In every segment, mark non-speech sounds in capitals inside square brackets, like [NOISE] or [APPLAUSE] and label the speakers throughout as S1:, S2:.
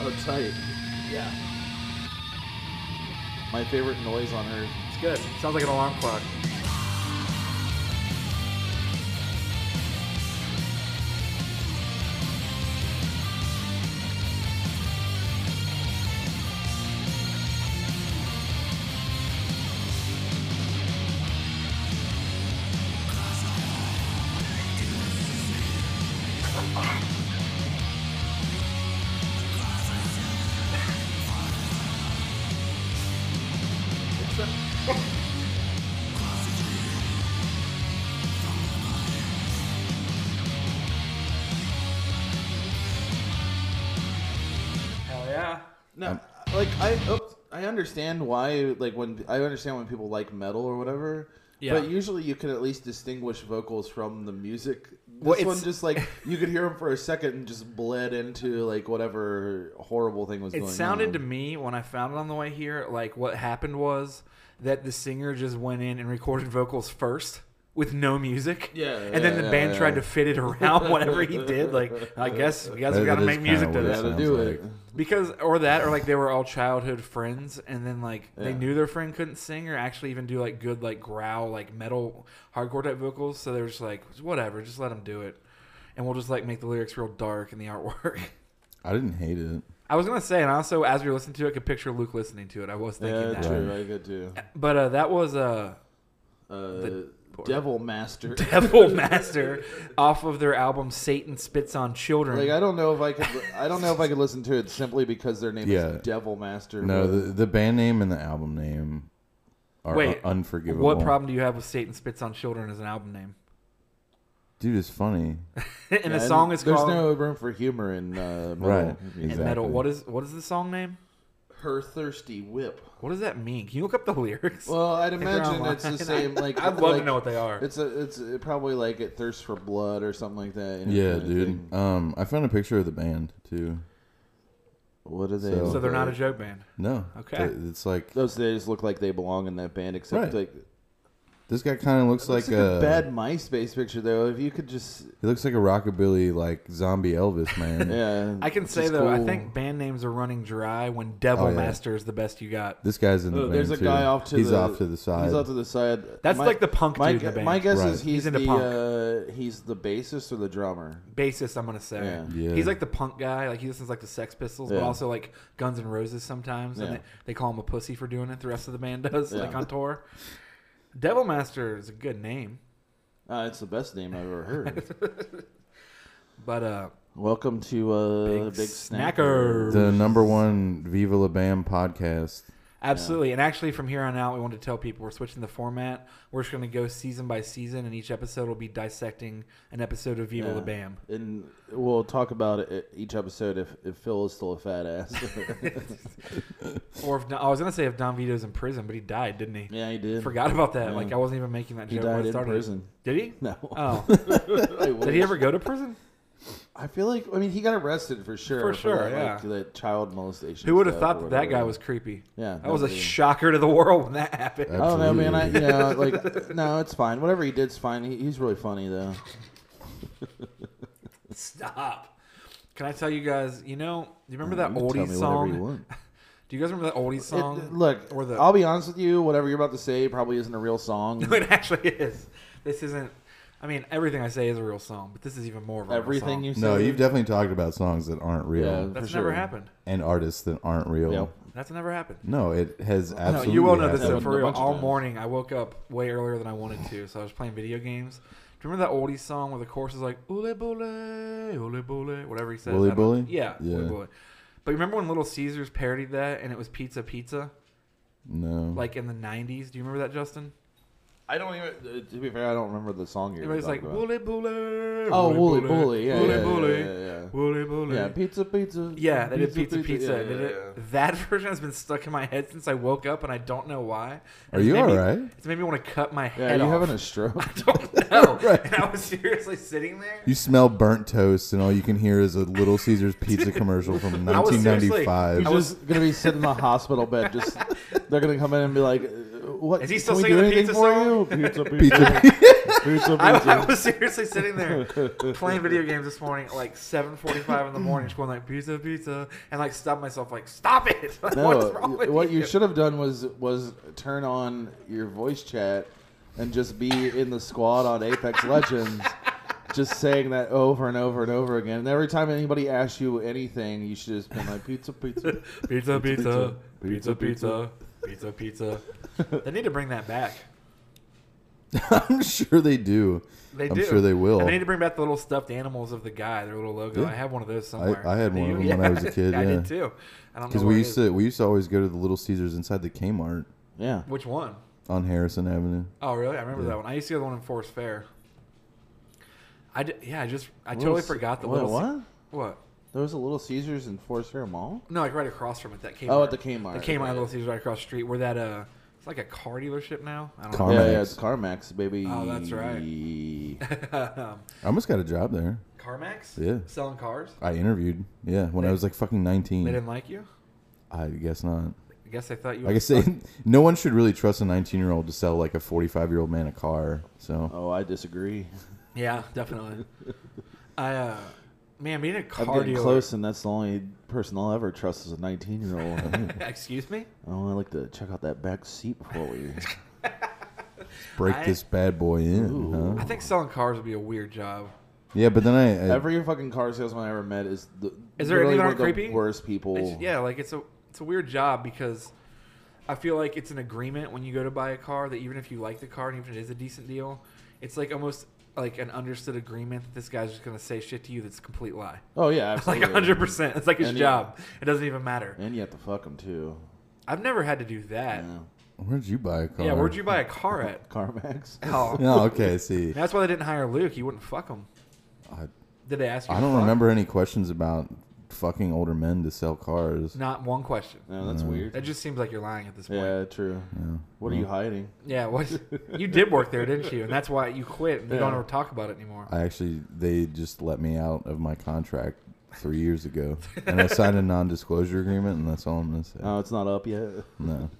S1: Oh, tight.
S2: Yeah,
S1: My favorite noise on earth.
S2: it's good. Sounds like an alarm clock. Hell yeah.
S1: No,
S2: Um,
S1: like I, oops, I understand why. Like when I understand when people like metal or whatever.
S3: Yeah.
S1: But usually you can at least distinguish vocals from the music. This
S2: Well, it's-
S1: one just like [LAUGHS] you could hear him for a second and just bled into like whatever horrible thing was
S3: It
S1: going on.
S3: sounded to me when I found it on the way here like what happened was that the singer just went in and recorded vocals first with no music.
S1: Yeah,
S3: And
S1: yeah,
S3: then the
S1: yeah,
S3: band
S1: yeah.
S3: tried to fit it around [LAUGHS] whatever he did. Like, I guess I guess we
S4: That-
S3: got to
S4: that
S3: make
S4: is
S3: music
S4: kinda
S3: to
S4: what
S1: Yeah,
S3: this.
S4: it
S1: to
S4: sounds
S1: do
S4: like.
S1: it.
S3: Because or that or like they were all childhood friends and then like they
S1: Yeah.
S3: knew their friend couldn't sing or actually even do like good like growl like metal hardcore type vocals so they were just like whatever just let them do it and we'll just like make the lyrics real dark and the artwork. [LAUGHS]
S4: I didn't hate it.
S3: I was gonna say and also as we were listening to it I could picture Luke listening to it. I was thinking
S1: Yeah,
S3: that.
S1: true. I could too.
S3: But uh, that was uh, [LAUGHS]
S1: Uh, Devil Master.
S3: Devil Master off of their album Satan Spits on Children.
S1: Like I don't know if I could. I don't know if I could listen to it simply because their name
S4: Yeah.
S1: is Devil Master.
S4: No,
S1: but-
S4: the, the band name and the album name are
S3: Wait,
S4: un- unforgivable.
S3: what problem do you have with Satan Spits on Children as an album name? [LAUGHS]
S4: Dude,
S1: [LAUGHS]
S4: it's funny.
S3: and
S1: Yeah,
S3: the song is
S1: there's
S3: called
S1: no room for humor in uh, metal. music.
S4: Right,
S3: and metal.
S4: Exactly.
S3: What is what is the song name?
S1: Her thirsty whip.
S3: What does that mean? Can you look up the lyrics?
S1: Well, I'd
S3: [LAUGHS] they're
S1: imagine it's the
S3: online.
S1: same. Like
S3: I'd love
S1: like-
S3: to know what they are.
S1: It's a, it's it probably like it thirsts for blood or something like that. you know,
S4: Yeah,
S1: kind of
S4: dude.
S1: thing.
S4: Um, I found a picture of the band too.
S1: What are they?
S4: So-
S1: look
S3: So they're not a
S1: like?
S3: joke band.
S4: No,
S3: Okay.
S4: th- it's
S1: [LAUGHS]
S4: like
S1: Those they just look like they belong in that band, except
S4: Right.
S1: like
S4: this guy kind of looks like, uh,
S1: it's like a,
S4: a
S1: bad MySpace picture though. If you could just
S4: He looks like a rockabilly like zombie Elvis man.
S1: [LAUGHS] yeah,
S3: I can
S1: it's
S3: say
S1: just
S3: though, I
S1: cool.
S3: think band names are running dry when Devil
S4: Oh, yeah.
S3: Master is the best you got.
S4: This guy's in the
S1: Oh,
S4: band
S1: there's a
S4: too.
S1: guy off to
S4: he's
S1: the
S4: off to the side.
S1: He's off to the side.
S3: That's
S1: My-
S3: like the punk
S1: my,
S3: dude in the
S1: gu-
S3: band.
S1: My guess
S4: Right.
S1: is he's,
S3: He's into
S1: the
S3: punk.
S1: uh, he's the bassist or the drummer.
S3: bassist. I'm gonna say
S1: Yeah.
S4: Yeah.
S3: he's like the punk guy. Like he listens like the Sex Pistols,
S1: Yeah.
S3: but also like Guns N' Roses sometimes. And
S1: Yeah.
S3: they, they call him a pussy for doing it. The rest of the band does
S1: Yeah.
S3: like on tour. Devil Master is a good name,
S1: Uh, it's the best name
S3: [LAUGHS]
S1: I've ever heard.
S3: but uh,
S1: Welcome to uh, Big,
S3: Big
S1: Snacker.
S3: Snacker.
S4: the number one Viva La Bam podcast.
S3: absolutely. And actually, from here on out, we want to tell people we're switching the format. We're just gonna go season by season, and each episode will be dissecting an episode of Viva La
S1: Yeah.
S3: Bam.
S1: And we'll talk about it each episode if, if Phil is still a fat ass. [LAUGHS]
S3: [LAUGHS] Or if Don- I was gonna say if Don Vito's in prison, but he died, didn't he?
S1: yeah, he did.
S3: Forgot about that.
S1: Yeah.
S3: Like I wasn't even making that
S1: He
S3: joke. when I
S1: died in
S3: started.
S1: prison. [LAUGHS]
S3: Did he?
S1: No.
S3: Oh.
S1: [LAUGHS] I wish.
S3: [LAUGHS] Did he ever go to prison?
S1: I feel like I mean he got arrested for sure.
S3: For sure,
S1: that, like, that child molestation.
S3: Who would have
S1: stuff
S3: thought
S1: or
S3: that that guy
S1: whatever.
S3: was creepy?
S1: Yeah,
S3: That was a
S1: nobody-
S3: shocker to the [LAUGHS] world when that happened.
S1: I don't know, man. I, you
S4: Absolutely.
S1: know,
S3: [LAUGHS]
S1: like, no, it's fine. Whatever he did's fine. He, he's really funny, though.
S3: Stop. Can I tell you guys, you know, you remember that
S1: Mm, You can tell me Whatever
S3: oldie
S1: you
S3: song?
S1: want.
S3: Do you guys remember that oldie song? [LAUGHS]
S1: It- look,
S3: or the
S1: I'll be honest with you. Whatever you're about to say probably isn't a real [LAUGHS] song.
S3: No, it actually is. This isn't I mean, everything I say is a real song, but this is even more of a real
S1: Everything
S3: song.
S1: you say.
S4: No, you've definitely talked about songs that aren't real
S1: Yeah.
S3: That's
S1: for
S3: never
S1: sure.
S3: happened.
S4: and artists that aren't real.
S1: Yep.
S3: That's never happened.
S4: No, it has absolutely.
S3: No, you will know this
S4: happened.
S3: is for
S1: A
S3: real.
S1: bunch of
S3: All
S1: times.
S3: morning, I woke up way earlier than I wanted to, so I was playing video games. Do you remember that oldie song where the chorus is like "Ole bole, ole bole," whatever he says?
S4: Wooly
S3: I don't-
S4: bully?
S3: Yeah, yeah.
S4: Yeah.
S3: bole. But remember when Little Caesars parodied that, and it was pizza, pizza,
S4: No.
S1: Mm-hmm.
S3: like in the '90s? Do you remember that, Justin?
S1: I don't even. uh, To be fair, I don't remember the song you're.
S3: It was like
S1: talking about.
S3: "Ole bole."
S1: Oh,
S3: ole
S1: Wooly Bully. Yeah,
S3: ole
S1: yeah,
S3: bole,
S1: yeah, yeah, yeah.
S3: ole bole."
S1: Yeah, pizza, pizza.
S3: Yeah, they did pizza, pizza.
S1: yeah,
S3: They did
S1: yeah,
S3: it. That [LAUGHS] version has been stuck in my head since I woke up, and I don't know why.
S4: Are
S3: It's
S4: you
S3: made me-
S4: alright?
S3: It's made me want to cut my
S1: yeah.
S3: head
S1: you
S3: off.
S1: having a stroke?
S3: [LAUGHS] don't
S4: [LAUGHS]
S3: know. And I was seriously sitting there.
S4: You smell burnt toast, and all you can hear is a Little Caesars pizza commercial from
S3: I was seriously-
S4: 1995.
S1: You're just gonna be sitting in the hospital bed.
S3: [LAUGHS]
S1: Just they're gonna come in and be like, uh, "What?
S3: Is he
S1: can
S3: still
S1: we
S3: singing
S1: do
S3: the
S1: anything
S3: pizza
S1: for
S3: song?
S1: you? Pizza, pizza."
S4: Pizza. Spiritual
S3: [LAUGHS] [LAUGHS] I,
S4: pizza.
S3: I was seriously sitting there playing video games this morning at like 7:45 in the morning, just going like pizza, pizza, and like stopped myself like stop it. [LAUGHS] Like,
S1: No,
S3: what's wrong with
S1: what you, should have done was was turn on your voice chat and just be in the squad on
S3: [LAUGHS]
S1: Apex Legends, just saying that over and over and over again. And every time anybody asks you anything, you should just be like pizza,
S3: [LAUGHS]
S1: pizza.
S3: [LAUGHS] Pizza, pizza, pizza,
S4: Pizza,
S3: pizza, pizza, pizza. They need to bring that back.
S4: [LAUGHS] I'm sure they do.
S3: They
S4: I'm
S3: do.
S4: sure they will.
S3: And they need to bring back the little stuffed animals of the guy, their little logo.
S4: Yeah.
S3: I have one of those
S4: I-
S3: somewhere.
S4: I had
S3: Do
S4: one
S3: [LAUGHS]
S4: of
S3: you?
S4: them when I was a kid,
S3: I
S4: yeah.
S3: did too. I don't know
S4: Because
S3: where
S4: we
S3: it
S4: used
S3: is.
S4: to we used to always go to the Little Caesars inside the Kmart
S1: Yeah.
S3: Which one?
S4: on Harrison Avenue.
S3: Oh, really? I remember
S4: Yeah.
S3: that one. I used to go to the one in Forest Fair. I d- yeah, I just I totally
S1: Little-
S3: forgot the
S1: what,
S3: little
S1: what?
S3: what?
S1: There was a Little Caesars in Forest Fair Mall.
S3: No, like right across from it. That Kmart.
S1: Oh, at the Kmart.
S3: The Kmart Little Caesars right across the street, where that uh, it's like a car dealership now. I don't
S4: Car-
S1: Yeah,
S4: Carmax.
S1: yeah, it's CarMax, baby.
S3: Oh, that's right. know. um,
S4: I almost got a job there.
S3: CarMax.
S4: Yeah.
S3: Selling cars.
S1: Mm.
S4: I interviewed. Yeah, when I
S3: They-
S4: was like fucking
S3: They
S4: 19.
S3: didn't like you.
S4: I guess not.
S3: I guess they thought you.
S4: Like
S1: [LAUGHS]
S4: I say, [LAUGHS] no one should really trust a 19 year old to sell like a 45 year old man a car. So
S1: [LAUGHS] Oh, I
S3: [LAUGHS]
S1: disagree.
S3: Yeah, definitely. I uh, man, being a car
S1: I'm getting
S3: dealer.
S1: close, and that's the only person I'll ever trust is a 19 year old.
S3: [LAUGHS] Excuse me.
S1: [LAUGHS] oh, I like to check out that back seat before we.
S4: break
S3: I-
S4: this bad boy in.
S1: Ooh.
S4: Huh?
S3: I think selling cars would be a weird job.
S4: Yeah, but then I, I
S1: Every fucking car salesman I ever met is the
S3: Is there
S1: literally
S3: anyone
S1: one of the
S3: creepy?
S1: worst people.
S3: It's, yeah, like it's a it's a weird job because I feel like it's an agreement when you go to buy a car that even if you like the car and even if it is a decent deal, it's like almost like an understood agreement that this guy's just gonna say shit to you that's a complete lie. [LAUGHS]
S1: Oh yeah,
S3: Like
S1: absolutely.
S3: hundred percent. It's like his
S1: And you-
S3: job. It doesn't even matter.
S1: And you have to fuck them too.
S3: I've never had to do that.
S1: Yeah.
S4: where'd you buy a car?
S3: Yeah,
S4: [LAUGHS]
S3: where'd you buy a car at? [LAUGHS]
S1: CarMax. [LAUGHS]
S3: Hell.
S4: No, Oh, okay. See,
S3: That's why they didn't hire Luke. He wouldn't fuck him.
S4: I,
S3: Did they ask you?
S4: I
S3: to
S4: don't
S3: fuck?
S4: remember any questions about fucking older men to sell cars.
S3: Not one question.
S1: No, that's
S4: No.
S1: weird.
S3: That just seems like you're lying at this point. Yeah.
S1: Yeah, true.
S4: Uh, Yeah.
S1: What are you hiding?
S4: [LAUGHS]
S3: what? You did work there, didn't you? And that's why you quit. And you don't
S1: Yeah.
S3: ever talk about it anymore.
S4: I actually, they just let me out of my contract three years ago, and I signed a non-disclosure agreement, and that's all I'm gonna say.
S1: Oh, it's not up yet. [LAUGHS]
S4: No,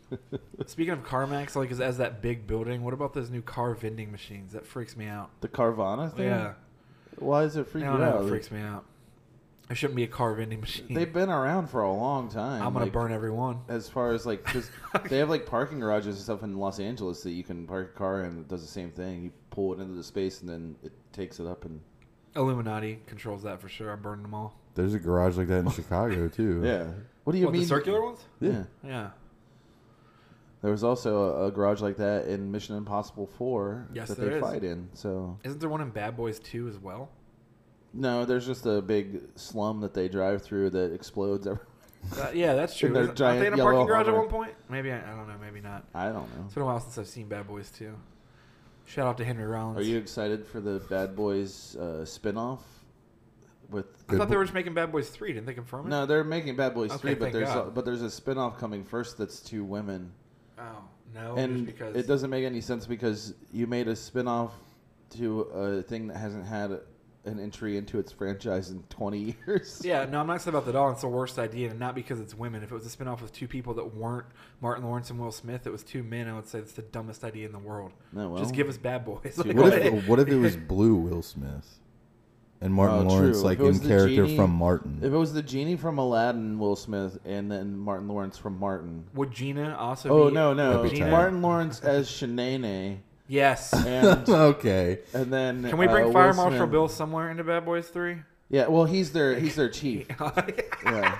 S3: Speaking of CarMax, like as, as that big building, what about those new car vending machines? That freaks me out.
S1: The Carvana thing.
S3: Oh, Yeah,
S1: Why is it
S3: I
S1: freaking
S3: don't know. It
S1: out?
S3: freaks me out. There shouldn't be a car vending machine.
S1: They've been around for a long time.
S3: I'm gonna
S1: like,
S3: burn everyone.
S1: As far as like,
S3: [LAUGHS]
S1: because they have like parking garages and stuff in Los Angeles that you can park a car in. It does the same thing. You pull it into the space and then it takes it up and
S3: Illuminati controls that for sure. I burned them all.
S4: there's a garage like that in Chicago too.
S1: [LAUGHS] yeah. What do you
S3: what
S1: mean
S3: the circular ones?
S1: Yeah.
S3: Yeah.
S1: There was also a, a garage like that in Mission Impossible Four
S3: Yes,
S1: that
S3: there
S1: they
S3: is.
S1: fight in. So
S3: Isn't there one in Bad Boys 2 as well?
S1: no, there's just a big slum that they drive through that explodes. Every, [LAUGHS]
S3: Uh, yeah, that's true.
S1: In their
S3: Isn't- Aren't
S1: giant
S3: they in a
S1: yellow
S3: parking garage at
S1: Hummer.
S3: one point? Maybe I, I don't know. Maybe not.
S1: I don't know.
S3: It's been a while since I've seen Bad Boys 2. Shout out to Henry Rollins.
S1: Are you excited for the Bad Boys uh, spinoff? With
S3: I thought
S4: Good-
S3: they were just making Bad Boys 3. Didn't they confirm it?
S1: no, they're making Bad Boys
S3: Okay,
S1: three, but
S3: thank
S1: there's a,
S3: God.
S1: but there's a spinoff coming first that's two women,
S3: Oh, no. just
S1: and
S3: because
S1: it doesn't make any sense because you made a spinoff to a thing that hasn't had an entry into its franchise in 20 [LAUGHS] years.
S3: Yeah, no, I'm not excited about that at all. It's the worst idea, and not because it's women. If it was a spinoff with two people that weren't Martin Lawrence and Will Smith, it was two men. I would say it's the dumbest idea in the world.
S1: No, well,
S3: Just give us Bad Boys. [LAUGHS] Like,
S4: What if what if it was blue Will Smith and Martin
S1: Oh,
S4: Lawrence
S1: true.
S4: like
S1: If it was
S4: in
S1: the
S4: character
S1: genie-
S4: from Martin? [LAUGHS]
S1: If it was the genie from Aladdin, Will Smith, and then Martin Lawrence from Martin.
S3: [LAUGHS] Would Gina also?
S1: oh
S3: be
S1: no, no,
S4: That'd be
S3: Gina?
S4: tight.
S1: [LAUGHS] Martin Lawrence as Shanae,
S3: [LAUGHS]
S1: [LAUGHS]
S3: Yes.
S1: and
S4: okay,
S1: and then
S3: Can we bring
S1: uh,
S3: Fire
S1: Will
S3: Marshal
S1: Smith.
S3: Bill somewhere into Bad Boys Three? [LAUGHS]
S1: Yeah, well, he's their he's their chief. Yeah,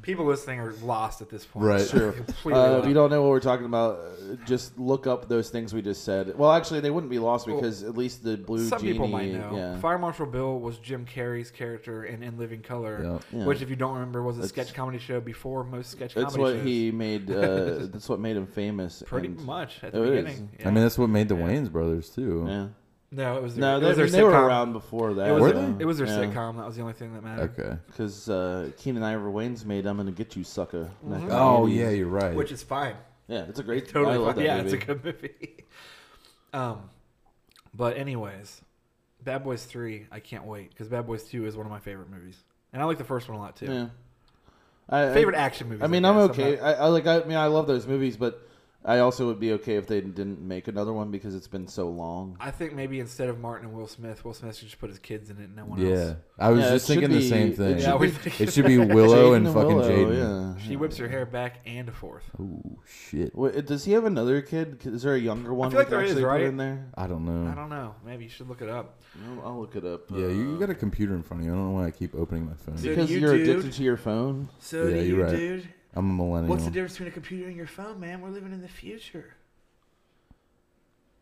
S3: People listening are lost at this point.
S4: Right.
S3: They're
S1: sure.
S3: Completely
S1: Uh,
S3: lost.
S1: if you don't know what we're talking about, uh, just look up those things we just said. Well, actually, they wouldn't be lost because at least the blue
S3: Some
S1: genie.
S3: people might know.
S1: Yeah,
S3: Fire Marshal Bill was Jim Carrey's character in In Living Color,
S1: Yeah. Yeah.
S3: which, if you don't remember, was a
S1: That's-
S3: sketch comedy show before most sketch comedy
S1: that's what
S3: shows.
S1: he made.
S3: [LAUGHS]
S1: Uh, that's what made him famous.
S3: Pretty
S1: and-
S3: much at the
S1: It is.
S3: beginning.
S4: I mean that's what made the
S3: Yeah.
S4: Wayans brothers too.
S1: Yeah.
S3: No, it was their,
S1: No,
S3: it
S1: they,
S3: was their
S1: they were
S3: sitcom.
S1: around before that.
S3: It was,
S4: Were
S3: their,
S4: they?
S3: it was their
S1: Yeah.
S3: sitcom. That was the only thing that mattered.
S4: Okay.
S1: Because uh, Keenan Ivory Wayne's made "I'm Gonna Get You, Sucker." back in the
S4: Oh
S1: 80s.
S4: yeah, you're right.
S3: Which is fine.
S1: yeah, it's a great.
S3: Totally
S1: I love that
S3: fine. yeah,
S1: movie.
S3: it's a good movie. [LAUGHS] um, but anyways, Bad Boys Three, I can't wait because Bad Boys Two is one of my favorite movies, and I like the first one a lot too.
S1: yeah. I, I-
S3: Favorite action movies.
S1: I mean,
S3: I
S1: I'm
S3: guess.
S1: okay.
S3: not-
S1: I, I like. I mean, I love those movies, but I also would be okay if they didn't make another one because it's been so long.
S3: I think maybe instead of Martin and Will Smith, Will Smith should just put his kids in it and no one
S4: Yeah,
S3: else.
S4: I was
S1: Yeah,
S4: just
S1: it should
S4: thinking the same
S1: be-
S4: thing.
S1: it
S3: Yeah,
S1: should
S3: we
S1: be
S4: [LAUGHS] It should be Willow
S1: Jaden
S4: and fucking
S1: Willow,
S4: Jaden.
S1: Yeah.
S3: She whips her hair back and forth.
S4: Oh shit!
S1: Wait, does he have another kid? Is there a younger one?
S3: feel like
S1: we can
S3: there is,
S1: actually put
S3: right?
S1: In there,
S4: I
S1: Mm.
S4: don't know.
S3: I don't know. Maybe you should look it up.
S1: I'll, I'll look it up. Uh,
S4: yeah, you, you got a computer in front of you. I don't know why I keep opening my phone.
S3: Dude.
S1: because
S3: you,
S1: you're
S3: dude.
S1: addicted to your phone.
S3: So do
S4: Yeah, you're
S3: you,
S4: right.
S3: dude.
S4: I'm a millennial.
S3: What's the difference between a computer and your phone, man? We're living in the future.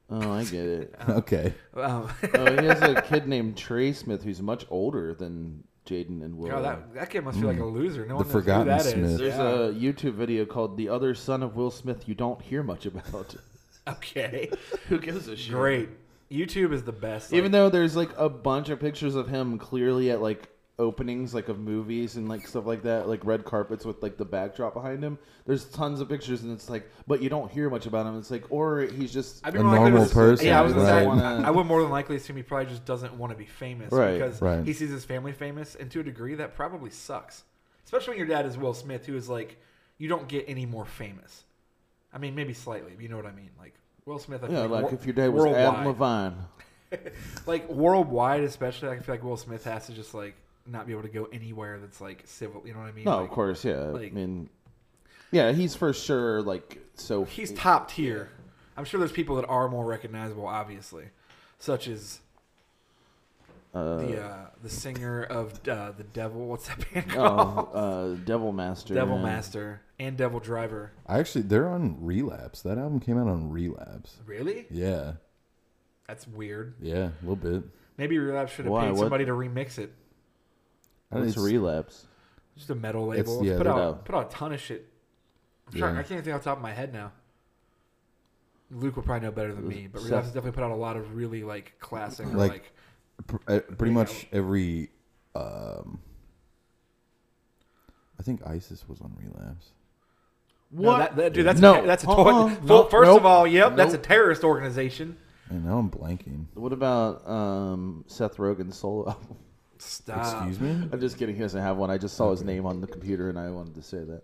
S1: Oh, I get it.
S4: [LAUGHS] Okay.
S3: [LAUGHS] Um,
S1: [LAUGHS] oh, he has a kid named Trey Smith who's much older than Jaden and Willow.
S3: God, Oh, that, that kid must feel like a loser. No
S4: Mm. The
S3: one knows
S4: forgotten
S3: who that is.
S4: Smith.
S1: There's
S3: Yeah.
S1: a YouTube video called "The Other Son of Will Smith." You don't hear much about.
S3: [LAUGHS] Okay.
S1: Who gives a shit?
S3: Great. YouTube is the best.
S1: Even though there's like a bunch of pictures of him clearly at like openings like of movies and like stuff like that, like red carpets with like the backdrop behind him. There's tons of pictures, and it's like, but you don't hear much about him. It's like, or he's just
S3: I'd be
S4: A
S3: more likely to-
S4: normal person,
S3: Yeah, I was gonna say,
S1: right.
S3: I- I would more than likely assume he probably just doesn't want to be famous
S1: Right,
S3: because
S4: right.
S3: he sees his family famous, and to a degree that probably sucks. Especially when your dad is Will Smith, who is like, you don't get any more famous. I mean, maybe slightly, but you know what I mean. Like Will Smith, I
S1: yeah,
S3: feel
S1: like
S3: wor-
S1: if your dad was Adam
S3: worldwide-
S1: Levine.
S3: like worldwide, especially, I feel like Will Smith has to just like not be able to go anywhere that's like civil. You know what I mean?
S1: No,
S3: Like,
S1: of course, yeah. I
S3: like-
S1: mean, yeah, he's for sure like so.
S3: He's top tier. I'm sure there's people that are more recognizable, obviously, such as
S1: uh,
S3: the uh, the singer of uh, the Devil. What's that band [LAUGHS] called?
S1: oh, uh, Devil Master.
S3: Devil
S1: yeah.
S3: Master and Devil Driver.
S4: I actually, they're on Relapse. That album came out on Relapse.
S3: Really?
S4: Yeah,
S3: That's weird.
S4: yeah, a little bit.
S3: Maybe Relapse should have
S1: Why?
S3: paid
S1: What-
S3: somebody to remix it.
S4: I don't-
S1: It's
S4: it's-
S1: relapse.
S3: Just a metal
S4: It's-
S3: label.
S4: yeah,
S3: put
S4: they're
S3: out
S1: out.
S3: put out a ton of shit. I'm sure,
S4: Yeah.
S3: I can't think off the top of my head now. Luke will probably know better than me, but
S1: Seth-
S3: Relapse has definitely put out a lot of really like classic or,
S4: Like-
S3: like,
S4: pr- uh, pretty much every. Um, I think ISIS was on Relapse.
S3: No, that- that- dude, that's
S1: No.
S3: a, that's a
S1: Uh-uh.
S3: toy.
S1: Nope.
S3: first
S1: Nope.
S3: of all, yep, that's a
S1: Nope.
S3: terrorist organization.
S4: And now I'm blanking.
S1: What about um, Seth Rogen's solo album? [LAUGHS]
S3: Stop.
S4: Excuse me.
S1: I'm just kidding. He doesn't have one. I just saw his name on the computer, and I wanted to say that.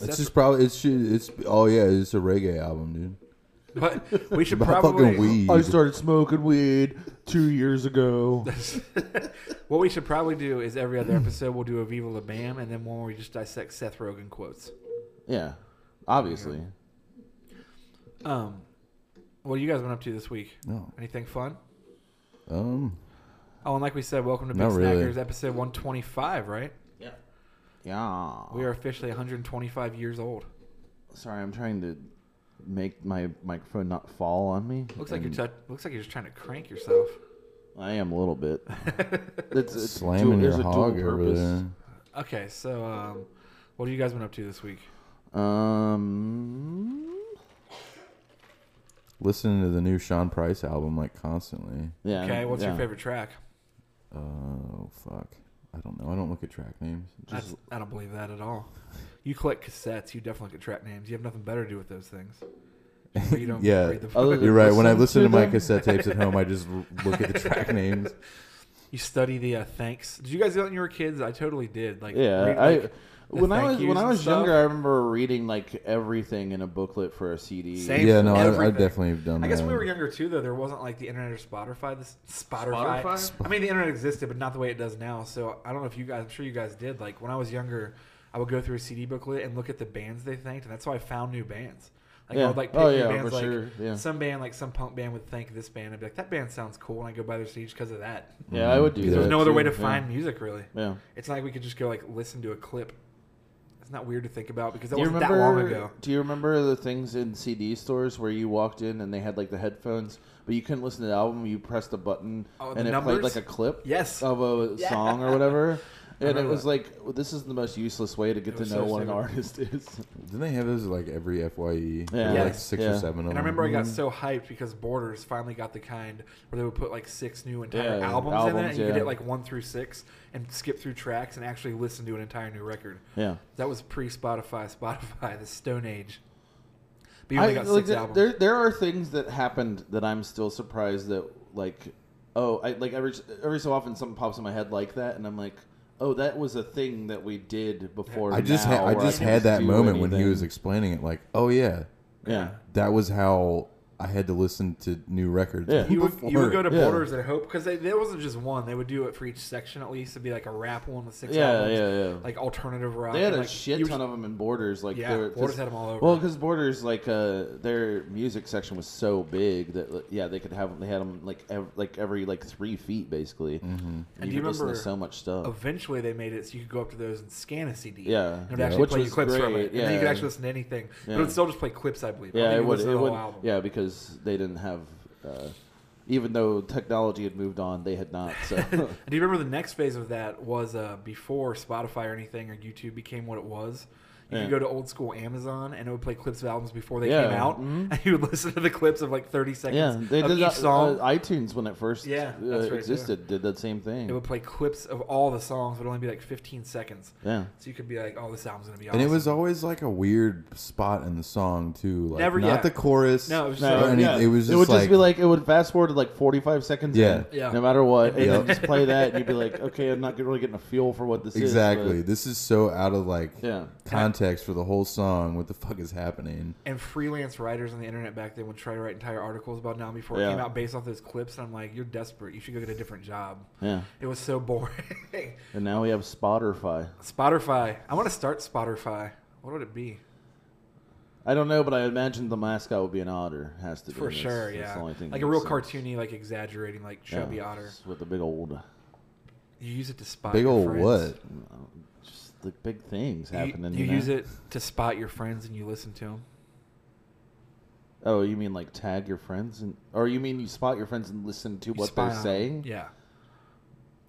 S4: It's just probably it's it's oh yeah, it's a reggae album, dude.
S3: [LAUGHS] But we
S4: [LAUGHS]
S3: should
S4: About
S3: probably
S4: fucking weed.
S1: I started smoking weed two years ago.
S3: [LAUGHS] What we should probably do is every other episode we'll do a Viva La Bam and then one where we just dissect Seth Rogen quotes.
S1: [LAUGHS] yeah, obviously.
S3: Um, what have you guys been up to this week?
S4: No.
S3: Anything fun?
S4: Um.
S3: Oh, and like we said, welcome to Big
S4: Not really.
S3: Snackers, episode 125, right?
S1: Yeah.
S3: We are officially 125 years old.
S1: Sorry, I'm trying to make my microphone not fall on me.
S3: Looks like you're
S1: and
S3: tou looks like you're just trying to crank yourself.
S1: I am a little bit. [LAUGHS] It's, it's dual-
S4: slamming
S1: there's
S4: your
S1: a dual
S4: hog over
S1: purpose.
S4: there.
S3: Okay, so um, what have you guys been up to this week?
S1: Um.
S4: Listening to the new Sean Price album like constantly.
S1: Yeah.
S3: Okay, what's your
S1: yeah.
S3: favorite track?
S4: Oh fuck, I don't know. I don't look at track names.
S3: That's, I don't believe that at all. You collect cassettes. You definitely get track names. You have nothing better to do with those things. Just
S4: [LAUGHS]
S1: [LAUGHS]
S3: read 'em,
S4: yeah,
S3: read the
S1: Other
S4: you're right. When I listen to my
S1: them.
S4: cassette tapes at home, I
S3: [LAUGHS]
S4: just l- look at the track names.
S3: You study the uh, thanks. Did you guys do that when you were kids? I totally did. Like
S1: Yeah,
S3: read,
S1: I
S3: like, the
S1: when I
S3: thank
S1: was
S3: yous
S1: when I
S3: and
S1: was
S3: stuff.
S1: younger, I remember reading like everything in a booklet for a CD.
S3: Same.
S4: Yeah, no, I, I
S3: Everything.
S4: definitely have done.
S3: I guess
S4: that.
S3: when we were younger too, though. There wasn't like the internet or Spotify. This Spotify.
S1: Spotify?
S3: I mean, the internet existed, but not the way it does now. So I don't know if you guys. I'm sure you guys did. Like when I was younger, I would go through a CD booklet and look at the bands they thanked, and that's how I found new bands. Like
S1: Yeah.
S3: I would like pick
S1: Oh,
S3: new
S1: yeah,
S3: bands.
S1: for
S3: like
S1: sure. Yeah.
S3: some band, like some punk band, would thank this band. I'd be like, that band sounds cool, and I go buy their CDs because of that.
S1: Yeah, I would do
S4: Yeah.
S1: that.
S4: There's
S3: There's no other
S1: too,
S3: way to
S1: yeah.
S3: find music really.
S1: Yeah.
S3: It's not like we could just go like listen to a clip. It's not weird to think about because that
S1: Do you
S3: wasn't
S1: remember?
S3: that long ago.
S1: Do you remember the things in CD stores where you walked in and they had like the headphones, but you couldn't listen to the album? You pressed a button
S3: Oh, the
S1: and it played
S3: numbers?
S1: like a clip
S3: Yes.
S1: of a
S3: [LAUGHS] Yeah.
S1: song or whatever. And it
S3: remember
S1: was
S3: that.
S1: like well, this is the most useless way to get
S3: It
S1: to
S3: was
S1: know
S3: so
S1: what an
S3: stupid.
S1: artist is.
S3: [LAUGHS]
S4: Didn't they have those at, like every FYE? There
S1: Yeah.
S4: were, like
S3: Yes.
S4: six
S1: Yeah.
S4: or seven of
S3: And I
S4: them.
S3: remember I got so hyped because Borders finally got the kind where they would put like six new entire
S1: Yeah,
S3: albums, in it,
S1: albums,
S3: and you
S1: yeah.
S3: could hit like one through six and skip through tracks and actually listen to an entire new record.
S1: yeah.
S3: That was pre Spotify, Spotify, the Stone Age. But you only got
S1: like,
S3: six
S1: there-
S3: albums.
S1: There, there are things that happened that I'm still surprised that like, oh, I like every every so often something pops in my head like that, and I'm like, oh, that was a thing that we did before.
S4: I just
S1: now,
S4: had I
S1: where
S4: just
S1: can
S4: had that
S1: do
S4: moment when he
S1: anything."
S4: was explaining it, like, oh yeah,
S1: Yeah.
S4: That was how I had to listen to new records.
S1: Yeah.
S3: You would, you would go to
S1: Yeah.
S3: Borders and Hope because there wasn't just one. They would do it for each section at least. It'd be like a rap one with six
S1: Yeah,
S3: albums,
S1: yeah, yeah.
S3: like alternative rock.
S1: They had
S3: and,
S1: a
S3: like,
S1: shit
S3: you-
S1: ton of them in Borders. Like
S3: Yeah,
S1: they were- 'cause-
S3: Borders had 'em all over.
S1: Well, because Borders, like uh, their music section was so big that like, yeah, they could have they had them like ev- like every like three feet basically. Mm-hmm. And,
S3: do
S1: you,
S3: you
S1: could listen to
S3: remember
S1: so much stuff.
S3: Eventually, they made it so you could go up to those and scan a CD.
S1: Uh, Yeah.
S3: and it would
S1: Yeah.
S3: actually
S1: Which
S3: play you
S1: was
S3: clips from
S1: great,
S3: it, and then you could
S1: yeah.
S3: actually listen to anything. But it
S1: Yeah.
S3: would still just play clips, I believe. I
S1: yeah,
S3: think
S1: it
S3: you
S1: would.
S3: listened
S1: It
S3: to the
S1: would.
S3: whole album.
S1: Yeah, because they didn't have. Uh, even though technology had moved on, they had not.
S3: [LAUGHS]
S1: So
S3: And do you remember the next phase of that was uh, before Spotify or anything or YouTube became what it was? You
S1: Yeah.
S3: could go to old school Amazon and it would play clips of albums before they came
S1: Yeah,
S3: out,
S1: mhm.
S3: [LAUGHS] and you would listen to the clips of like 30 seconds
S1: yeah, they
S3: of
S1: did
S3: each
S1: that,
S3: song.
S1: uh, iTunes when it first
S3: Yeah,
S1: uh,
S3: that's right, yeah.
S1: existed did that same thing.
S3: it would play clips of all the songs, but only be like 15 seconds.
S1: yeah,
S3: So you could be like, "Oh, this album's gonna be awesome."
S4: And it was always like a weird spot in the song too, like
S3: Never-
S4: not
S3: yeah.
S4: the chorus.
S3: No, it was just
S1: No,
S4: or
S3: like-
S4: any-
S1: yeah.
S4: it was just
S1: would
S4: like,
S1: just be like it would fast forward to like forty five seconds.
S4: Yeah.
S1: in,
S3: Yeah.
S1: No matter what, and
S4: Yep.
S1: then just play that, and you'd be like, okay, I'm not get- really getting a feel for what this
S4: exactly.
S1: is.
S4: This is so out of like
S1: but- Yeah.
S4: context for the whole song. What the fuck is happening?
S3: and freelance writers on the internet back then would try to write entire articles about now before it
S1: Yeah.
S3: came out based off those clips. And I'm like, "You're desperate. You should go get a different job."
S1: Yeah.
S3: It was so boring. [LAUGHS]
S1: And now we have Spotify.
S3: Spotify. I want to start Spotify. What would it be?
S1: I don't know, but I imagine the mascot would be an otter. Has to be
S3: For
S1: That's-
S3: sure,
S1: that's
S3: yeah.
S1: the only thing
S3: like
S1: that
S3: a real
S1: makes sense.
S3: cartoony, like exaggerating, like
S1: Yeah,
S3: chubby otter.
S1: just with a big old, uh,
S3: You use it to spot
S4: Big
S3: your
S4: old
S3: friends.
S4: what?
S1: just the big things
S3: You-
S1: happening.
S3: You,
S1: know?
S3: use it to spot your friends and you listen to them.
S1: Oh, you mean like tag your friends, and or you mean you spot your friends and listen to what they're saying?
S3: Yeah.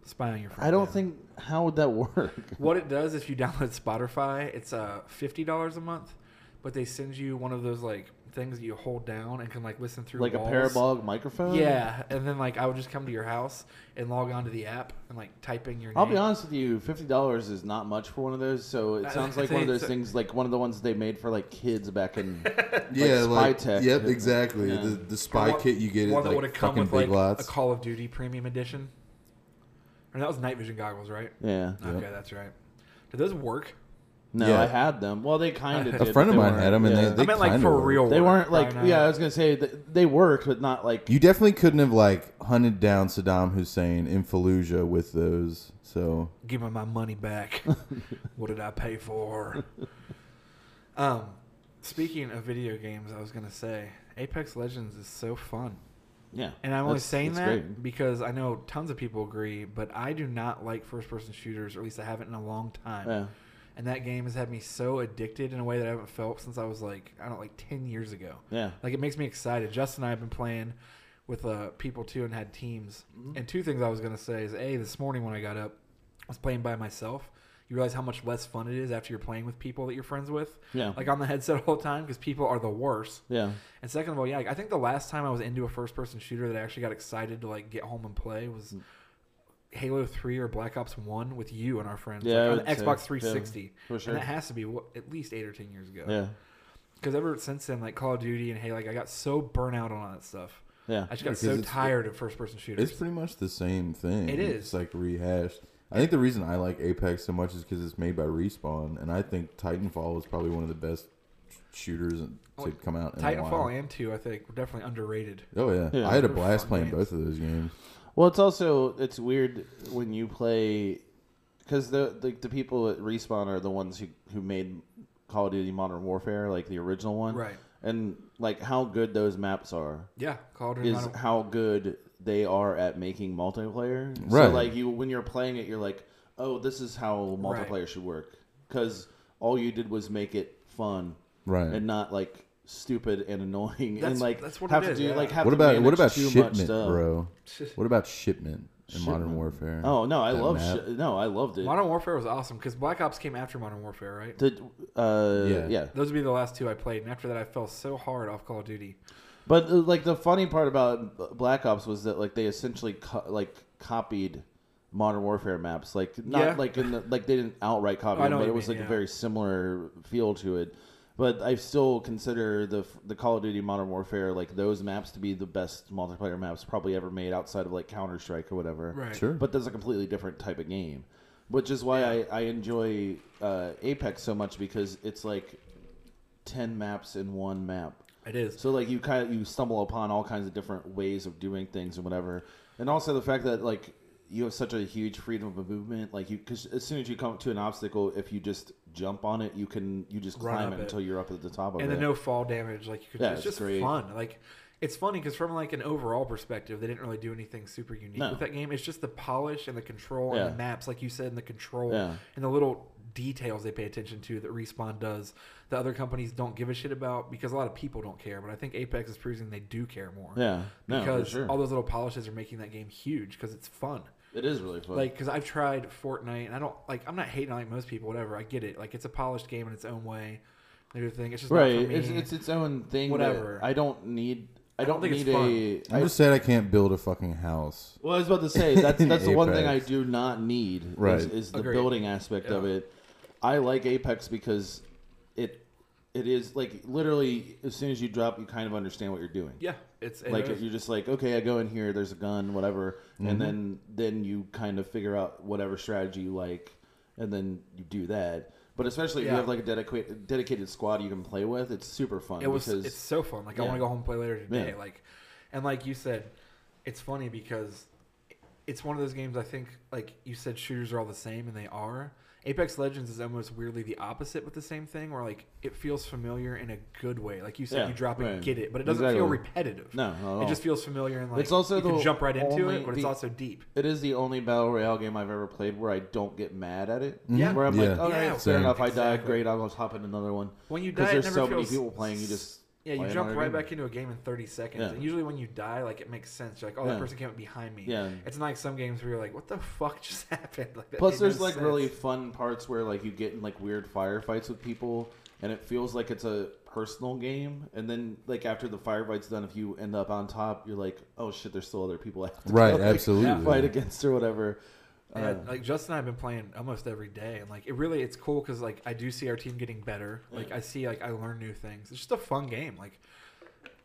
S3: Spy on your friends.
S1: I don't
S3: yeah.
S1: think how would that work.
S3: What it does if you [LAUGHS] download Spotify, it's uh fifty dollars a month, but they send you one of those like things that you hold down and can like listen through
S1: like a
S3: walls.
S1: parabolic microphone?
S3: Yeah, and then like I would just come to your house and log on to the app and like type in your.
S1: I'll
S3: name.
S1: be honest with you, fifty dollars is not much for one of those. So it
S3: I- [LAUGHS]
S1: sounds
S3: I
S1: like one of
S3: think
S1: those
S3: so.
S1: things, like one of the ones they made for like kids back
S3: [LAUGHS]
S1: in.
S4: yeah,
S1: Spy
S4: like
S1: Tech.
S4: yep, exactly.
S1: Yeah.
S4: The, the spy
S3: One-
S4: kit you get
S3: one
S4: at
S3: that
S4: like
S3: would've come
S4: fucking
S3: with like
S4: big
S3: a
S4: lots.
S3: Call of Duty Premium Edition. Or that was night vision goggles, right?
S1: yeah.
S3: Okay, that's right. Do those work?
S1: No,
S4: Yeah.
S1: I had them. Well, they kind of.
S3: A
S1: did,
S4: a
S1: but
S4: friend of
S1: they
S4: mine
S1: weren't-
S4: had them, and
S1: yeah.
S4: they, they
S3: I meant like
S4: kinda
S3: for
S4: worked.
S3: real.
S1: They
S3: work,
S1: weren't like
S3: probably
S1: yeah.
S3: not.
S1: I was gonna say that they worked, but not like
S4: You definitely couldn't have like hunted down Saddam Hussein in Fallujah with those. So
S3: Give me my money
S1: [LAUGHS]
S3: back. what did I pay for? Um, speaking of video games, I was gonna say Apex Legends is so fun,
S1: yeah.
S3: and I'm only
S1: That's-
S3: saying
S1: that's
S3: that
S1: great.
S3: because I know tons of people agree, but I do not like first-person shooters, or at least I haven't in a long time.
S1: Yeah.
S3: And that game has had me so addicted in a way that I haven't felt since I was like I don't know, like ten years ago.
S1: Yeah.
S3: Like it makes me excited. Justin and I have been playing with uh, people too and had teams.
S1: Mm-hmm.
S3: And two things I was gonna say is a this morning when I got up, I was playing by myself. You realize how much less fun it is after you're playing with people that you're friends with.
S1: Yeah.
S3: Like on the headset [LAUGHS] all the time because people are the worst.
S1: Yeah.
S3: And second of all, yeah, like, I think the last time I was into a first person shooter that I actually got excited to like get home and play was
S1: Mm.
S3: Halo Three or Black Ops One with you and our friends
S1: Yeah, I
S3: like, on
S1: would
S3: the
S1: say.
S3: Xbox
S1: Yeah,
S3: 360.
S1: for sure.
S3: And that has to be what, at least eight or ten years ago.
S1: Yeah.
S3: Because ever since then, like Call of Duty and Halo, like I got so burnt out on all that stuff.
S1: Yeah.
S3: I just
S4: Yeah,
S3: got
S4: 'cause
S3: so
S4: it's-
S3: tired of first person
S4: it's
S3: shooters.
S4: pretty much the same thing.
S3: It is.
S4: It's like rehashed. I think the reason I like Apex so much is because it's made by Respawn, and I think Titanfall was probably one of the best sh- shooters in- to come out in a while.
S3: Titanfall and two, I think, were definitely underrated.
S4: Oh yeah.
S1: Yeah.
S4: I had a
S3: They're
S4: blast
S3: fun
S4: playing
S3: games.
S4: both of those games.
S1: Well, it's also it's weird when you play because the, the the people at Respawn are the ones who who made Call of Duty Modern Warfare, like the original one,
S3: Right.
S1: And like how good those maps are
S3: Yeah, Call of Duty.
S1: is
S3: Modern-
S1: how good they are at making multiplayer.
S4: Right.
S1: So like you when you're playing it, you're like, oh, this is how
S3: Right.
S1: multiplayer should work because all you did was make it fun,
S4: Right.
S1: and not like stupid and annoying
S3: That's-
S1: and like
S3: that's what
S1: have
S3: it
S1: to
S3: is,
S1: do
S3: yeah.
S1: like have
S4: What
S1: to
S4: about what
S1: manage
S4: about
S1: too much
S4: shipment,
S1: stuff.
S4: bro? What about shipment in Modern
S1: Shipment.
S4: Warfare?
S1: Oh no, I
S4: That
S1: love
S4: map?
S1: sh- no, I loved it.
S3: [LAUGHS] Modern Warfare was awesome because Black Ops came after Modern Warfare, right?
S1: Did uh
S4: Yeah.
S1: yeah.
S3: Those would be the last two I played, and after that, I fell so hard off Call of Duty.
S1: But uh, like the funny part about B- Black Ops was that like they essentially co- like copied Modern Warfare maps, like not
S3: Yeah.
S1: like in the like they didn't outright copy
S3: Oh, I know
S1: them,
S3: what
S1: but
S3: you
S1: it was
S3: mean,
S1: like
S3: yeah.
S1: a very similar feel to it. But I still consider the f- the Call of Duty Modern Warfare like those maps to be the best multiplayer maps probably ever made outside of like Counter Strike or whatever.
S3: Right.
S4: Sure.
S1: But that's a completely different type of game, which is why I, I enjoy uh, Apex so much because it's like ten maps in one map.
S3: It is.
S1: So like you kind of you stumble upon all kinds of different ways of doing things and whatever, and also the fact that like you have such a huge freedom of movement, like you because as soon as you come to an obstacle, if you just jump on it, you can you just
S3: Run
S1: climb
S3: up
S1: it
S3: it.
S1: until you're up at the top of
S3: and
S1: it.
S3: then no fall damage. Like you could,
S1: Yeah,
S3: it's
S1: it's
S3: just
S1: great.
S3: fun. Like it's funny because from like an overall perspective, they didn't really do anything super unique
S1: No.
S3: with that game. It's just the polish and the control and
S1: Yeah.
S3: the maps, like you said, and the control
S1: Yeah.
S3: and the little details they pay attention to that respawn does that other companies don't give a shit about because a lot of people don't care. But I think Apex is proving they do care more.
S1: yeah, no,
S3: Because
S1: for sure.
S3: all those little polishes are making that game huge because it's fun.
S1: it is really fun.
S3: Like, because I've tried Fortnite, and I don't like. I'm not hating on like most people, whatever. I get it. Like, it's a polished game in its own way. and Everything. It's just
S1: right,
S3: Not for me.
S1: it's it's its own thing.
S3: Whatever.
S1: That I don't need. I
S3: don't
S1: don't,
S3: think it's
S1: need a. I-
S4: I'm just saying I can't build a fucking house.
S1: well, I was about to say that's that's
S4: [LAUGHS]
S1: the one thing I
S4: Apex.
S1: do not need.
S4: Right.
S1: is, is the
S3: Agreed.
S1: building aspect of
S3: Yeah.
S1: it. I like Apex because it it is like literally as soon as you drop, you kind of understand what you're doing.
S3: Yeah, it's it
S1: Like
S3: is.
S1: you're just like, okay, I go in here. There's a gun, whatever,
S4: Mm-hmm.
S1: and then then you kind of figure out whatever strategy you like, and then you do that. But especially if
S3: Yeah.
S1: you have like a dedicated dedicated squad you can play with, it's super fun.
S3: it was
S1: because,
S3: it's so fun. Like I
S1: Yeah.
S3: want to go home and play later today.
S1: Yeah.
S3: Like, and like you said, it's funny because it's one of those games. I think like you said, shooters are all the same, and they are. Apex Legends is almost weirdly the opposite with the same thing, where like it feels familiar in a good way. Like you said,
S1: Yeah,
S3: you drop it,
S1: right.
S3: get it, but it doesn't
S1: Exactly.
S3: feel repetitive.
S1: No, not at
S3: it just
S1: all.
S3: feels familiar and like
S1: It's also
S3: you can
S1: the
S3: jump right into
S1: only-
S3: it, but it's
S1: the-
S3: also deep.
S1: It is the only battle royale game I've ever played where I don't get mad at it.
S3: Yeah.
S1: Where I'm
S4: Yeah.
S1: like, all right,
S3: Yeah,
S1: fair
S4: same.
S1: enough. I died.
S3: Exactly.
S1: Great. I'll just hop in another one.
S3: When you die,
S1: Because
S3: it
S1: there's
S3: never
S1: so many
S3: feels
S1: people playing, you just
S3: Yeah, you
S1: play
S3: jump
S1: another
S3: right
S1: game.
S3: back into a game in 30 seconds.
S1: Yeah.
S3: And usually when you die, like it makes sense. You're like, oh, that
S1: Yeah.
S3: person came up behind me.
S1: Yeah.
S3: It's not like some games where you're like, what the fuck just [LAUGHS] happened? Like, that
S1: Plus,
S3: made no
S1: there's like
S3: sense.
S1: really fun parts where like you get in like weird firefights with people, and it feels like it's a personal game. And then like after the firefight's done, if you end up on top, you're like, oh shit, there's still other people I have to
S4: Right,
S1: go, like, [LAUGHS]
S4: absolutely.
S1: fight against or whatever.
S3: Yeah,
S1: Uh,
S3: like Justin and I have been playing almost every day, and like it really it's cool because like I do see our team getting better. Like I see like I learn new things. It's just a fun game. Like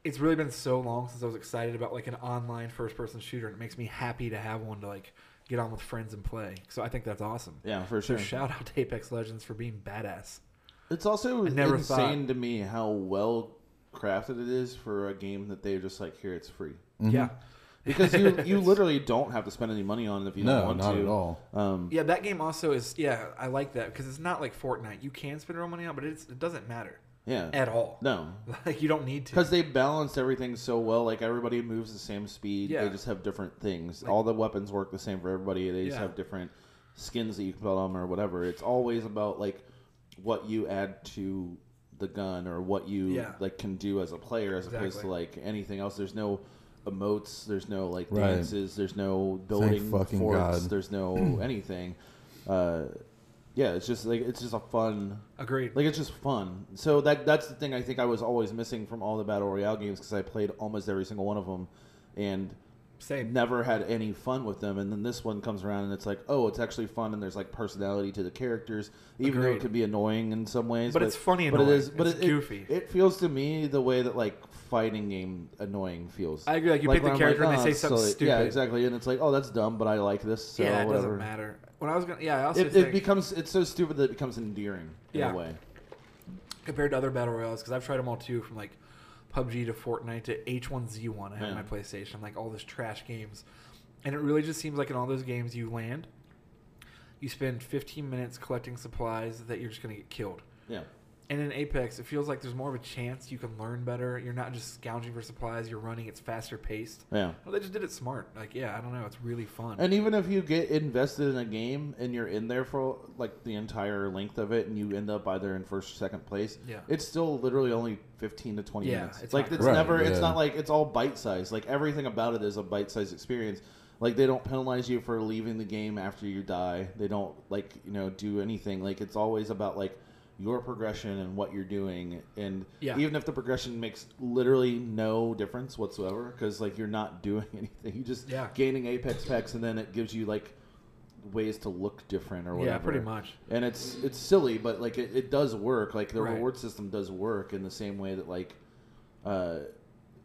S3: it's really been so long since I was excited about like an online first person shooter, and it makes me happy to have one to like get on with friends and play. So I think that's awesome.
S1: yeah, for sure.
S3: So shout out to Apex Legends for being badass.
S1: It's also
S3: I never
S1: insane to
S3: thought-
S1: me how well crafted it is for a game that they're just like, here, it's free.
S3: Yeah.
S1: Mm-hmm. Because
S3: [LAUGHS]
S1: you,
S4: [LAUGHS]
S1: you literally don't have to spend any money on it if you
S4: No,
S1: don't want
S4: not
S1: to.
S4: at all.
S1: Um,
S3: Yeah, that game also is. Yeah, I like that because it's not like Fortnite. You can spend your own money on, but it's, it doesn't matter
S1: yeah.
S3: at all.
S1: No.
S3: [LAUGHS] Like you don't need to.
S1: Because they balanced everything so well. Like, everybody moves the same speed.
S3: Yeah.
S1: They just have different things.
S3: Like-
S1: all the weapons work the same for everybody. They just
S3: Yeah.
S1: have different skins that you can put on 'em or whatever. It's always about, like, what you add to the gun or what you,
S3: Yeah.
S1: like, can do as a player as opposed to,
S3: Exactly.
S1: like, anything else. There's no emotes. There's no, like,
S4: Right.
S1: dances. There's no building
S4: fucking
S1: forts.
S4: God.
S1: There's
S4: [CLEARS THROAT]
S1: no anything. Uh, yeah, it's just, like, it's just a fun
S3: Agreed.
S1: like it's just fun. So that that's the thing I think I was always missing from all the battle royale games because I played almost every single one of them, and
S3: Same.
S1: never had any fun with them. And then this one comes around and it's like, oh, it's actually fun and there's like personality to the characters, even though
S3: Agreed.
S1: it can be annoying in some ways.
S3: But it's funny
S1: But
S3: annoying.
S1: it is. But
S3: It's
S1: it, it-
S3: goofy.
S1: It, feels to me the way that like fighting game annoying feels.
S3: I agree, like, you pick
S1: when
S3: the
S1: I'm
S3: character and they
S1: "Oh,
S3: say
S1: it's
S3: something
S1: silly." Yeah,
S3: stupid.
S1: exactly. And it's like, oh, that's dumb, but I like this. So
S3: yeah, it
S1: whatever.
S3: doesn't matter. When I was gonna, yeah, I also
S1: It,
S3: think
S1: it becomes it's so stupid that it becomes endearing in
S3: Yeah.
S1: a way.
S3: compared to other battle royales because I've tried them all too, from like PUBG to Fortnite to H1Z1. I have on
S1: Yeah.
S3: my PlayStation, like all this trash games, and it really just seems like in all those games you land, you spend 15 minutes collecting supplies that you're just gonna get killed.
S1: Yeah.
S3: And in Apex, it feels like there's more of a chance you can learn better. You're not just scounging for supplies. You're running. It's faster paced.
S1: Yeah.
S3: Well, they just did it smart. Like, yeah, I don't know. It's really fun.
S1: And even if you get invested in a game and you're in there for like the entire length of it, and you end up either in first or second place,
S3: Yeah.
S1: it's still literally only fifteen to twenty
S3: Yeah,
S1: minutes.
S3: it's
S1: like
S3: not
S1: it's
S4: great.
S1: never,
S4: Right,
S1: it's
S4: yeah.
S1: not like it's all bite sized. Like everything about it is a bite sized experience. Like they don't penalize you for leaving the game after you die. They don't like you know do anything. Like it's always about like your progression and what you're doing. And
S3: Yeah.
S1: even if the progression makes literally no difference whatsoever, because like you're not [LAUGHS] doing anything, you just
S3: Yeah.
S1: gaining apex packs, and then it gives you like ways to look different or whatever.
S3: yeah, pretty much.
S1: And it's it's silly, but like it, it does work. Like the
S3: Right.
S1: reward system does work in the same way that like, uh,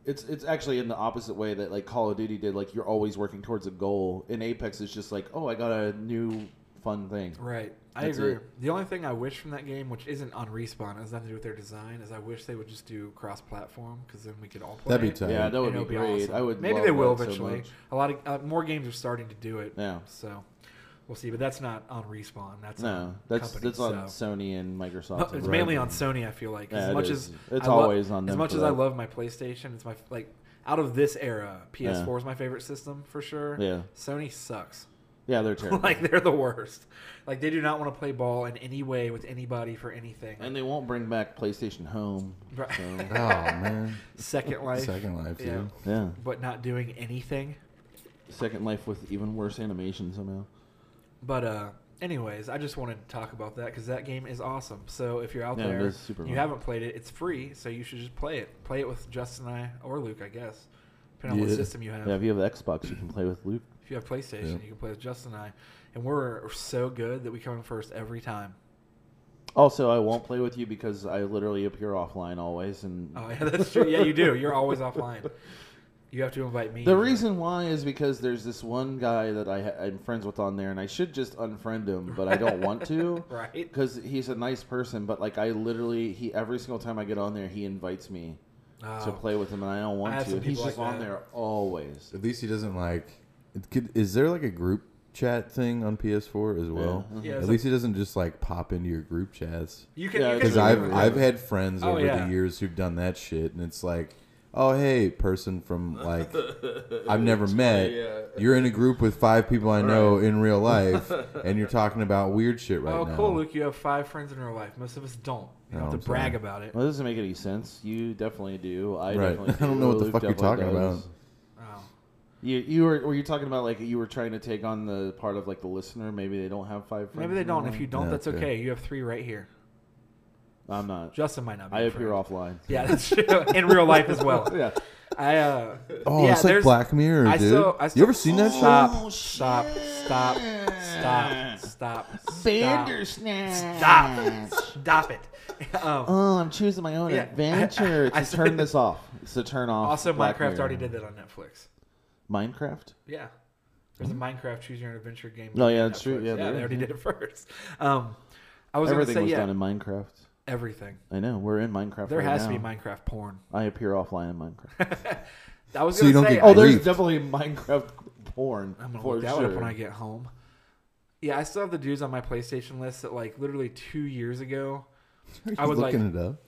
S1: it's it's actually in the opposite way that like Call of Duty did. Like you're always working towards a goal. In Apex, it's just like, oh, I got a new fun thing.
S3: Right. I
S1: That's
S3: agree.
S1: it.
S3: The only thing I wish from that game, which isn't on Respawn, it has nothing to do with their design, is I wish they would just do cross platform because then we could all play.
S4: That'd be
S3: it.
S4: tight.
S1: Yeah, that would
S3: And it
S1: be, great.
S3: awesome.
S1: I would
S3: Maybe
S1: love
S3: they will
S1: that so
S3: eventually.
S1: much.
S3: a lot of uh, more games are starting to do it.
S1: Yeah.
S3: So we'll see. But that's not on Respawn. That's
S1: No,
S3: on
S1: that's
S3: company,
S1: that's on
S3: so.
S1: Sony and Microsoft.
S3: [LAUGHS] It's
S1: and
S3: mainly on Sony. I feel like
S1: Yeah,
S3: as
S1: it
S3: much
S1: is.
S3: as
S1: It's
S3: I lo-
S1: always on
S3: As
S1: them
S3: much
S1: for
S3: as I
S1: that.
S3: love my PlayStation, it's my f- like out of this era, PS4 is my favorite system for sure.
S1: Yeah.
S3: Sony sucks.
S1: yeah,
S3: [LAUGHS]
S1: they're terrible.
S3: like they're the worst. Like they do not want to play ball in any way with anybody for anything.
S1: and they won't bring back PlayStation Home.
S3: Right. [LAUGHS]
S1: So,
S4: Oh man,
S1: [LAUGHS]
S3: Second Life,
S4: Second Life,
S3: Yeah.
S4: dude.
S1: yeah,
S3: but not doing anything.
S1: Second Life with even worse animation somehow.
S3: But uh, anyways, I just wanted to talk about that because that game is awesome. So if you're out
S1: Yeah, it
S3: there,
S1: is super
S3: you
S1: fun.
S3: haven't played it, it's free, so you should just play it. Play it with Justin and I or Luke, I guess, depending on
S4: Yeah.
S3: what system you have.
S1: Yeah, if you have Xbox, you can play with Luke.
S3: If you have PlayStation,
S4: Yeah.
S3: you can play with Justin and I, and we're so good that we come in first every time.
S1: Also, I won't play with you because I literally appear offline always, and
S3: Oh yeah, that's true. Yeah, you do. You're always offline. You have to invite me.
S1: [LAUGHS] The
S3: usually.
S1: reason why is because there's this one guy that I ha- I'm friends with on there, and I should just unfriend him, but I don't want to,
S3: [LAUGHS] Right.
S1: Because he's a nice person, but like I literally, he every single time I get on there, he invites me to
S3: Oh.
S1: play with him, and I don't want
S3: I have
S1: to.
S3: some
S1: He's
S3: people
S1: just
S3: like
S1: on
S3: that.
S1: there always.
S4: At least he doesn't like. It could, is there like a group chat thing on PS4 as well?
S1: Yeah. Mm-hmm.
S3: Yeah,
S4: At
S3: it's
S4: least he doesn't just like pop into your group chats.
S3: You can
S1: Yeah,
S3: you
S1: it's
S4: Because
S3: can-
S1: really
S4: I've
S1: good.
S4: I've had friends
S3: Oh,
S4: over
S3: yeah.
S4: the years who've done that shit, and it's like, oh hey, person from
S1: [LAUGHS]
S4: like I've never met.
S5: yeah.
S4: You're in a group with five people I know in
S1: [LAUGHS]
S4: real life, and you're talking about weird shit right
S3: oh,
S4: now.
S3: cool, Luke. You have five friends in real life. Most of us don't. You don't
S4: No,
S3: have to
S4: I'm
S3: brag
S4: sorry.
S3: about it.
S1: Well, this doesn't make any sense. You definitely do. I
S4: Right.
S1: definitely.
S4: [LAUGHS] I don't
S1: do.
S4: know what the
S1: Luke
S4: fuck you're
S1: definitely
S4: talking
S1: does.
S4: about.
S3: Oh.
S1: You you were were you talking about like you were trying to take on the part of like the listener? Maybe they don't have five friends.
S3: Maybe they
S1: in real
S3: don't. If
S1: life?
S3: you don't,
S4: Yeah,
S3: that's
S4: okay.
S3: okay. You have three right here.
S1: I'm not.
S3: Justin might not be.
S1: I
S3: a
S1: appear
S3: friend.
S1: offline.
S3: Yeah, that's true. in real life as well.
S1: [LAUGHS] yeah.
S3: I uh.
S4: Oh,
S3: yeah,
S4: it's like
S3: there's-
S4: Black Mirror,
S3: I
S4: dude.
S3: still- I
S4: you
S3: still-
S4: ever seen that show?
S3: Stop.
S1: Oh,
S3: stop. Stop. Stop. Stop. Stop.
S1: Bandersnatch.
S3: Stop. [LAUGHS] Stop it. Um,
S1: Oh, I'm choosing my own
S3: Yeah. [LAUGHS]
S1: adventure.
S3: I
S1: to turn
S3: said-
S1: this off. It's to turn off.
S3: also,
S1: Black
S3: Minecraft
S1: Mirror.
S3: already did that on Netflix.
S1: Minecraft.
S3: Yeah. There's a Minecraft Choose Your Own Adventure game.
S1: Oh,
S3: on
S1: yeah, that's true.
S3: Netflix.
S1: Yeah,
S3: yeah,
S1: there
S3: they
S1: is,
S3: already
S1: yeah.
S3: did it first. Um, I was
S1: Everything
S3: gonna
S1: was
S3: say yeah,
S1: done in Minecraft.
S3: everything.
S1: I know we're in Minecraft.
S3: There
S1: right
S3: has to be
S1: now.
S3: Minecraft porn.
S1: I appear offline in Minecraft.
S3: I was
S4: So you
S3: gonna
S4: don't
S3: say.
S4: get
S1: oh, there's
S4: Grief.
S1: definitely Minecraft porn.
S3: I'm gonna
S1: for
S3: look that
S1: sure.
S3: one up when I get home. Yeah, I still have the dudes on my PlayStation list that like literally two years ago, I would like-
S4: looking it up.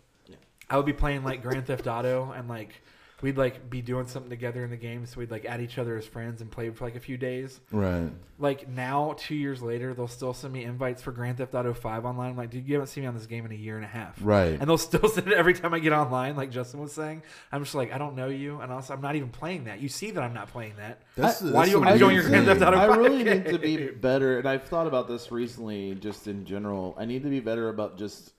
S3: I would be playing like Grand Theft Auto and like we'd like be doing something together in the game, so we'd like add each other as friends and play for like a few days.
S4: Right.
S3: Like now, two years later, they'll still send me invites for Grand Theft Auto Five online. I'm like, dude, you haven't seen me on this game in a year and a half.
S4: Right.
S3: and they'll still [LAUGHS] send it every time I get online, like Justin was saying. I'm just like, I don't know you, and also I'm not even playing that. You see that I'm not playing that.
S4: That's,
S3: why do you
S4: the
S3: want me to join
S4: weird
S3: your Grand
S4: thing.
S3: Theft Auto?
S1: I really
S3: Okay.
S1: need to be better, and I've thought about this recently, just in general. I need to be better about just,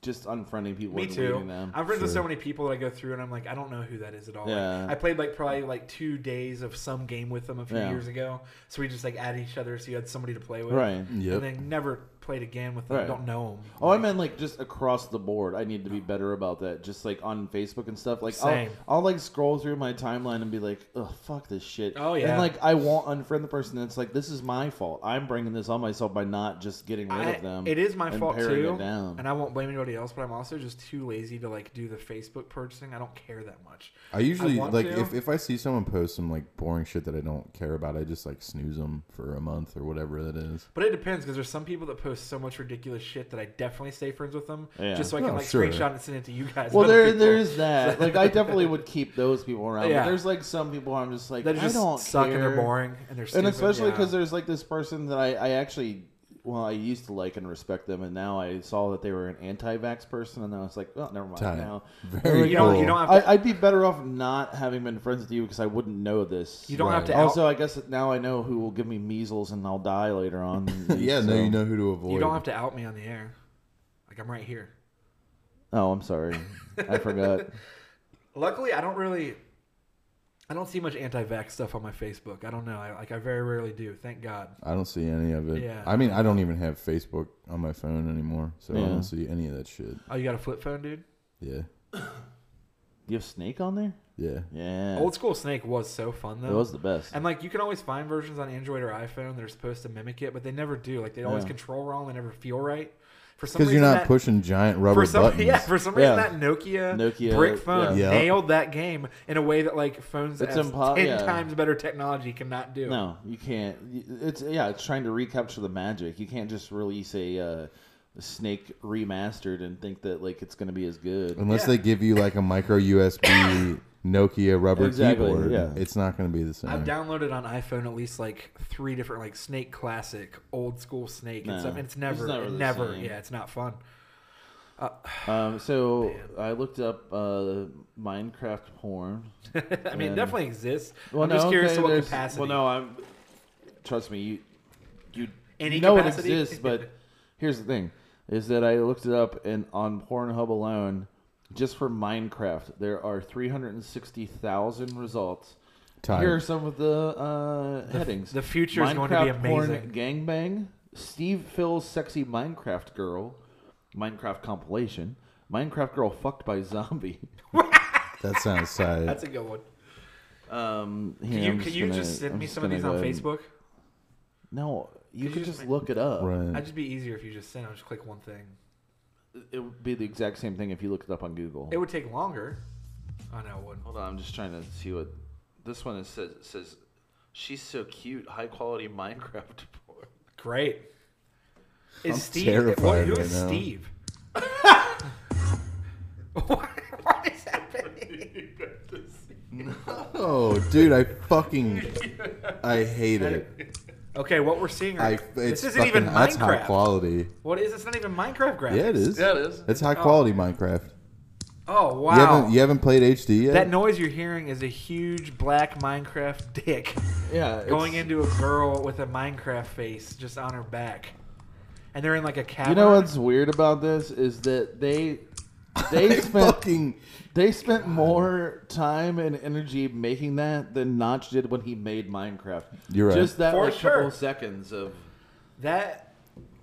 S1: just unfriending people.
S3: Me
S1: and
S3: too.
S1: leaving Them.
S3: I'm friends with so
S4: Sure.
S3: many people that I go through, and I'm like, I don't know who that is at all. Like,
S1: Yeah.
S3: I played like probably like two days of some game with them a few
S1: Yeah.
S3: years ago, so we just like add each other, so you had somebody to play with,
S1: Right.
S4: Yep.
S3: And then never played again with them.
S1: Right.
S3: Don't know them.
S1: Oh, I meant like just across the board. I need to be better about that. Just like on Facebook and stuff. Like
S3: Same.
S1: I'll, I'll like scroll through my timeline and be like, "Ugh, fuck this shit."
S3: Oh, yeah.
S1: And like I won't unfriend the person. That's like this is my fault. I'm bringing this on myself by not just getting rid
S3: I-
S1: of them.
S3: It is my
S1: and
S3: fault
S1: paring
S3: too,
S1: It down.
S3: and I won't blame anybody else. But I'm also just too lazy to like do the Facebook purchasing. I don't care that much.
S4: I usually
S3: want
S4: like
S3: to.
S4: if, if I see someone post some like boring shit that I don't care about, I just like snooze them for a month or whatever that is. [LAUGHS]
S3: But it depends because there's some people that post so much ridiculous shit that I definitely stay friends with them
S1: Yeah.
S3: just so I can
S4: Oh,
S3: like
S4: sure.
S3: screenshot and send it to you guys.
S1: well,
S3: other
S1: there
S3: people.
S1: there is
S3: [LAUGHS]
S1: that. like I definitely would keep those people around.
S3: Yeah.
S1: But there's like some people I'm just like
S3: that
S1: I
S3: just
S1: don't
S3: suck
S1: care.
S3: and they're boring and they're stupid.
S1: and especially
S3: Yeah.
S1: because there's like this person that I, I actually well I used to like and respect them and now I saw that they were an anti-vax person and I was like well never mind
S4: Tight.
S1: now
S4: Very
S1: Like,
S3: you don't
S4: cool.
S3: you don't have to,
S1: I, I'd be better off not having been friends with you because I wouldn't know this
S3: You don't have to-
S4: Right.
S1: also I guess that now I know who will give me measles and I'll die later on
S3: [LAUGHS]
S4: [LAUGHS] yeah,
S1: so-
S4: no, you know who to avoid.
S3: you don't have to out me on the air. Like I'm right here.
S1: oh I'm sorry I forgot
S3: [LAUGHS] Luckily, I don't really. I don't see much anti-vax stuff on my Facebook. I don't know. I, like I very rarely do. Thank God.
S4: I don't see any of it.
S3: Yeah.
S4: I mean, I don't even have Facebook on my phone anymore, so I
S1: Yeah.
S4: don't see any of that shit.
S3: Oh, you got a flip phone, dude?
S4: Yeah.
S1: you have snake on there
S4: Yeah.
S1: Yeah.
S3: Old school Snake was so fun
S1: it
S3: though.
S1: was the best.
S3: And like you can always find versions on Android or iPhone that are supposed to mimic it, but they never do. Like they always
S1: Yeah.
S3: control wrong. They never feel right. For some
S4: Because you're
S3: reason,
S4: not
S3: that,
S4: pushing giant rubber
S3: for some [LAUGHS]
S4: buttons.
S3: yeah for some reason
S1: Yeah.
S3: that Nokia,
S1: Nokia,
S3: uh, brick phone
S4: yeah. Yeah.
S3: nailed that game in a way that like phones
S1: It's
S3: that's
S1: impo-
S3: ten
S1: yeah.
S3: times better technology cannot do.
S1: No, you can't. It's yeah, it's trying to recapture the magic. You can't just release a uh, Snake remastered and think that like it's gonna be as
S3: [LAUGHS]
S1: good.
S4: Unless
S3: Yeah.
S4: they give you like a
S3: [LAUGHS]
S4: micro USB Nokia rubber
S1: Exactly,
S4: keyboard,
S1: yeah.
S4: it's not going to be the same.
S3: I've downloaded on iPhone at least like three different like Snake Classic, old school Snake, and
S1: No,
S3: stuff. And it's
S1: it's
S3: never,
S1: never
S3: it
S1: the
S3: never,
S1: same.
S3: yeah, it's not fun. [LAUGHS]
S1: Um, so I looked up uh, Minecraft
S3: [LAUGHS]
S1: porn.
S3: I mean, it
S1: And-
S3: definitely exists. I'm just curious to what
S1: there's-
S3: capacity.
S1: Well, no, I'm. Trust me, you you
S3: Any
S1: know
S3: capacity?
S1: it exists, but here's the thing: is that I looked it up and on Pornhub alone, just for Minecraft, there are 360,000 results.
S4: Tired.
S1: Here are some of the uh, headings.
S3: the future is going to be
S1: Minecraft porn
S3: amazing.
S1: Gangbang, Steve Phil's sexy Minecraft girl, Minecraft compilation, Minecraft girl fucked by zombie. [LAUGHS]
S4: That
S3: [LAUGHS]
S4: sounds
S3: [LAUGHS]
S4: sad.
S3: That's a good one.
S1: Um,
S3: Can
S1: here,
S3: you
S1: I'm
S3: can you
S1: gonna-
S3: just send
S1: I'm
S3: me some of
S1: gonna
S3: these
S1: go
S3: on
S1: ahead and-
S3: Facebook?
S1: No, you
S3: Could
S1: could
S3: you just
S1: just
S3: ma-
S1: look it up.
S4: right.
S3: I'd just be easier if you just sent. I just click one thing.
S1: It would be the exact same thing if you looked it up on Google.
S3: It would take longer. Oh no, it wouldn't.
S1: Hold on, I'm just trying to see what this one is, says. Says she's so cute, high quality [LAUGHS] Minecraft porn.
S3: Great. Is
S4: I'm
S3: Steve?
S4: terrified
S3: what- who
S4: right
S3: is
S4: now.
S3: Steve? what, what is happening?
S4: Oh, dude, I
S3: [LAUGHS]
S4: fucking, I hate it.
S3: Okay, what we're seeing.
S4: I
S3: Right,
S4: it's
S3: this isn't
S4: fucking,
S3: even
S4: that's high
S3: Minecraft.
S4: quality.
S3: What is? It's not even Minecraft graphics.
S4: Yeah, it is.
S1: Yeah, it is.
S4: It's high quality Minecraft.
S3: Oh
S4: You
S3: wow.
S4: haven't you haven't played HD yet? [LAUGHS]
S3: that noise you're hearing is a huge black Minecraft dick
S1: Yeah, it's-
S3: going into a girl with a Minecraft face just on her back, and they're in like a cabin.
S1: You know what's weird about this is that [LAUGHS] they
S4: I
S1: they spent
S4: fucking
S1: they spent more time and energy making that than Notch did when he made Minecraft.
S4: You're right.
S1: Just that
S3: For
S1: like,
S3: sure.
S1: couple of seconds of.
S3: that?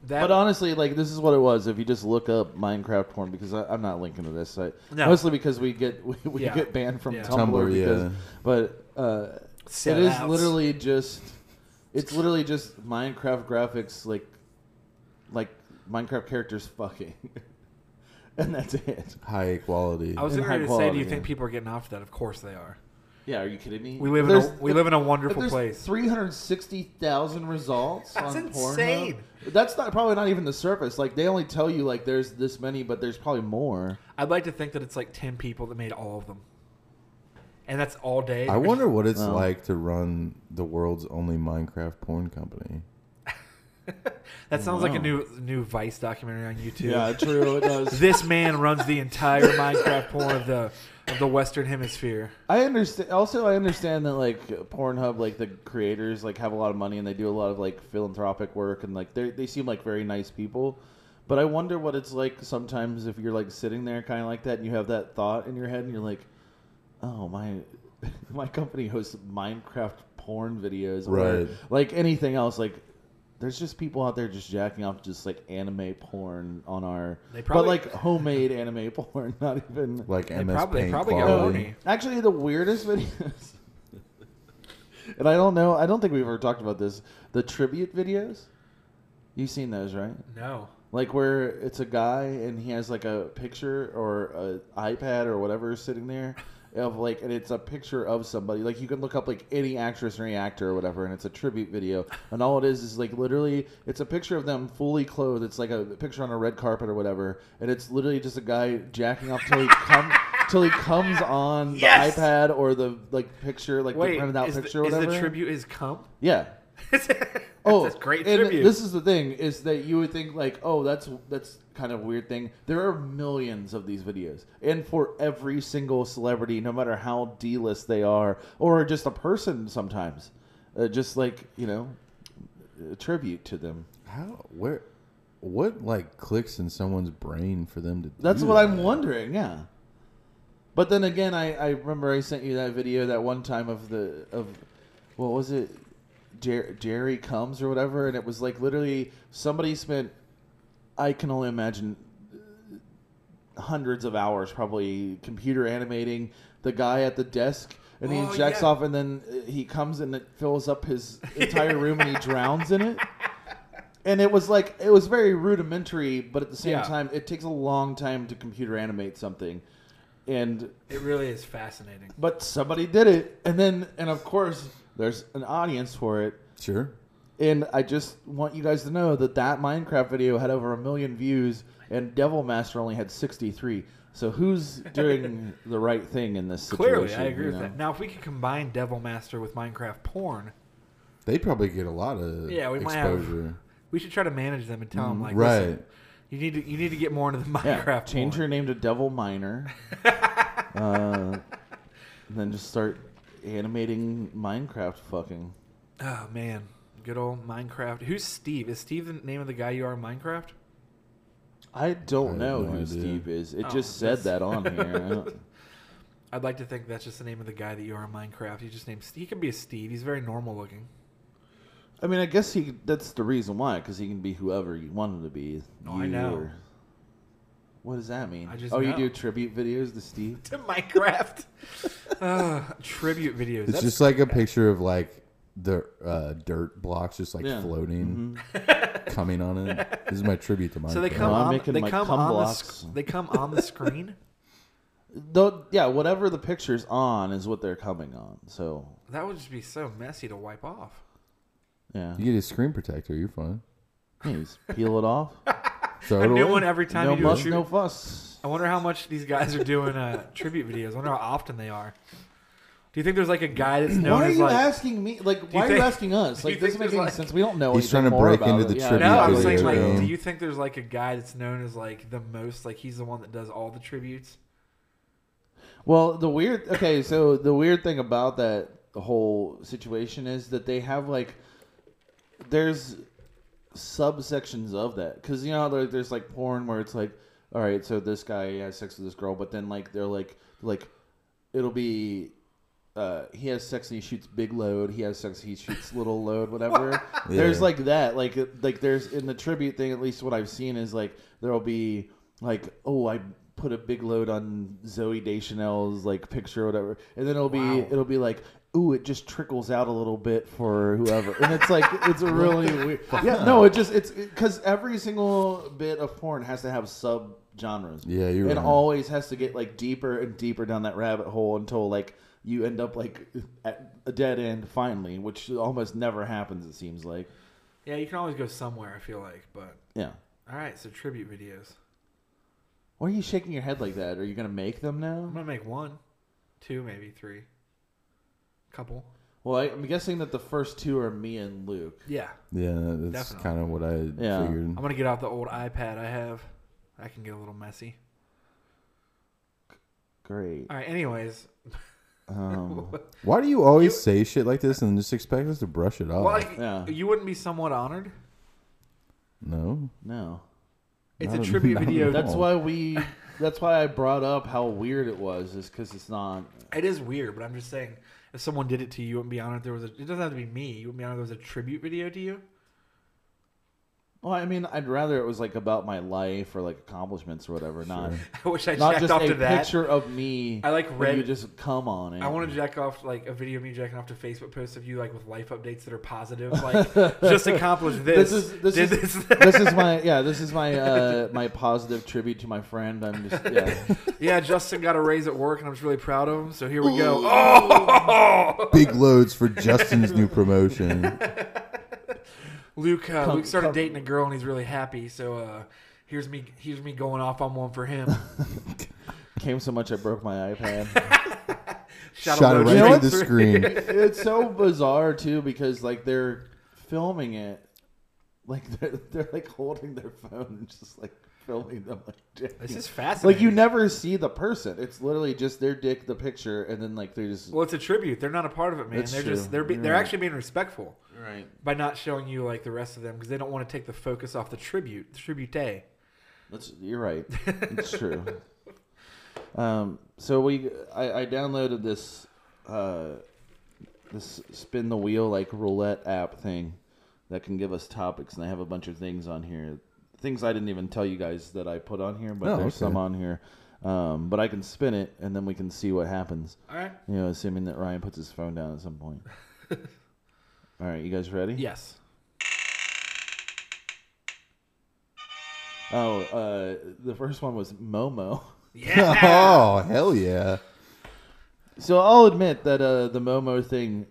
S3: That
S1: But um, honestly, like this is what it was. If you just look up Minecraft porn, because I, I'm not linking to this site,
S3: No.
S1: mostly because we get [LAUGHS] we, we
S3: Yeah.
S1: get banned from
S3: Yeah.
S1: Tumblr.
S4: Tumblr,
S1: because,
S4: yeah.
S1: But uh, it is
S3: Sellouts.
S1: literally just it's literally just Minecraft graphics, like like Minecraft characters fucking, [LAUGHS] and that's it.
S4: high quality.
S3: I was
S1: in
S3: going
S1: high
S3: to say, do you
S1: quality,
S3: think
S1: yeah.
S3: people are getting off that? Of course they are.
S1: Yeah, are you kidding me?
S3: We live in a we live in a wonderful place.
S1: Three hundred sixty thousand results
S3: That's
S1: on
S3: insane.
S1: Pornhub. That's not probably not even the surface. Like they only tell you like there's this many, but there's probably more.
S3: I'd like to think that it's like ten people that made all of them, and that's all day.
S4: I wonder what it's
S3: Oh.
S1: Wow.
S4: like to run the world's only Minecraft porn company.
S3: [LAUGHS] That sounds like a
S1: Wow.
S3: new new Vice documentary on YouTube.
S1: Yeah, true. It does.
S3: [LAUGHS] This man runs the entire Minecraft porn of the of the Western Hemisphere.
S1: I understand. Also, I understand that like Pornhub, like the creators, like have a lot of money and they do a lot of like philanthropic work and like they they seem like very nice people. But I wonder what it's like sometimes if you're like sitting there kind of like that and you have that thought in your head and you're like, oh my, [LAUGHS] my company hosts Minecraft porn videos, or
S4: Right.
S1: like anything else, like. There's just people out there just jacking off just like anime porn on our,
S3: They
S1: but
S3: probably-
S1: like homemade anime porn, [LAUGHS] not even
S4: Like
S3: They
S4: MS
S3: probably- they
S4: Paint
S3: probably got
S4: quality.
S3: horny.
S1: Actually, the weirdest videos. [LAUGHS] and I don't know. I don't think we've ever talked about this. The tribute videos. You've seen those, right?
S3: No,
S1: Like where it's a guy and he has like a picture or a iPad or whatever sitting there of like and it's a picture of somebody. Like you can look up like any actress or any actor or whatever and it's a tribute video. And all it is is like literally it's a picture of them fully clothed. It's like a picture on a red carpet or whatever. And it's literally just a guy jacking off till he comes till he comes on the
S3: Yes!
S1: iPad or the like picture like
S3: wait,
S1: the printed out
S3: is,
S1: picture
S3: the,
S1: or
S3: is
S1: whatever.
S3: the tribute is cum? [LAUGHS]
S1: Yeah.
S3: oh,
S1: [LAUGHS] Oh,
S3: that's great
S1: and
S3: tribute.
S1: This is the thing is that you would think like, oh, that's that's kind of a weird thing. There are millions of these videos, and for every single celebrity, no matter how D-list they are, or just a person, sometimes, uh, just like you know, a tribute to them.
S4: How where what like clicks in someone's brain for them to
S1: That's
S4: do
S1: what
S4: that?
S1: I'm wondering. Yeah. But then again, I, I remember I sent you that video that one time of the of what was it Jer- Jerry comes or whatever, and it was like literally somebody spent I can only imagine hundreds of hours probably computer animating the guy at the desk and he
S3: Oh,
S1: injects
S3: yeah.
S1: off and then uh, he comes and it fills up his entire room and he drowns in it and it was like it was very rudimentary but at the same
S3: Yeah.
S1: time it takes a long time to computer animate something and
S3: It really is fascinating.
S1: but somebody did it and then and of course there's an audience for it
S4: Sure.
S1: and I just want you guys to know that that Minecraft video had over a million views, and Devil Master only had sixty three. So who's
S3: [LAUGHS]
S1: doing the right thing in this situation?
S3: Clearly, I agree
S1: you
S3: with
S1: know?
S3: that. Now, if we could combine Devil Master with Minecraft porn,
S4: They probably get a lot of
S3: Yeah, we might have-
S4: exposure.
S3: we should try to manage them and tell them like,
S4: right.
S3: listen, you need to you need to get more into the
S1: Yeah,
S3: Minecraft.
S1: change
S3: porn.
S1: your name to Devil
S3: [LAUGHS]
S1: Miner, uh, and then just start animating Minecraft fucking.
S3: Oh man, good old Minecraft. Who's Steve? Is Steve the name of the guy you are in Minecraft?
S1: I
S4: I
S1: don't
S4: have
S1: know
S4: no
S1: who
S4: idea.
S1: Steve is. It
S3: Oh,
S1: just said
S3: that's-
S1: that on here.
S3: [LAUGHS] I'd like to think that's just the name of the guy that you are in Minecraft. He's just named. Steve. He could be a Steve. He's very normal looking. [LAUGHS]
S1: I mean, I guess he—that's the reason why, because he can be whoever you want him to be.
S3: No, Oh, I
S1: You
S3: know.
S1: or- What does that mean?
S3: I just
S1: oh, you
S3: know.
S1: do tribute videos to Steve.
S3: To Minecraft. Ugh, tribute videos.
S4: It's
S3: That's-
S4: just like a picture of like the uh, dirt blocks just like
S1: Yeah.
S4: floating,
S3: [LAUGHS]
S4: coming on it. This is my tribute to Minecraft.
S3: Mm-hmm. so they come
S1: I'm
S3: on.
S1: making
S3: They
S1: my
S3: come
S1: cum
S3: on the.
S1: blocks.
S3: Sc- they come on the screen.
S1: Though, yeah, whatever the picture's on is what they're coming on. So,
S3: That would just be so messy to wipe off.
S1: yeah,
S4: You get a screen protector. You're fine.
S1: you just peel it off.
S3: [LAUGHS]
S4: Throw
S3: A
S4: it
S3: new
S4: away.
S3: one every [LAUGHS] time
S1: no
S3: you do a
S1: muss,
S3: tribute.
S1: no fuss.
S3: I wonder how much these guys are doing uh,
S1: [LAUGHS]
S3: tribute videos. I wonder how often they are. Do you think there's like a guy that's known
S1: Why are
S3: as
S1: you
S3: like?
S1: asking me? Like, why are you
S3: think-
S1: asking us?
S3: [LAUGHS] do you
S1: Like, this doesn't make
S3: think there's,
S1: any
S3: like-
S1: sense. We don't know.
S4: He's
S1: anything
S4: trying to
S1: more
S4: break
S1: about
S4: into
S1: it.
S4: the
S1: yeah,
S4: tribute
S3: no, I was
S4: video
S3: saying like,
S4: game.
S3: do you think there's like a guy that's known as like the most like he's the one that does all the tributes?
S1: Well, the weird okay, so the weird thing about that whole situation is that they have like there's subsections of that because you know there, there's like porn where it's like all right so this guy has sex with this girl but then like they're like like it'll be uh he has sex and he shoots big load he has sex he shoots little load whatever there's
S4: [LAUGHS] Yeah.
S1: like that like it- like there's in the tribute thing at least what i've seen is like there'll be like oh i put a big load on zoe deschanel's like picture or whatever and then it'll be
S3: Wow.
S1: it'll be like Ooh, it just trickles out a little bit for whoever, and it's like
S4: [LAUGHS]
S1: it's a really weird. Yeah, no, it just it's because every single bit of porn has to have sub genres.
S4: Yeah, you're
S1: It
S4: right.
S1: always has to get like deeper and deeper down that rabbit hole until like you end up like at a dead end finally, which almost never happens. It seems like.
S3: Yeah, you can always go somewhere. I feel like, but
S1: Yeah.
S3: all right, so tribute videos.
S1: Why are you shaking your head like that? Are you gonna make them now?
S3: I'm gonna make one, two, maybe three, couple.
S1: Well, I, I'm guessing that the first two are me and Luke.
S3: Yeah,
S4: Yeah, that's
S3: Definitely.
S4: kind of what I
S1: Yeah.
S4: figured.
S3: I'm gonna get out the old iPad I have. I can get a little messy.
S1: [LAUGHS] Great.
S3: All right. Anyways,
S1: Um,
S4: Why do you always say shit like this and just expect us to brush it off?
S3: well, like,
S1: Oh, yeah.
S3: you wouldn't be somewhat honored.
S4: no.
S1: no.
S3: It's
S4: Not
S3: a
S4: at-
S1: [LAUGHS]
S3: tribute
S4: not at
S3: video.
S4: all.
S1: That's why we. That's why I brought up how weird it was, is because it's not.
S3: It is weird, but I'm just saying, if someone did it to you, you wouldn't be honored. There was a. It doesn't have to be me. You wouldn't be honored. There was a tribute video to you. [LAUGHS]
S1: Well, I mean, I'd rather it was like about my life or like accomplishments or whatever, not
S3: I wish I
S1: not
S3: jacked
S1: just
S3: off
S1: a
S3: to that.
S1: picture of me.
S3: I like
S1: and
S3: read-
S1: You just come on it.
S3: I want to jack off like a video of me jacking off to Facebook posts of you like with life updates that are positive, like
S1: [LAUGHS]
S3: just accomplish
S1: This
S3: this.
S1: is this
S3: did
S1: is
S3: this. [LAUGHS]
S1: [LAUGHS] this is my yeah this is my uh, my positive tribute to my friend. I'm just yeah. [LAUGHS]
S3: yeah, Justin got a raise at work, and I'm just really proud of him. So here we go. Oh, [LAUGHS]
S4: Big loads for Justin's new promotion.
S3: Luke. Uh,
S1: Come-
S3: Luke started
S1: come-
S3: dating a girl, and he's really happy. So uh, here's me. Here's me going off on one
S1: [LAUGHS]
S3: for him.
S1: Came so much I broke my iPad.
S3: Shot,
S4: Shot
S3: a
S4: it
S3: load straight
S4: right through the
S3: through- [LAUGHS]
S4: screen.
S1: it's so bizarre too because like they're filming it, like they're they're like holding their phone and just like filming them like.
S3: This is
S1: Like
S3: fascinating.
S1: you never see the person. It's literally just their dick, the picture, and then like they just
S3: Well, it's a tribute. They're not a part of it, man.
S1: That's
S3: they're
S1: true.
S3: just they're be,
S1: You're
S3: they're
S1: right.
S3: actually being respectful
S1: right.
S3: by not showing you like the rest of them because they don't want to take the focus off the tribute, the tribute.
S1: That's you're right. It's true. [LAUGHS] um, so we I, I downloaded this uh, this spin the wheel like roulette app thing that can give us topics, and I have a bunch of things on here things I didn't even tell you guys that I put on here, but
S4: Oh,
S1: there's
S4: okay.
S1: some on here. Um, but I can spin it, and then we can see what happens.
S3: All right.
S1: You know, assuming that Ryan puts his phone down at some
S4: [LAUGHS]
S1: point. All right, you guys ready?
S3: Yes.
S1: Oh, uh, the first one was Momo. [LAUGHS]
S4: Oh hell yeah!
S1: So I'll admit that uh, the Momo thing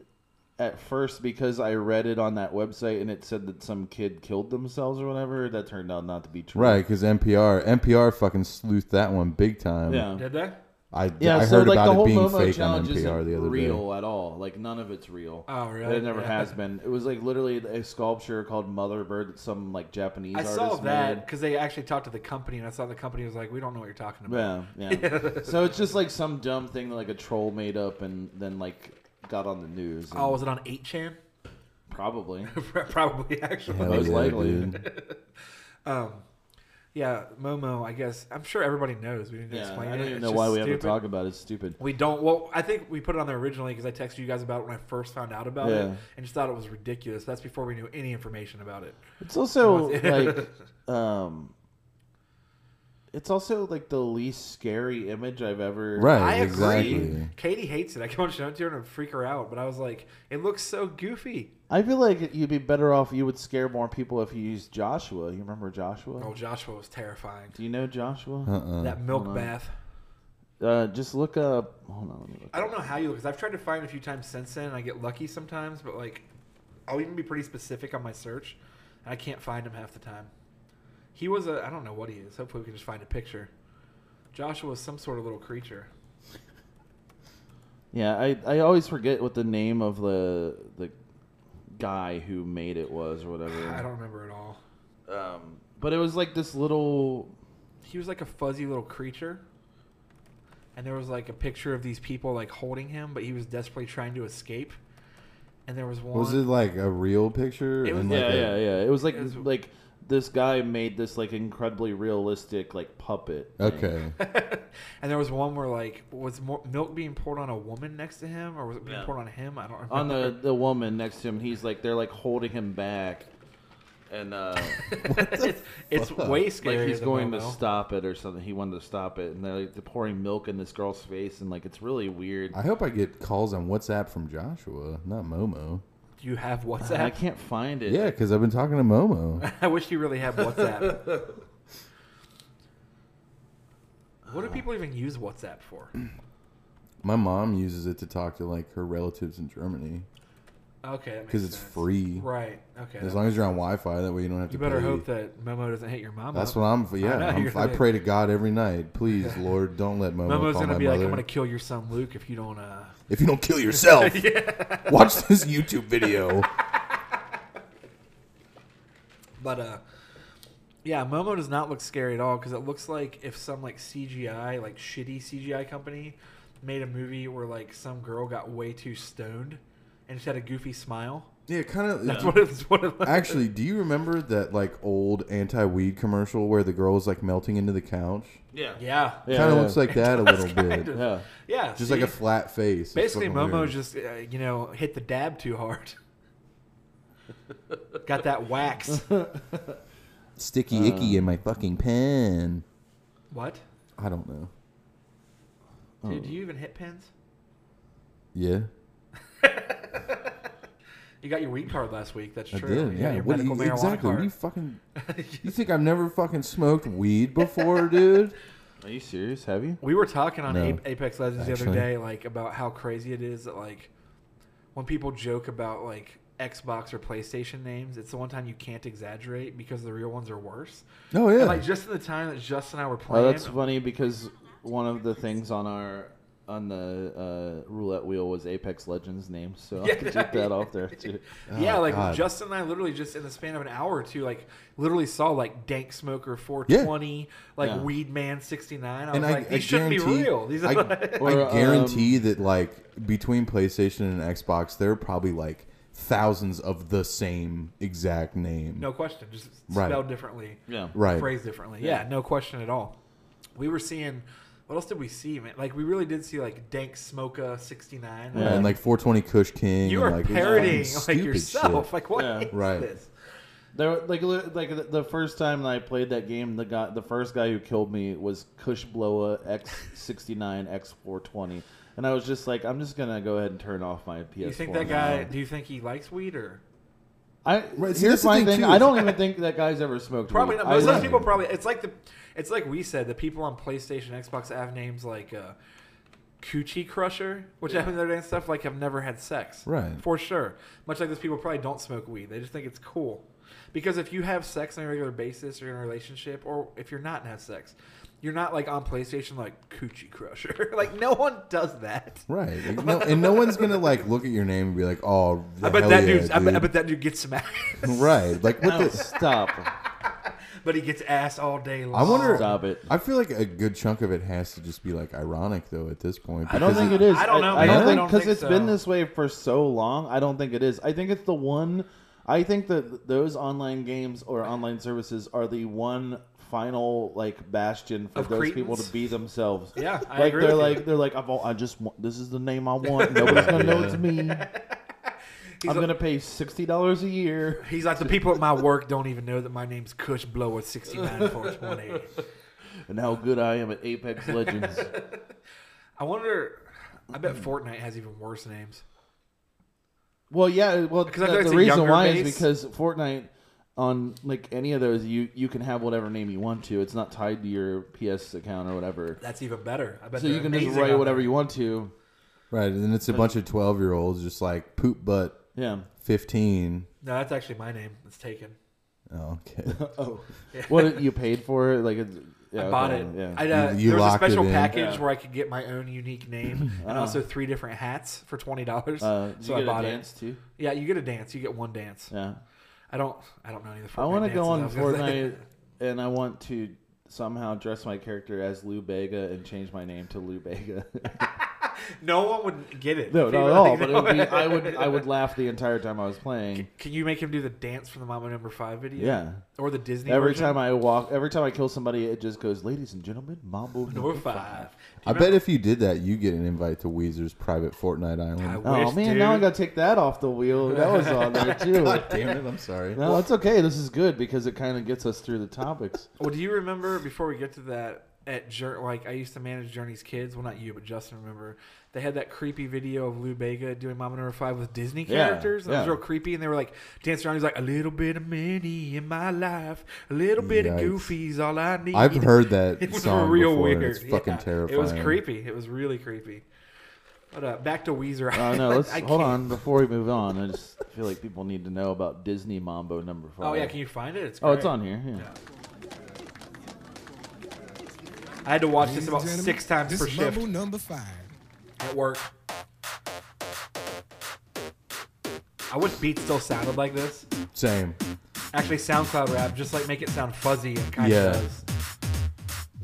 S1: at first, because I read it on that website and it said that some kid killed themselves or whatever, that turned out not to be true.
S4: Right, because NPR NPR fucking sleuthed that one big time.
S1: Yeah.
S3: Did they?
S4: I
S1: Yeah,
S4: I
S1: so
S4: heard
S1: like
S4: about
S1: the whole
S4: it being
S1: Momo
S4: fake on
S1: challenge
S4: NPR
S1: isn't
S4: the other day.
S1: real at all. Like none of it's real.
S3: Oh, really?
S1: It never
S3: Yeah.
S1: has been. It was like literally a sculpture called Mother Bird that some like Japanese
S3: I
S1: artist
S3: saw that
S1: made.
S3: because they actually talked to the company, and I saw the company was like, "We don't know what you're talking about."
S1: Yeah,
S3: [LAUGHS]
S1: yeah. so it's just like some dumb thing that like a troll made up and then like got on the news. and-
S3: Oh, was it on [LAUGHS] 8chan? [LAUGHS]
S1: probably.
S3: Probably, actually.
S4: Hell
S1: Most
S4: yeah,
S1: likely.
S4: dude.
S3: Um, yeah, Momo. I guess I'm sure everybody knows. We need to
S1: Yeah,
S3: explain.
S1: I
S3: it.
S1: don't even
S3: It's
S1: know
S3: just
S1: why we
S3: stupid.
S1: ever talk about it. It's stupid.
S3: We don't. Well, I think we put it on there originally because I texted you guys about it when I first found out about
S1: Yeah.
S3: it and just thought it was ridiculous. That's before we knew any information about it.
S1: It's also
S3: It
S1: like, um, it's also like the least scary image I've ever.
S4: Right,
S3: I agree.
S4: exactly.
S3: Katie hates it. I kept on showing it to her and freak her out, but I was like, it looks so goofy.
S1: I feel like you'd be better off. You would scare more people if you used Joshua. You remember Joshua?
S3: Oh, Joshua was terrifying.
S1: Do you know Joshua?
S4: Uh-uh.
S3: that milk
S1: hold on.
S3: bath.
S1: Uh, just look up. Hold on, let me look.
S3: I don't know how you look. Cause I've tried to find a few times since then. And I get lucky sometimes, but like, I'll even be pretty specific on my search, and I can't find him half the time. He was a. I don't know what he is. Hopefully, we can just find a picture. Joshua was some sort of little creature.
S1: Yeah, I, I always forget what the name of the the guy who made it was or whatever.
S3: [SIGHS] I don't remember at all.
S1: Um, but it was like this little.
S3: He was like a fuzzy little creature. And there was like a picture of these people like holding him, but he was desperately trying to escape. And there was one.
S4: Was it like a real picture?
S3: It was-
S4: and like
S1: Yeah,
S4: a-
S1: yeah, yeah. It was like
S3: It was-
S1: like this guy made this like incredibly realistic like puppet. thing.
S4: Okay.
S3: [LAUGHS] and there was one where like was more milk being poured on a woman next to him, or was it being
S1: Yeah.
S3: poured on him? I don't remember.
S4: [LAUGHS]
S1: On the the woman next to him, he's like they're like holding him back, and uh,
S3: [LAUGHS] it's, [LAUGHS] it's
S4: fuck?
S3: way
S1: like
S3: scarier.
S1: he's
S3: than
S1: going to
S3: Momo.
S1: stop it or something. He wanted to stop it, and they're like they're pouring milk in this girl's face, and like it's really weird.
S4: I hope I get calls on WhatsApp from Joshua, not Momo.
S3: Do you have
S1: I
S3: WhatsApp?
S1: can't find it.
S4: Yeah, because I've been talking to Momo.
S3: [LAUGHS] I wish you really had WhatsApp. what
S4: [SIGHS]
S3: do people even use WhatsApp for?
S4: My mom uses it to talk to like her relatives in Germany
S3: Okay, that makes
S4: because it's
S3: sense.
S4: free.
S3: Right. Okay.
S4: As
S3: that-
S4: long as you're on Wi-Fi, that way you don't have to.
S3: you better
S4: pay.
S3: hope that Momo doesn't hit your mom.
S4: That's
S3: up.
S4: what I'm. Yeah,
S3: know,
S4: I,
S3: you're
S4: am I
S3: gonna-
S4: pray to God every
S3: [LAUGHS]
S4: night. Please, Lord, don't let Momo
S3: Momo's
S4: call
S3: gonna
S4: my
S3: be like,
S4: mother.
S3: "I'm gonna kill your son Luke if you don't."
S4: [LAUGHS]
S3: uh
S4: If you don't
S3: [LAUGHS]
S4: kill yourself, watch this YouTube video.
S3: But uh, yeah, Momo does not look scary at all because it looks like if some like CGI, like shitty CGI company, made a movie where like some girl got way too stoned and she had a goofy
S4: [LAUGHS]
S3: smile.
S4: Yeah, kind of.
S3: That's what it's what it looks.
S4: Actually, do you remember that like old anti-weed commercial where the girl is like melting into the couch?
S1: yeah,
S3: Yeah.
S1: Yeah,
S4: kind of
S1: yeah.
S4: looks like
S3: [LAUGHS]
S4: that [LAUGHS] a little bit.
S3: kinda.
S1: yeah.
S3: Yeah.
S4: Just
S3: see?
S4: like a flat face. It's
S3: Basically,
S4: fucking
S3: Momo
S4: weird.
S3: just uh, you know hit the dab too hard. Got that wax.
S4: [LAUGHS] sticky
S3: uh,
S4: icky in my fucking pen.
S3: what?
S4: I don't know. Oh.
S3: Dude, do you even hit pins?
S4: Yeah,
S3: You got your weed card last week. That's
S4: I
S3: true. You
S4: did.
S3: got
S4: Yeah,
S3: your
S4: what do you,
S3: medical marijuana
S4: exactly? What do you
S3: card. [LAUGHS]
S4: fucking? You think I've never fucking smoked weed
S3: [LAUGHS]
S4: before, dude?
S1: Are you serious? Have you?
S3: We were talking on
S4: No.
S3: Ape- Apex Legends the
S4: Actually.
S3: other day, like about how crazy it is that like when people joke about like Xbox or PlayStation names, it's the one time you can't exaggerate because the real ones are worse.
S4: Oh yeah.
S3: And, like just in the time that Justin and I were
S1: Oh,
S3: playing,
S1: that's funny because one of the things on our on the uh, roulette wheel was Apex Legends name, so I
S3: Yeah.
S1: could take that off there
S3: [LAUGHS]
S1: too.
S3: yeah,
S4: Oh,
S3: like
S4: God.
S3: Justin and I literally just in the span of an hour or two, like literally saw like Dank Smoker 420, like
S1: Yeah.
S3: Weed Man 69. I was
S4: and I,
S3: like,
S4: I
S3: these shouldn't be
S4: guarantee-
S3: real. These are
S4: I, [LAUGHS]
S3: like-
S1: Or, um,
S4: I guarantee that like between PlayStation and Xbox, there are probably like thousands of the same exact name.
S3: no question, just
S4: Right.
S3: spelled differently.
S1: Yeah.
S4: Right.
S3: phrased differently.
S1: Yeah.
S3: Yeah. no question at all. We were seeing what else did we see, man? Like we really did see like Dank Smoka sixty nine.
S1: Yeah.
S4: And like 420 Kush King.
S3: you
S4: and,
S3: are
S4: like, it was fucking
S3: parodying like
S4: stupid
S3: yourself.
S4: shit.
S3: Like what
S1: Yeah.
S3: is
S4: Right.
S3: this?
S1: There, were- like, li- like the- the first time that I played that game, the guy, the first guy who killed me was Kushbloa X69 X420, and I was just like, I'm just gonna go ahead and turn off my PS4.
S3: you think that
S1: now.
S3: guy? Do you think he likes weed or?
S1: I
S4: Right, see, that's
S1: here's
S4: the
S1: my
S4: thing,
S1: thing.
S4: too,
S1: I
S4: is-
S1: don't even think that guy's ever smoked.
S3: Probably
S1: weed.
S3: not.
S1: I
S3: Most
S1: like-
S3: people probably. It's like the, it's like we said. The people on PlayStation, Xbox have names like uh, Coochie Crusher, which happened the other day and stuff. Like have never had sex,
S4: Right.
S3: For sure. Much like those people probably don't smoke weed. They just think it's cool. Because if you have sex on a regular basis or in a relationship, or if you're not and have sex, you're not like on PlayStation like Coochie Crusher. [LAUGHS] like no one does that.
S4: Right. Like, no, and no one's gonna like look at your name and be like, "Oh,
S3: I bet that dude's. I, bet, I bet that dude gets [LAUGHS] smacked.
S4: Right. Like, what
S1: No,
S4: the?
S1: stop,
S3: but he gets ass all day long.
S4: I wonder.
S1: stop it.
S4: I feel like a good chunk of it has to just be like ironic, though. At this point,
S1: I don't
S4: because
S1: think it is.
S3: I don't know,
S1: I,
S3: man.
S1: don't
S3: I
S1: think
S3: don't
S1: because
S3: think
S1: it's been
S3: so.
S1: this way for so long. I don't think it is. I think it's the one. I think that those online games or online services are the one final like bastion for
S3: Of
S1: those
S3: cretins?
S1: people to be themselves.
S3: Yeah, I
S1: like
S3: agree
S1: they're
S3: with you.
S1: like they're like I've all, I just want, this is the name I [LAUGHS] want. Nobody's gonna know it's me.
S3: [LAUGHS] He's
S1: I'm
S3: like-
S1: gonna pay sixty dollars a year.
S3: He's like the people at my work don't even know that my name's Kush Blower sixty nine four twenty.
S1: And how good I am at Apex Legends.
S3: I wonder. I
S1: Hmm.
S3: bet Fortnite has even worse names.
S1: Well, yeah. Well,
S3: 'Cause I
S1: the,
S3: feel it's
S1: the
S3: a
S1: reason
S3: younger
S1: why
S3: base.
S1: is because Fortnite, on like any of those, you you can have whatever name you want to. It's not tied to your PS account or whatever.
S3: That's even better. I bet
S1: So you can just write whatever you want to.
S4: Right, and then it's a bunch of twelve-year-olds just like poop butt
S3: [LAUGHS]
S1: Yeah.
S4: fifteen.
S3: No, that's actually my name. It's taken.
S4: Oh, okay.
S1: Oh, [LAUGHS] what you paid for it? Like, it's, yeah,
S3: I bought
S1: okay,
S3: it.
S1: Yeah.
S3: I'd, uh,
S4: You- you
S3: there was a
S4: locked it
S3: special
S4: in.
S3: package
S1: Yeah. Ah.
S3: where I could get my own unique name
S1: [LAUGHS]
S3: and also three different hats for twenty dollars.
S1: uh, did
S3: so
S1: you
S3: I
S1: get a
S3: bought
S1: dance too?
S3: it. Yeah, you get a dance. You get one dance.
S1: Yeah.
S3: I don't. I don't know any of the Fortnite
S1: I want to go on
S3: dances, I was gonna say.
S1: Fortnite, and I want to somehow dress my character as Lou Bega and change my name to Lou Bega. [LAUGHS]
S3: [LAUGHS] No one would get it.
S1: no,
S3: People
S1: not at
S3: would
S1: all.
S3: think
S1: But
S3: that-
S1: it would be, I would I would laugh the entire time I was playing.
S3: [LAUGHS] Can you make him do the dance from the Mama Number Five video?
S1: Yeah.
S3: Or the Disney.
S1: Every
S3: version?
S1: time I walk, every time I kill somebody, it just goes, "Ladies and gentlemen, Mambo
S3: Number five.
S4: I bet if you did that, you get an invite to Weezer's private Fortnite
S3: I
S4: island.
S1: Oh
S3: wish,
S1: man,
S3: dude.
S1: now I gotta take that off the wheel. That
S3: [LAUGHS]
S1: was on there too.
S4: [LAUGHS] God damn it! I'm sorry.
S1: No, it's okay. This is good because it kind of gets us through the topics.
S3: Well, do you remember before we get to that at Jour- like I used to manage Journey's kids? Well, not you, but Justin. Remember they had that creepy video of Lou Bega doing Mama Number Five with Disney
S1: Yeah,
S3: characters. and It was
S1: yeah.
S3: real creepy, and they were like dancing around. He's like a little bit of Minnie in my life, a little bit
S4: Yikes.
S3: of Goofy's all I need.
S4: I've heard that
S3: [LAUGHS] It was
S4: song
S3: real
S4: before. and
S3: weird.
S4: It's fucking
S3: Yeah.
S4: terrifying.
S3: It was creepy. It was really creepy. But uh, back to Weezer.
S1: Oh no, let's
S3: [LAUGHS] I
S1: hold
S3: can't-
S1: on before we move on. I just feel like people need to know about Disney Mambo Number Five.
S3: Oh yeah, can you find it? It's
S1: Oh, it's
S3: great.
S1: on here. Yeah.
S3: I had to watch
S5: Ladies
S3: this about
S5: and gentlemen,
S3: six times
S5: this
S3: per
S5: is
S3: shift
S5: Mumble number five.
S3: at work. I wish beats still sounded like this.
S4: Same.
S3: Actually, SoundCloud rap just like make it sound fuzzy and kind
S4: Yeah.
S3: of does.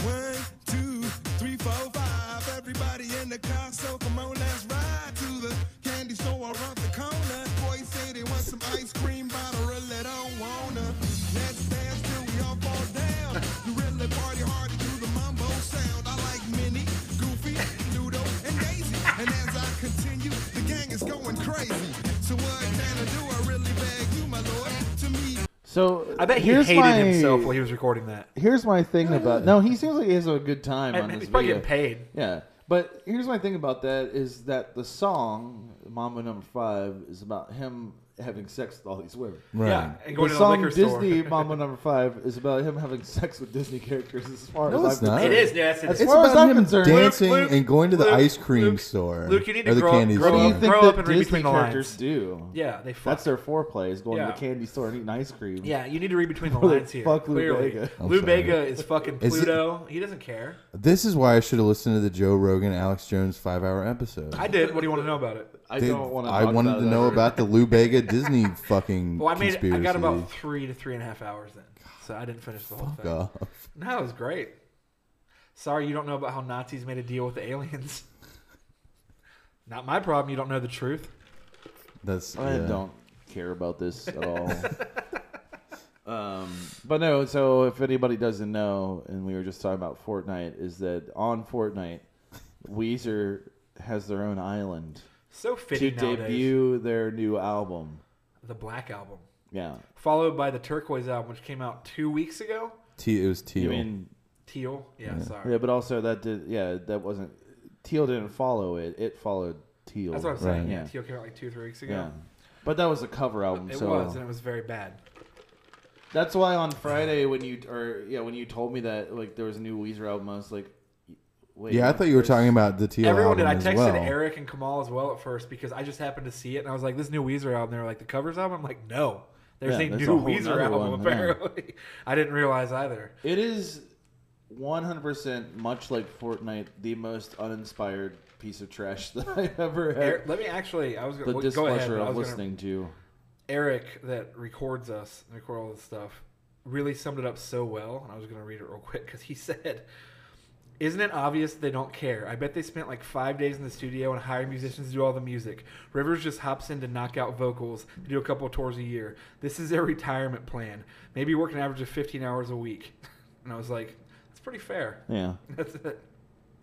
S5: One, two, three, four, five. Everybody in the car, so come on, let's ride to the candy store around the corner. Boys say they want some ice cream, but I really don't wanna. Let's dance till we all fall down. You really party hard to do the mumbo sound. I like Minnie, Goofy, Ludo, and Daisy. And as I continue, the gang is going crazy. So what can I do? I really beg you, my lord, to me.
S1: So
S3: I bet he
S1: here's
S3: hated
S1: my,
S3: himself while he was recording that.
S1: Here's my thing
S3: [LAUGHS]
S1: about no. He seems like he has a good time on
S3: And
S1: this
S3: he's probably
S1: video.
S3: getting paid.
S1: Yeah, but here's my thing about that is that the song "Mambo Number Five is about him having sex with all these women.
S4: Right.
S3: Yeah, and going
S1: the
S3: to the
S1: song
S3: liquor store. [LAUGHS]
S1: Disney Mambo Number Five is about him having sex with Disney characters. As far
S4: No,
S1: as
S4: it's
S1: I'm
S3: it
S4: not.
S1: concerned.
S3: is, yeah, that's it.
S1: As
S4: It's
S1: far as
S4: about
S1: I'm
S4: him
S1: concerned,
S4: dancing
S3: Luke, Luke,
S4: and going to the
S3: Luke,
S4: ice cream
S3: Luke,
S4: store.
S3: Luke, you need to
S4: or the
S3: grow up-
S4: candy
S1: What
S3: grow
S1: do
S4: store.
S1: you
S3: up.
S1: think
S3: Grow
S1: that
S3: and read
S1: Disney
S3: between the
S1: characters
S3: lines.
S1: do?
S3: Yeah, they fuck.
S1: That's their foreplay is going to
S3: Yeah.
S1: the candy store and eating ice cream.
S3: yeah, you need to read between the
S1: Holy
S3: lines here.
S1: fuck, Lou
S3: clearly.
S1: Bega.
S4: I'm
S3: Lou
S4: sorry.
S3: Bega is fucking
S4: Is it-
S3: Pluto. He doesn't care.
S4: This is why I should have listened to the Joe Rogan Alex Jones five hour episode.
S3: I did. What do you want to know about it?
S1: I
S4: Dude,
S1: don't want to.
S4: I wanted to know about the Lou
S3: [LAUGHS]
S4: Bega Disney fucking
S3: Well, I made.
S4: conspiracy.
S3: I got about three to three and a half hours in, so I didn't finish the whole thing.
S4: Fuck off.
S3: No, it was great. Sorry, you don't know about how Nazis made a deal with the aliens. [LAUGHS] Not my problem. You don't know the truth.
S4: That's
S1: I
S4: yeah.
S1: don't care about this at
S3: [LAUGHS]
S1: all. um, but no, so if anybody doesn't know, and we were just talking about Fortnite, is that on Fortnite, Weezer has their own island
S3: So fitting
S1: to
S3: nowadays.
S1: debut their new album.
S3: The Black Album.
S1: Yeah.
S3: followed by the Turquoise album, which came out two weeks ago.
S4: T. It was teal.
S1: You mean
S3: Teal, yeah, sorry.
S1: yeah, but also that did yeah that wasn't Teal didn't follow it. It followed Teal.
S3: That's what I'm saying.
S1: Right.
S3: Yeah,
S1: Yeah.
S3: Teal came out like two or three weeks ago.
S1: Yeah. But that was a cover album,
S3: It
S1: so
S3: was, and it was very bad.
S1: that's why on Friday when you or yeah when you told me that like there was a new Weezer album, I was like, wait.
S4: yeah, I thought you were
S1: there's-
S4: talking about the teal
S3: Everyone
S4: album
S3: did. I
S4: as
S3: texted
S4: well.
S3: Eric and Kamal as well at first because I just happened to see it and I was like, "This new Weezer album." They were like, "The covers album." I'm like, "No, there's
S1: Yeah,
S3: a
S1: there's
S3: new
S1: a whole
S3: Weezer
S1: nother
S3: album."
S1: one, yeah.
S3: apparently, [LAUGHS] I didn't realize either.
S1: It is 100% much like Fortnite, the most uninspired piece of trash [LAUGHS] that I ever had.
S3: Eric, let me actually. I was
S1: the
S3: going to go ahead.
S1: displeasure
S3: but I
S1: of
S3: was gonna-
S1: listening to.
S3: Eric that records us and record all this stuff really summed it up so well, and I was going to read it real quick because he [LAUGHS] said, "Isn't it obvious they don't care? I bet they spent like five days in the studio and hired musicians to do all the music. Rivers just hops in to knock out vocals, to do a couple tours a year. This is their retirement plan. Maybe work an average of 15 hours a week." [LAUGHS] And I was like, "That's pretty fair. [LAUGHS]
S1: Yeah.
S3: That's it.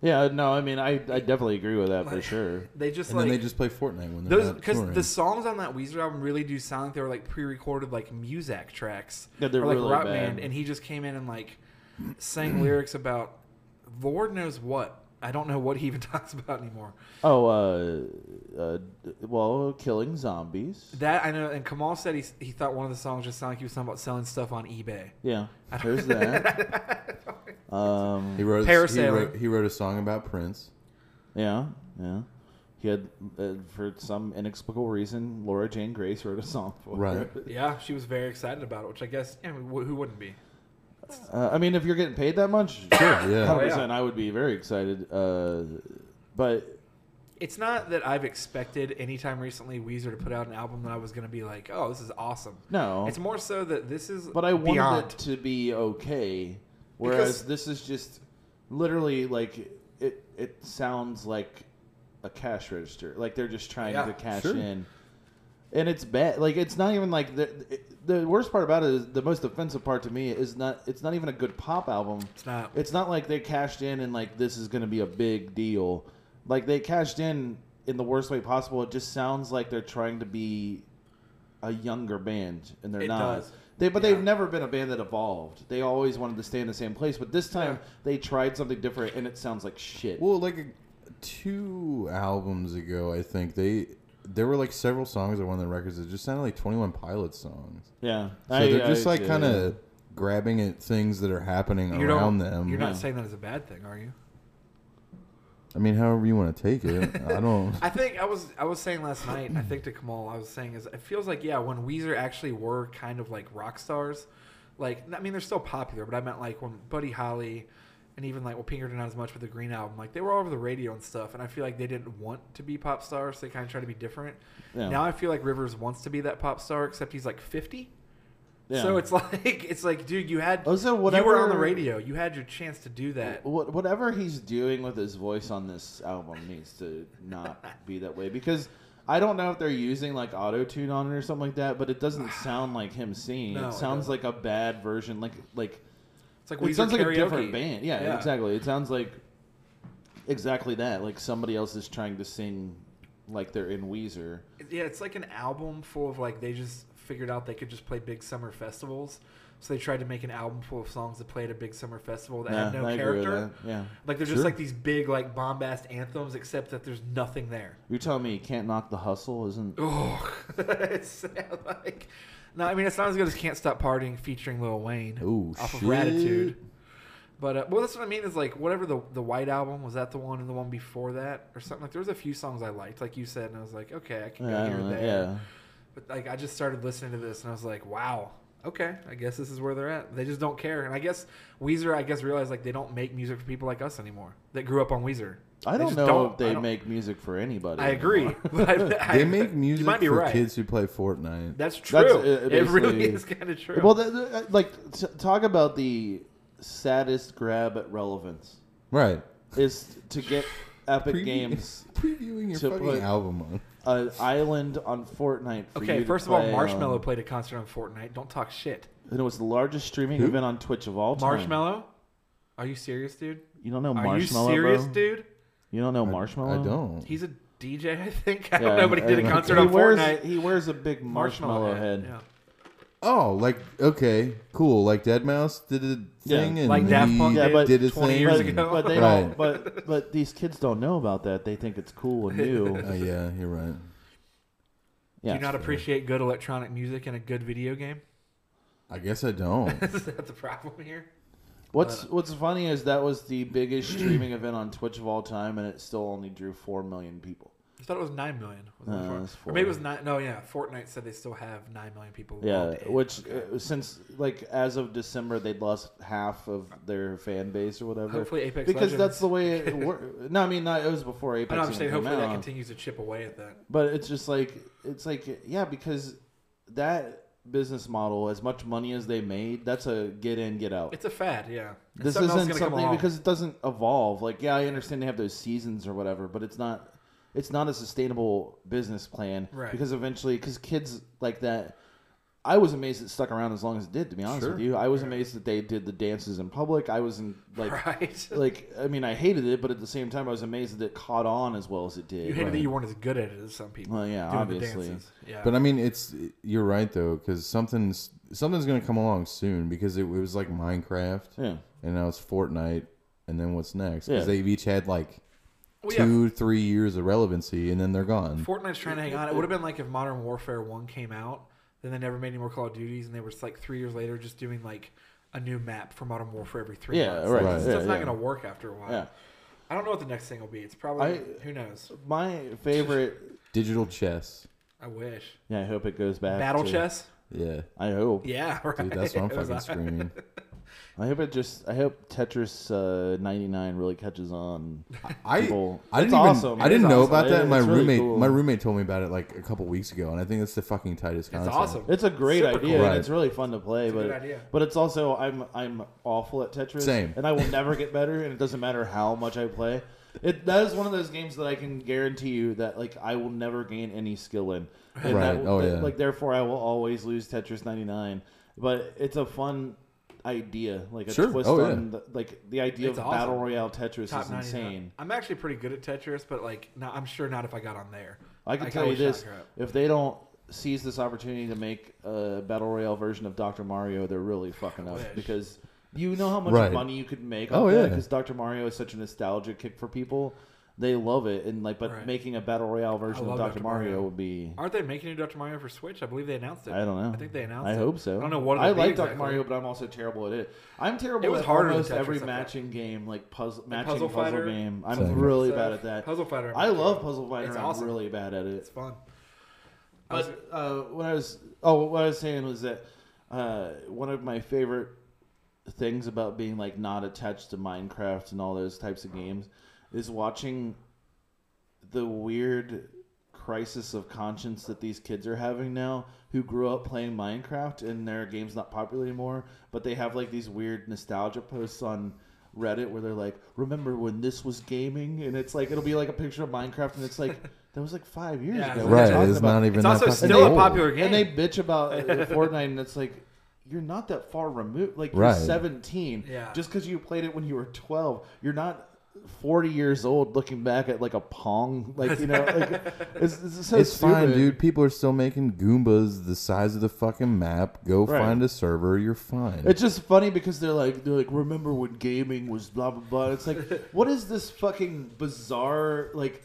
S1: Yeah, no, I mean, I, I definitely agree with that for sure.
S3: They just
S4: and
S3: like
S4: then they just play Fortnite when they're
S3: those
S4: not
S3: because
S4: touring.
S3: the songs on that Weezer album really do sound like they were like pre-recorded like Muzak tracks.
S1: Yeah, they're
S3: or, like
S1: really
S3: rock
S1: bad.
S3: band, and he just came in and like sang lyrics about Lord knows what. I don't know what he even [LAUGHS] talks about anymore.
S1: Oh, uh, uh, well, killing
S3: [LAUGHS]
S1: zombies.
S3: That I know. And Kamal said he he thought one of the songs just sounded like he was talking about selling stuff on eBay.
S1: Yeah, there's that.
S3: [LAUGHS]
S1: Um,
S4: he wrote he
S3: Parasailing.
S4: wrote, he wrote a song about Prince.
S1: yeah, yeah. He had, uh, for some inexplicable reason, Laura Jane Grace wrote a song for
S4: Right.
S1: it.
S3: Yeah, she was very excited about it, which I guess yeah, I mean, wh- who wouldn't be?
S1: Uh, I mean, if you're getting paid that much,
S4: Yeah.
S1: hundred percent, I would be very excited. Uh, but
S3: It's not that I've expected any time recently Weezer to put out an album that I was going to be like, oh, this is awesome.
S1: no,
S3: It's more so that this is
S1: but I wanted
S3: beyond.
S1: it to be okay. Whereas
S3: Because-
S1: this is just literally like it. It sounds like a cash register. Like they're just trying
S3: Yeah,
S1: to cash
S4: sure.
S1: in, and it's bad. Like it's not even like the the worst part about it is the most offensive part to me is not. It's not even a good pop album.
S3: It's not.
S1: It's not like they cashed in and like this is going to be a big deal. Like they cashed in in the worst way possible. It just sounds like they're trying to be a younger band and they're
S3: It
S1: not.
S3: does.
S1: They but
S3: Yeah.
S1: they've never been a band that evolved. They always wanted to stay in the same place, but this time they tried something different and it sounds like shit.
S4: Well, like a, two albums ago, I think they there were like several songs on one of the records that just sounded like Twenty One Pilots songs.
S1: yeah.
S4: So
S1: I-
S4: they're
S1: I-
S4: just like
S1: yeah.
S4: kind of grabbing at things that are happening
S3: you
S4: around
S3: don't,
S4: them.
S3: You're
S1: Yeah.
S3: not saying that is a bad thing, are you?
S4: I mean, however you want to take it.
S3: [LAUGHS]
S4: I don't.
S3: I think I was I was saying last night. I think to Kamal, I was saying is it feels like yeah, when Weezer actually were kind of like rock stars, like I mean they're still popular, but I meant like when Buddy Holly, and even like well Pinkerton not as much with the Green album, like they were all over the radio and stuff, and I feel like they didn't want to be pop stars. They kind of tried to be different.
S1: Yeah.
S3: Now I feel like Rivers wants to be that pop star, except he's like 50.
S1: Yeah.
S3: So it's [LAUGHS] like it's like dude, you had
S1: Also,
S3: you were on the
S1: whatever-
S3: radio, you had your chance to do that.
S1: What, whatever he's doing with his voice on this album needs to not be that way because I don't know if they're using like auto tune on it or something like that, but it
S3: [SIGHS]
S1: doesn't sound like him singing.
S3: No, it
S1: it sounds like
S3: doesn't.
S1: a bad version, like like
S3: It's like
S1: it
S3: Weezer
S1: sounds like
S3: karaoke.
S1: a different band. Yeah,
S3: Yeah.
S1: exactly. It sounds like exactly that. Like somebody else is trying to sing like they're in Weezer.
S3: Yeah, it's like an album full of like they just figured out they could just play big summer festivals. So they tried to make an album full of songs to play at a big summer festival that had
S1: Yeah,
S3: no
S1: I agree with
S3: character.
S1: that. Yeah.
S3: Like they're just
S4: Sure.
S3: like these big like bombast anthems, except that there's nothing there.
S1: You're telling me you can't knock the hustle isn't
S3: Oh, [LAUGHS] it's like no. I mean, it's not as good as "Can't Stop Partying" featuring Lil Wayne
S4: Ooh,
S3: off
S4: shit.
S3: of Ratitude. But uh, well, that's what I mean is like whatever the the White album was that the one and the one before that or something. Like there was a few songs I liked, like you said, and I was like, okay, I can go
S1: Yeah, I
S3: here
S1: don't
S3: and
S1: know.
S3: there.
S1: yeah.
S3: But like I just started listening to this and I was like, wow, okay, I guess this is where they're at. They just don't care. And I guess Weezer, I guess realized like they don't make music for people like us anymore that grew up on Weezer.
S1: I don't
S3: just
S1: know if
S3: I
S1: they
S3: don't-
S1: make music for anybody.
S3: I agree.
S1: anymore.
S3: [LAUGHS] But I- I-
S4: They make music
S3: You might be
S4: for
S3: right.
S4: kids who play Fortnite.
S3: That's true.
S1: That's, uh,
S3: it really
S1: basically-
S3: is kind of true.
S1: Well, the, the, uh, like t- talk about the saddest grab at relevance
S4: right.
S1: is to
S3: [LAUGHS]
S1: get Epic
S4: Preview-
S1: Games
S4: Previewing your
S1: To
S4: fucking
S1: put-
S4: album on.
S1: an island on Fortnite. For you
S3: okay,
S1: to
S3: first of all,
S1: play um,
S3: Marshmallow
S1: on.
S3: played a concert on Fortnite. Don't talk shit.
S1: And it was the largest streaming event on Twitch of all time.
S3: Marshmallow? Are you serious, dude?
S1: You don't know
S3: Are
S1: Marshmallow,
S3: you serious,
S1: bro?
S3: dude?
S1: You don't know
S4: I
S1: Marshmallow?
S4: don't.
S3: He's a DJ, [LAUGHS] I think. I
S1: Yeah,
S3: don't know, but he
S1: I
S3: did a
S1: don't-
S3: concert
S1: he
S3: on
S1: wears,
S3: Fortnite.
S1: He wears a big marshmallow, head.
S3: Yeah.
S4: oh, like okay, cool. Like Dead Mouse did a
S1: Yeah.
S4: thing, and
S3: Like Daft Punk
S4: he
S1: Yeah, but
S4: did a
S3: 20
S4: thing.
S3: years
S4: and-
S3: ago.
S1: But they
S4: Right.
S1: don't. But but these kids don't know about that. They think it's cool
S3: [LAUGHS]
S1: and
S4: [LAUGHS] Oh
S1: new.
S4: yeah, you're right.
S1: Yeah.
S3: Do you not appreciate good electronic music and a good video game? [LAUGHS]
S4: I guess I don't.
S3: Is that the problem here?
S1: What's What's funny is that was the biggest streaming event on Twitch of all time, and it still only drew four million people.
S3: I thought it was nine million. Was
S1: No,
S3: it four?
S1: it's
S3: Or
S1: four.
S3: maybe it was nine. No, yeah. Fortnite said they still have nine million people.
S1: Yeah,
S3: logged in.
S1: which uh, since like as of December they'd lost half of their fan base or whatever.
S3: Hopefully Apex
S1: because
S3: Legends-
S1: that's the way
S3: [LAUGHS]
S1: it worked. no, I mean not, it was before
S3: I
S1: Apex.
S3: know I'm
S1: even
S3: saying
S1: came
S3: hopefully that
S1: out.
S3: continues to chip away at that.
S1: But it's just like it's like yeah, because that business model, as much money as they made, that's a get in, get out.
S3: It's a fad, yeah. And
S1: this
S3: something else
S1: isn't
S3: gonna come
S1: something
S3: along. [LAUGHS]
S1: because it doesn't evolve. Like yeah, I understand they have those seasons or whatever, but it's not it's not a sustainable business plan
S3: Right.
S1: because eventually because kids like that. I was amazed it stuck around as long as it did. To be honest
S4: Sure.
S1: with you, I was amazed that they did the dances in public. I was in like.
S3: right.
S1: [LAUGHS] Like I mean, I hated it, but at the same time, I was amazed that it caught on as well as it did.
S3: you hated that you weren't as good at it as some people.
S1: Well, yeah,
S3: doing
S1: obviously.
S3: The dances. Yeah.
S4: But I mean, it's you're right though, because something's something's gonna come along soon. Because it, was like Minecraft,
S1: Yeah.
S4: and now it's Fortnite, and then what's next? Because
S1: Yeah.
S4: they've each had like
S3: Well, yeah,
S4: two, three years of relevancy, and then they're gone.
S3: Fortnite's trying to hang on. It would have been like if Modern Warfare One came out, then they never made any more Call of Duties, and they were just like three years later just doing like a new map for Modern Warfare every three
S1: Yeah,
S3: months.
S1: right,
S3: Like, this
S1: yeah,
S3: stuff's not
S1: yeah.
S3: going to work after a while.
S1: Yeah.
S3: I don't know what the next thing will be. It's probably
S1: I-
S3: who knows.
S1: My favorite.
S4: Digital chess.
S3: I wish
S1: Yeah, I hope it goes back.
S3: Battle
S1: to-
S3: Chess.
S4: Yeah,
S1: I hope.
S3: Yeah, [LAUGHS] right.
S4: dude, that's what I'm
S3: It was
S4: fucking
S3: on.
S4: screaming.
S1: I hope it just. I hope Tetris uh, 99 really catches
S3: [LAUGHS]
S1: on.
S4: I
S1: People-
S4: I
S1: It's
S4: didn't even,
S1: awesome.
S4: I didn't
S1: It is
S4: know
S1: awesome.
S4: about that.
S1: It-
S4: and my
S1: it's really
S4: roommate
S1: cool.
S4: my roommate told me about it like a couple weeks ago, and I think it's the fucking
S3: [LAUGHS]
S4: tightest
S3: It's
S4: concept.
S3: awesome.
S1: It's a great idea.
S3: Super cool.
S4: Right.
S1: And it's really fun to play, but
S3: good idea.
S1: but it's also I'm I'm awful at Tetris.
S4: Same.
S1: And I
S4: [LAUGHS]
S1: will never get better. And it doesn't matter how much I play. It that is one of those games that I can guarantee you that like I will never gain any skill in. And
S4: Right.
S1: That,
S4: Oh,
S1: that-
S4: yeah.
S1: Like therefore, I will always lose Tetris 99. But it's a fun idea, like a
S4: Sure.
S1: twist
S4: Oh,
S1: on the, like the idea
S3: It's
S1: of
S3: awesome.
S1: battle royale Tetris
S3: Top
S1: is
S3: 99.
S1: insane.
S3: I'm actually pretty good at Tetris, but like, no, I'm sure not if I got on there.
S1: I can
S3: Like,
S1: tell you
S3: was
S1: this:
S3: shot crap.
S1: if they don't seize this opportunity to make a battle royale version of Doctor Mario, they're really fucking up
S3: wish.
S1: because you know how much
S4: Right.
S1: money you could make.
S4: Oh,
S1: Oh yeah,
S4: yeah.
S1: because Doctor Mario is such a nostalgia kick for people. They love it, and like, but
S3: Right.
S1: making a battle royale version
S3: love
S1: of
S3: Dr.
S1: Doctor
S3: Mario.
S1: Mario, would be.
S3: Aren't they making a Dr. Mario for Switch? I believe they announced it.
S1: I don't know.
S3: I think they announced
S1: I
S3: it.
S1: hope so.
S3: I don't know what
S1: I
S3: it'll be
S1: like Doctor
S3: exactly.
S1: Mario, but I'm also terrible at it. I'm terrible
S3: It was
S1: at
S3: harder than
S1: almost
S3: Tetris, I
S1: every
S3: thought.
S1: matching game, like puzzle matching
S3: Puzzle
S1: puzzle,
S3: Fighter.
S1: game. I'm
S4: Same.
S1: really
S3: So,
S1: bad at that.
S3: Puzzle Fighter. I'm
S1: I
S3: not
S1: love
S3: good.
S1: Puzzle Fighter.
S3: It's
S1: and
S3: awesome.
S1: I'm really bad at it.
S3: It's fun.
S1: But uh, what I was oh, what I was saying was that uh, one of my favorite things about being like not attached to Minecraft and all those types of games is watching the weird crisis of conscience that these kids are having now who grew up playing Minecraft and their game's not popular anymore, but they have like these weird nostalgia posts on Reddit where they're like, "Remember when this was gaming?" and it's like it'll be like a picture of Minecraft and it's like that was like 5 years
S3: Yeah,
S1: ago. What are you
S4: Right,
S1: talking
S4: it's
S1: about?
S4: not even.
S3: It's
S4: that
S3: also
S4: fucking
S1: And
S3: still a
S4: old.
S3: popular
S1: and
S3: game.
S1: they bitch about uh,
S3: [LAUGHS]
S1: Fortnite, and it's like you're not that far removed. Like you're
S4: Right.
S1: 17.
S3: Yeah.
S1: Just because you played it when you were 12, you're not 40 years old looking back at like a pong. Like you know,
S3: [LAUGHS]
S1: like, it's, it's so
S4: It's
S1: stupid.
S4: fine, dude. People are still making Goombas the size of the fucking map. Go
S1: Right.
S4: find a server. You're fine.
S1: It's just funny because they're like they're like remember when gaming was blah blah blah. It's like
S3: [LAUGHS]
S1: what is this fucking bizarre like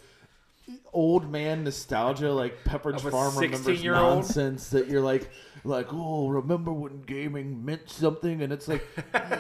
S1: old man nostalgia like Pepperidge
S3: Of a
S1: Farm remembers
S3: 16-year-old?
S1: nonsense that you're like like oh remember when gaming meant something and it's
S3: [LAUGHS]
S1: like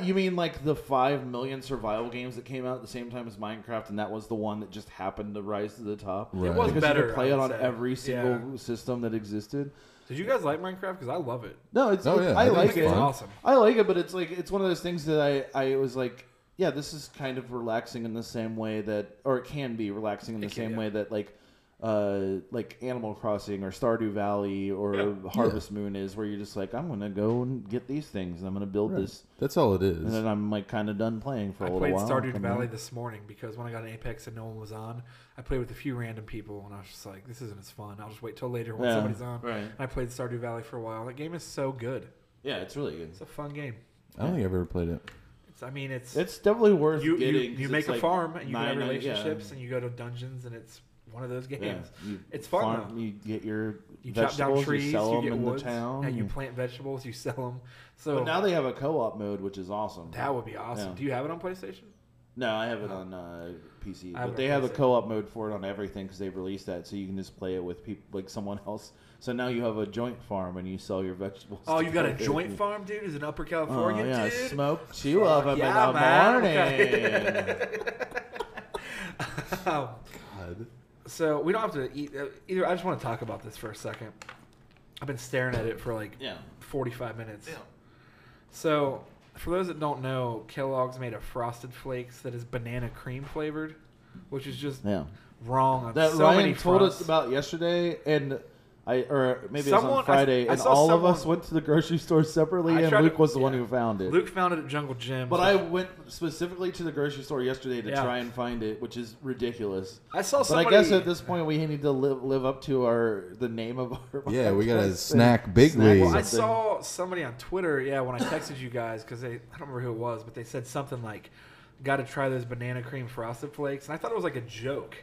S1: you mean like the five million survival games that came out at the same time as Minecraft and that was the one that just happened to rise to the top.
S4: It was
S1: because you
S3: better,
S1: could play
S3: I
S1: it
S3: would
S1: on
S3: say.
S1: every single
S3: Yeah.
S1: system that existed.
S3: Did you guys like Minecraft? Because I love it.
S1: No, it's,
S4: Oh,
S1: it-
S4: yeah, I
S1: I,
S4: think
S1: like
S4: it's
S1: it.
S4: fun.
S3: Awesome.
S1: I like it, but it's like it's one of those things that I I was like, yeah, this is kind of relaxing in the same way that, or it can be relaxing in the
S3: It can,
S1: same
S3: yeah.
S1: way that like. Uh, like Animal Crossing or Stardew Valley or
S3: Yeah.
S1: Harvest Moon is where you're just like I'm gonna go and get these things and I'm gonna build this
S4: That's all it
S1: and
S4: is.
S1: then I'm like kind of done playing for a
S3: I
S1: little
S3: played
S1: while.
S3: Stardew
S1: come
S3: Valley
S1: back.
S3: this morning because when I got an Apex and no one was on, I played with a few random people and I was just like, this isn't as fun. I'll just wait till later when
S1: Yeah,
S3: somebody's on.
S1: right.
S3: And I played Stardew Valley for a while. That game is so good.
S1: Yeah, it's really good.
S3: It's a fun game.
S4: I don't think I've ever played it.
S3: It's, I mean, it's
S1: It's definitely worth
S3: you, you,
S1: getting. 'cause
S3: you
S1: it's
S3: make a
S1: like
S3: farm and you
S1: nine-
S3: have
S1: yeah.
S3: relationships and you go to dungeons and it's one of those games.
S1: you
S3: It's fun,
S1: farm-
S3: though.
S1: You get your
S3: You chop
S1: vegetables,
S3: down trees,
S1: you
S3: you,
S1: sell them
S3: get
S1: in
S3: woods,
S1: the town.
S3: and you
S1: you-
S3: plant vegetables, you sell them. So
S1: but now they have a co-op mode, which is awesome.
S3: that would be awesome.
S1: Yeah.
S3: Do you have it on PlayStation?
S1: No, I have it on uh, PC,
S3: I have
S1: but
S3: it
S1: they
S3: on
S1: have a
S3: PC.
S1: co-op mode for it on everything because they've released that, so you can just play it with people like someone else. So now you have a joint farm and you sell your vegetables.
S3: Oh,
S1: to
S3: you got a
S1: people.
S3: joint farm, dude? Is in Upper
S1: Oh
S3: California,
S1: yeah,
S3: dude?
S1: smoke two of them
S3: yeah,
S1: in the
S3: man.
S1: morning.
S3: [LAUGHS] Um,
S4: God.
S3: so we don't have to eat. uh, Either I just want to talk about this for a second. I've been staring at it for like
S1: [LAUGHS] Yeah.
S3: 45 minutes. So, for those that don't know, Kellogg's made a Frosted Flakes that is banana cream flavored, which is just
S1: yeah.
S3: wrong on
S1: That
S3: so many
S1: Ryan told
S3: fronts.
S1: us about yesterday, and I or maybe it was
S3: Someone- I-
S1: on Friday,
S3: I
S1: and
S3: saw
S1: all
S3: someone-
S1: of us went to the grocery store separately,
S3: I
S1: and
S3: tried to-
S1: Luke was the one
S3: yeah.
S1: who found it.
S3: Luke found it at Jungle Gym.
S1: But
S3: so-
S1: I went specifically to the grocery store yesterday to
S3: Yeah.
S1: try and find it, which is ridiculous.
S3: I saw
S1: But I
S3: somebody.
S1: guess at this point we need to live live up to our the name of our
S4: Yeah, we gotta
S1: podcast.
S4: snack big
S1: Snack
S4: league.
S3: Well, I
S1: something.
S3: saw somebody on Twitter. Yeah, when I texted you guys because they I don't remember who it was, but they said something like, "Got to try those banana cream frosted flakes," and I thought it was like a joke.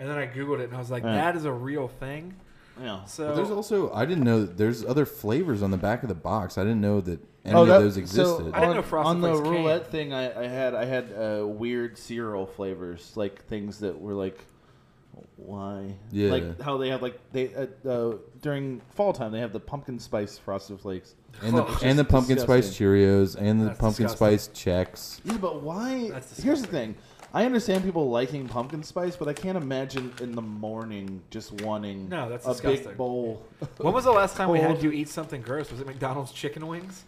S3: And then I googled it and I was like,
S1: Yeah.
S3: "That is a real thing."
S1: Yeah.
S3: So
S4: But there's also I didn't know that there's other flavors on the back of the box. I didn't know that any
S1: Oh, that-
S4: of those
S1: So
S4: existed.
S3: I didn't
S1: on,
S3: know Frosted
S1: on the
S3: Flakes came.
S1: roulette thing I, I had, I had uh, weird cereal flavors, like things that were like, why?
S4: Yeah.
S1: Like how they have like they uh, uh, during fall time they have the pumpkin spice frosted flakes.
S4: and the,
S3: Oh, it's
S4: and the
S1: just
S4: pumpkin spice
S1: disgusting.
S4: Cheerios and the
S3: That's
S4: pumpkin
S3: disgusting.
S4: spice checks.
S1: Yeah, but why?
S3: That's
S1: Here's the thing. I understand people liking pumpkin spice, but I can't imagine in the morning just wanting
S3: No, that's
S1: a
S3: disgusting.
S1: big bowl. [LAUGHS]
S3: when was the last time we had
S1: Cold.
S3: you eat something gross? Was it McDonald's chicken wings?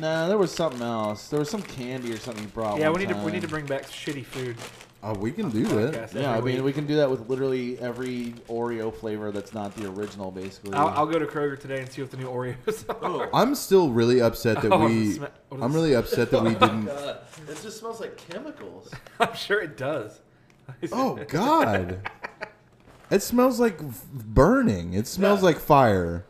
S1: nah, there was something else. There was some candy or something you brought.
S3: yeah,
S1: one
S3: we need to we
S1: time.
S3: need to bring back shitty food.
S4: Oh, we can do
S3: Podcast
S4: that.
S1: Yeah, I
S3: every
S1: mean,
S3: week.
S1: we can do that with literally every Oreo flavor that's not the original, basically.
S3: I'll, I'll go to Kroger today and see what the new Oreos [LAUGHS] are.
S4: I'm still really upset
S3: [LAUGHS]
S4: that
S3: Oh,
S4: we.
S3: sma- what is
S4: I'm really
S3: [LAUGHS]
S4: upset that we didn't.
S1: Uh, it just smells like chemicals.
S3: I'm sure it does.
S4: Oh God! It smells like f- burning. It smells like fire.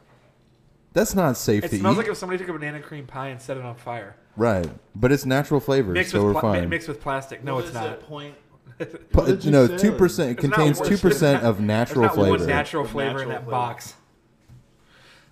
S4: That's not safe
S3: It
S4: to
S3: smells
S4: eat.
S3: like if somebody took a banana cream pie and set it on fire.
S4: right, but it's natural flavors,
S3: Mixed
S4: so
S3: with
S4: we're
S3: pla- mi-
S4: fine.
S3: mixed with plastic. No, it's not.
S1: point.
S4: Pu-
S1: did you
S4: no,
S1: say?
S4: two percent. It
S3: There's not
S4: contains
S3: one-
S4: two
S3: [LAUGHS]
S4: percent of
S3: There's
S4: natural
S3: not
S4: flavor.
S3: one natural flavor
S1: Natural
S3: in that
S1: flavor.
S3: box.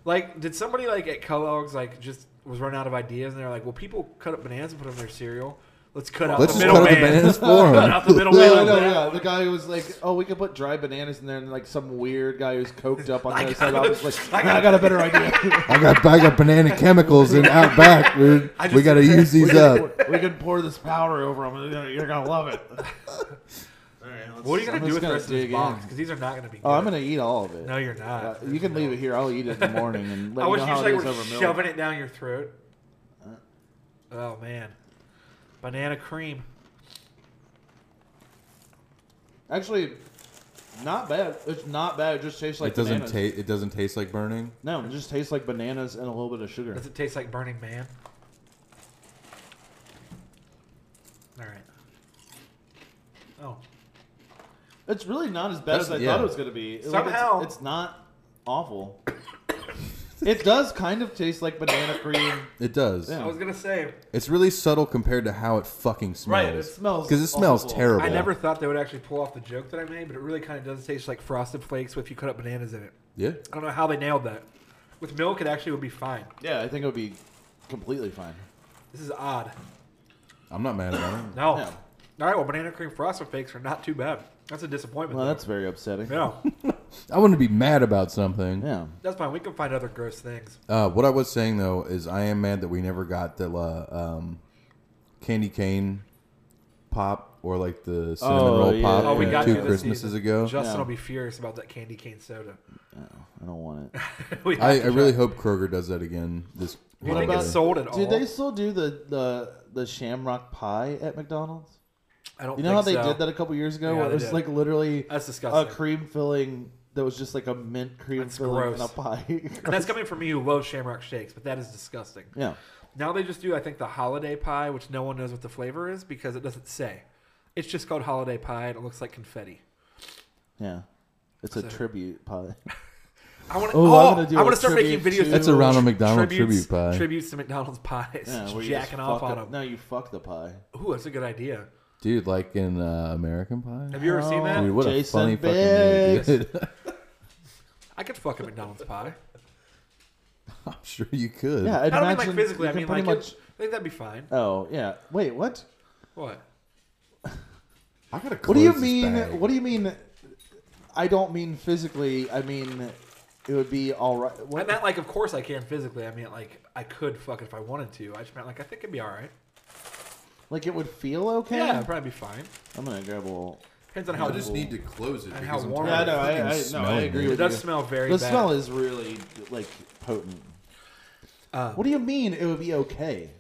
S3: Like, did somebody like at Kellogg's like just was running out of ideas and they're like, well, people cut up bananas and put them in their cereal. Let's cut out
S4: Let's
S3: the
S4: just cut
S3: middle
S4: up the
S3: man. [LAUGHS]
S4: bananas for
S3: Cut
S4: 'em.
S3: out the
S4: [LAUGHS]
S3: middle
S1: No,
S3: man.
S1: no, no, yeah. The guy who was like, "Oh, we could put dry bananas in there," and like some weird guy who's coked up on
S3: [LAUGHS]
S1: the other side of the office, like, "Nah, "I got a better idea.
S4: I got I got
S3: [LAUGHS]
S4: banana chemicals in out back, dude.
S3: I just-
S4: We
S3: [LAUGHS]
S4: got to use these
S3: uh,
S1: [LAUGHS]
S4: up.
S1: we can pour this powder over them. You're gonna love it." All right, let's-
S3: What are you gonna
S1: I'm
S3: do
S1: just
S3: with the rest of this
S1: dig
S3: box?
S1: in.
S3: Because these are not gonna be. Good.
S1: Oh, I'm gonna eat all of it.
S3: No, you're not.
S1: Uh, you can leave it here. I'll eat it in the morning and let
S3: I
S1: you
S3: wish
S1: know
S3: you
S1: how
S3: just
S1: it
S3: like
S1: is
S3: were
S1: over milk.
S3: shoving it down your throat. Oh man, banana cream.
S1: Actually, not bad. It's not bad. It just tastes like
S4: it doesn't
S1: bananas.
S4: taste. It doesn't taste like burning.
S1: No, it just tastes like bananas and a little bit of sugar.
S3: Does it taste like Burning Man? All right. Oh,
S1: It's really not as bad
S4: That's-
S1: as I
S4: yeah.
S1: thought it was going to be. Like, it's-
S3: Somehow.
S1: it's, not awful. it does kind of taste like banana cream.
S4: It does.
S1: Yeah.
S3: I was gonna say
S4: It's really subtle compared to how it fucking smells.
S1: Right, it smells
S4: because it smells
S1: awful.
S4: terrible.
S3: I never thought they would actually pull off the joke that I made, but it really kind of does taste like Frosted Flakes if you cut up bananas in it.
S4: Yeah.
S3: I don't know how they nailed that. With milk, it actually would be fine.
S1: Yeah, I think it would be completely fine.
S3: This is odd.
S4: I'm not mad about it.
S3: No.
S1: Yeah.
S3: All right. Well, banana cream Frosted Flakes are not too bad. That's a disappointment.
S1: Well,
S3: though.
S1: that's very upsetting.
S3: yeah.
S4: I wouldn't be mad about something.
S1: Yeah.
S3: That's fine. We can find other gross things.
S4: Uh, what I was saying though is I am mad that we never got the uh, um, candy cane pop or like the cinnamon
S1: Oh,
S4: roll
S1: yeah,
S4: pop
S1: Oh, we
S4: from
S1: got
S4: two
S1: you this
S4: Christmases
S3: season.
S4: ago.
S3: Justin
S1: Yeah.
S3: will be furious about that candy cane soda. [LAUGHS]
S1: No, I don't want it.
S3: We have
S4: I,
S3: to
S4: I really
S3: try.
S4: hope Kroger does that again. This
S3: You think it's
S1: about-
S3: sold at all?
S1: Did they still do the, the, the shamrock pie at McDonald's?
S3: I don't.
S1: You know how they
S3: think so.
S1: did that a couple years ago?
S3: Yeah,
S1: where it
S3: they
S1: was
S3: did.
S1: like literally
S3: That's
S1: a
S3: disgusting.
S1: cream filling that was just like a mint cream
S3: That's
S1: filling in a
S3: gross.
S1: pie. [LAUGHS]
S3: And that's coming from me who loves Shamrock Shakes, but that is disgusting.
S1: yeah.
S3: Now they just do, I think, the holiday pie, which no one knows what the flavor is because it doesn't say. It's just called holiday pie, and it looks like confetti.
S1: Yeah. It's a tribute pie.
S3: I want to.
S1: Oh,
S3: Oh,
S1: I'm gonna do
S3: I
S1: a
S3: want to start making
S1: tribute
S3: videos.
S1: to-
S4: That's a Ronald McDonald
S3: tributes-
S4: tribute pie.
S3: Tributes to McDonald's pies,
S1: Yeah,
S3: just
S1: where you just
S3: jacking off
S1: fuck
S3: on
S1: the-
S3: them.
S1: No, you fuck the pie.
S3: Ooh, that's a good idea.
S4: Dude, like in uh, American Pie.
S3: Have you ever seen that?
S4: Dude, what
S1: Jason
S4: a funny fucking movie.
S1: Biggs.
S4: dude.
S3: I could fuck a McDonald's pie.
S4: [LAUGHS] I'm sure you could.
S1: Yeah, I'd
S3: I don't mean
S1: imagine
S3: like physically.
S1: you
S3: I
S1: can
S3: mean
S1: pretty
S3: like
S1: much.
S3: it- I think that'd be fine.
S1: Oh yeah. Wait, what?
S3: What?
S4: I gotta.
S1: What do you
S4: close this
S1: mean?
S4: bag.
S1: What do you mean? I don't mean physically. I mean it would be all right.
S3: I
S1: What?
S3: meant like, of course I can physically. I mean like I could fuck if I wanted to. I just meant like I think it'd be all right.
S1: Like it would feel okay.
S3: Yeah, it'd probably be fine.
S1: I'm gonna grab a little.
S3: Depends on how.
S4: I just need to close it.
S3: And
S4: because
S3: how
S4: I'm
S3: warm it
S4: tired of
S3: is. Yeah,
S1: I know, I- I- no, I
S4: fucking smelling
S1: agree
S4: it.
S1: with
S3: It does
S1: you.
S3: smell very.
S1: The
S3: bad.
S1: smell is really like potent. what do you mean it would be okay?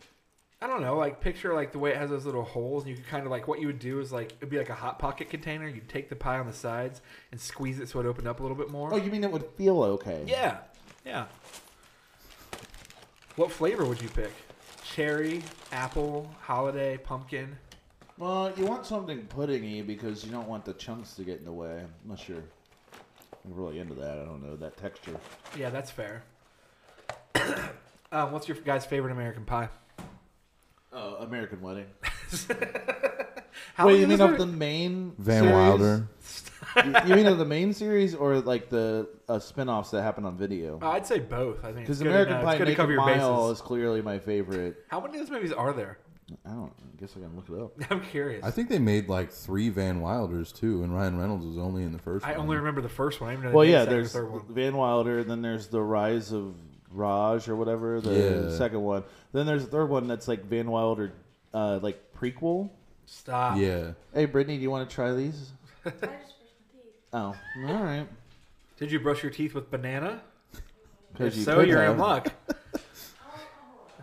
S3: I don't know, like picture like the way it has those little holes, and you could kind of like what you would do is like it'd be like a hot pocket container. You'd take the pie on the sides and squeeze it so it opened up a little bit more.
S1: Oh, you mean it would feel okay?
S3: yeah, yeah. What flavor would you pick? Cherry, apple, holiday, pumpkin.
S1: Well, you want something puddingy because you don't want the chunks to get in the way. Unless you're really into that. I don't know that texture.
S3: Yeah, that's fair. [COUGHS] um, what's your guy's favorite American pie?
S1: Oh, American Wedding.
S3: How
S1: Wait,
S3: long
S1: you
S3: is
S1: mean
S3: this
S1: of the
S3: movie-
S1: main
S4: Van
S1: series?
S4: Wilder.
S1: you, you mean of the main series or like the uh, spin-offs that happen on video?
S3: Uh, I'd say both. I think
S1: Because
S3: it's good
S1: American
S3: to, know-
S1: Pie
S3: it's good to
S1: Naked
S3: cover your
S1: Mile
S3: bases.
S1: is clearly my favorite.
S3: How many of those movies are there?
S1: I don't. I guess I can look it up.
S3: [LAUGHS] I'm curious.
S4: I think they made like three Van Wilders too, and Ryan Reynolds was only in the first.
S3: I
S4: one.
S3: only remember the first one. I even
S1: Well, yeah. There's
S3: there's the third one.
S1: Van Wilder. Then there's the Rise of Raj or whatever the
S4: Yeah.
S1: second one. Then there's a third one that's like Van Wilder, uh, like prequel.
S3: Stop.
S4: Yeah,
S1: Hey, Brittany, do you want to try these?
S6: I just brushed my teeth.
S1: Oh, all right.
S3: Did you brush your teeth with banana? If
S1: 'Cause you
S3: so,
S1: could
S3: you're in
S1: have.
S3: luck.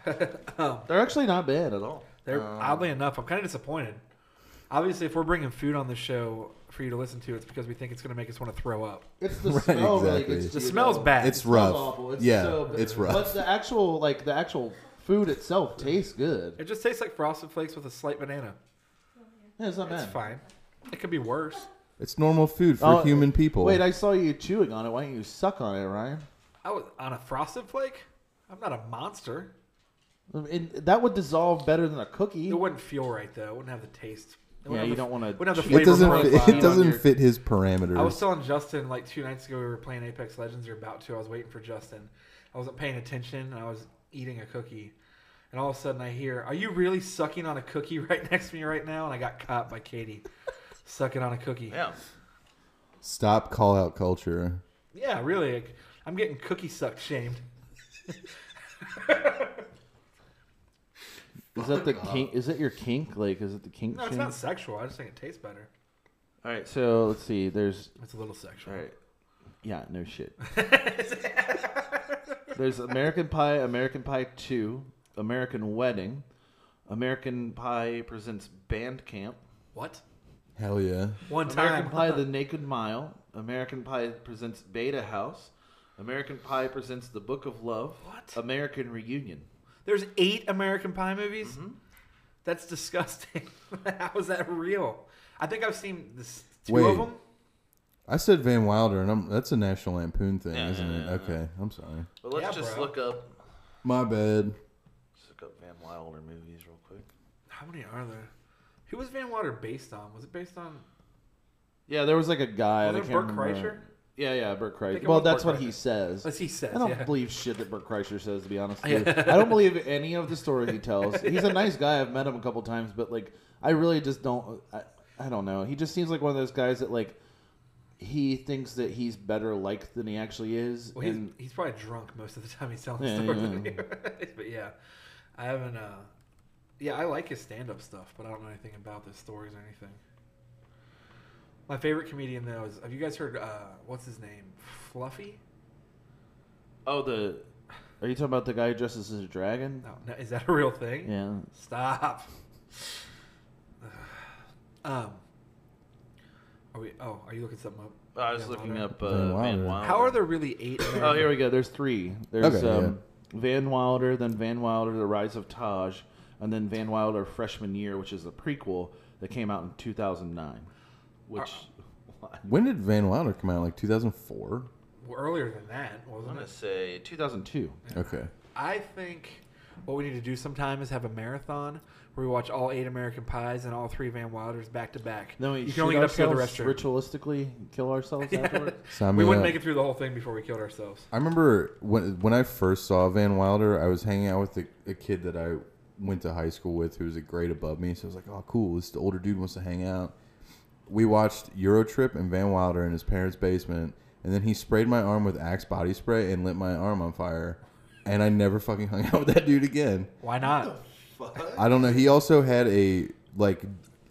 S1: They're actually not bad at all. [LAUGHS]
S3: They're, oddly enough, I'm kind of disappointed. Obviously, if we're bringing food on the show for you to listen to, it's because we think it's going to make us want to throw up.
S1: It's [LAUGHS] the
S4: Right,
S1: smell. Like,
S4: exactly.
S1: it's
S3: The smell's bad.
S4: it's
S1: That's
S4: rough.
S1: awful. It's
S4: yeah,
S1: so bad.
S4: it's rough.
S1: But the actual like the actual food itself tastes good.
S3: it just tastes like frosted flakes with a slight banana.
S1: Yeah, it's not
S3: It's
S1: bad.
S3: fine. It could be worse.
S4: It's normal food for
S1: Oh,
S4: human people.
S1: Wait, I saw you chewing on it. Why don't you suck on it, Ryan?
S3: I was on a frosted flake. I'm not a monster.
S1: I mean, that would dissolve better than a cookie.
S3: It wouldn't feel right though. It wouldn't have the taste. It wouldn't
S1: Yeah,
S3: have
S1: you
S3: the-
S1: don't wanna
S3: Wouldn't have the
S1: chew-
S4: it
S3: flavor
S4: doesn't.
S1: profile
S4: Fit,
S1: on
S4: it
S3: profile.
S4: doesn't
S1: your-
S4: fit his
S3: I was
S4: parameters.
S3: telling Justin like two nights ago. We were playing Apex Legends. Or about to. I was waiting for Justin. I wasn't paying attention. and I was eating a cookie, and all of a sudden I hear, "Are you really sucking on a cookie [LAUGHS] right next to me right now?" And I got caught by Katie sucking on a cookie. Yeah,
S4: Stop call out culture.
S3: yeah, really. Like, I'm getting cookie suck shamed.
S1: Is that the kink? Is it your kink? Like, is it the kink?
S3: No, it's
S1: shame?
S3: not sexual. I just think it tastes better.
S1: All right, so let's see. There's
S3: It's a little sexual.
S1: all right. Yeah, no
S3: [LAUGHS]
S1: shit. There's American Pie, American Pie Two, American Wedding, American Pie presents Band Camp,
S3: What?
S4: Hell yeah.
S3: One
S1: American
S3: time.
S1: Pie The Naked Mile, American Pie presents Beta House, American Pie presents The Book of Love,
S3: What?
S1: American Reunion.
S3: [LAUGHS] There's eight American Pie movies.
S1: Mm-hmm.
S3: That's disgusting. [LAUGHS] How is that real? I think I've seen this, two
S4: Wait.
S3: of them.
S4: I said Van Wilder, and I'm, that's a National Lampoon thing, isn't it? Okay, I'm sorry.
S1: But let's
S3: Yeah,
S1: just
S3: bro.
S1: look up
S4: My bad.
S1: let's look up Van Wilder movies real quick.
S3: How many are there? Who was Van Wilder based on? Was it based on?
S1: Yeah, there was like a guy.
S3: Was
S1: I
S3: it
S1: can't
S3: Burt
S1: remember.
S3: Kreischer?
S1: Yeah, yeah, Burt
S3: think
S1: Kreischer.
S3: it
S1: Well,
S3: was Burt
S1: that's what he
S3: Kreischer.
S1: says.
S3: As he says,
S1: I don't
S3: yeah.
S1: believe shit that Burt Kreischer says, to be honest with you. I don't believe any of the stories he tells. He's a nice guy. I've met him a couple times, but like, I really just don't. I, I don't know. He just seems like one of those guys that like he thinks that he's better liked than he actually is.
S3: Well, he's,
S1: and
S3: he's probably drunk most of the time he's telling
S1: Yeah,
S3: stories. [LAUGHS] but yeah, I haven't. Uh, yeah, I like his stand-up stuff, but I don't know anything about the stories or anything. My favorite comedian though is. Have you guys heard? Uh, what's his name? Fluffy?
S1: oh, the are you talking about the guy who dresses as a dragon?
S3: No, no is that a real thing?
S1: Yeah.
S3: Stop. [SIGHS] um. Are we? Oh, are you looking something up?
S1: I was
S3: Yeah,
S1: looking
S3: Wilder.
S1: up uh,
S4: Van
S1: Van
S4: Wilder.
S1: Wilder.
S3: How are there really eight? [COUGHS]
S1: Oh,
S3: American-
S1: here we go. There's three. There's
S4: Okay,
S1: um, Van Wilder, then Van Wilder: The Rise of Taj, and then Van Wilder: Freshman Year, which is the prequel that came out in 2009. Which [LAUGHS]
S4: When did Van Wilder come out? Like 2004?
S3: Well, earlier than that,
S1: I'm
S3: wasn't
S1: gonna
S3: it?
S1: say 2002.
S4: Okay.
S3: I think What we need to do sometime is have a marathon where we watch all eight American Pies and all three Van Wilders back to back.
S1: Then we
S3: you
S1: shoot
S3: can only get up to go to the
S1: ourselves,
S3: restroom.
S1: Ritualistically kill ourselves
S3: [LAUGHS]
S1: afterward.
S4: Sign
S3: we
S4: me
S3: wouldn't
S4: up.
S3: make it through the whole thing before we killed ourselves.
S4: I remember when when I first saw Van Wilder, I was hanging out with a, a kid that I went to high school with who was a grade above me. So I was like, "Oh, cool! This older dude wants to hang out." We watched Eurotrip and Van Wilder in his parents' basement, and then he sprayed my arm with Axe body spray and lit my arm on fire. And I never fucking [LAUGHS] hung out with that dude again.
S3: Why not?
S4: I don't know. He also had a like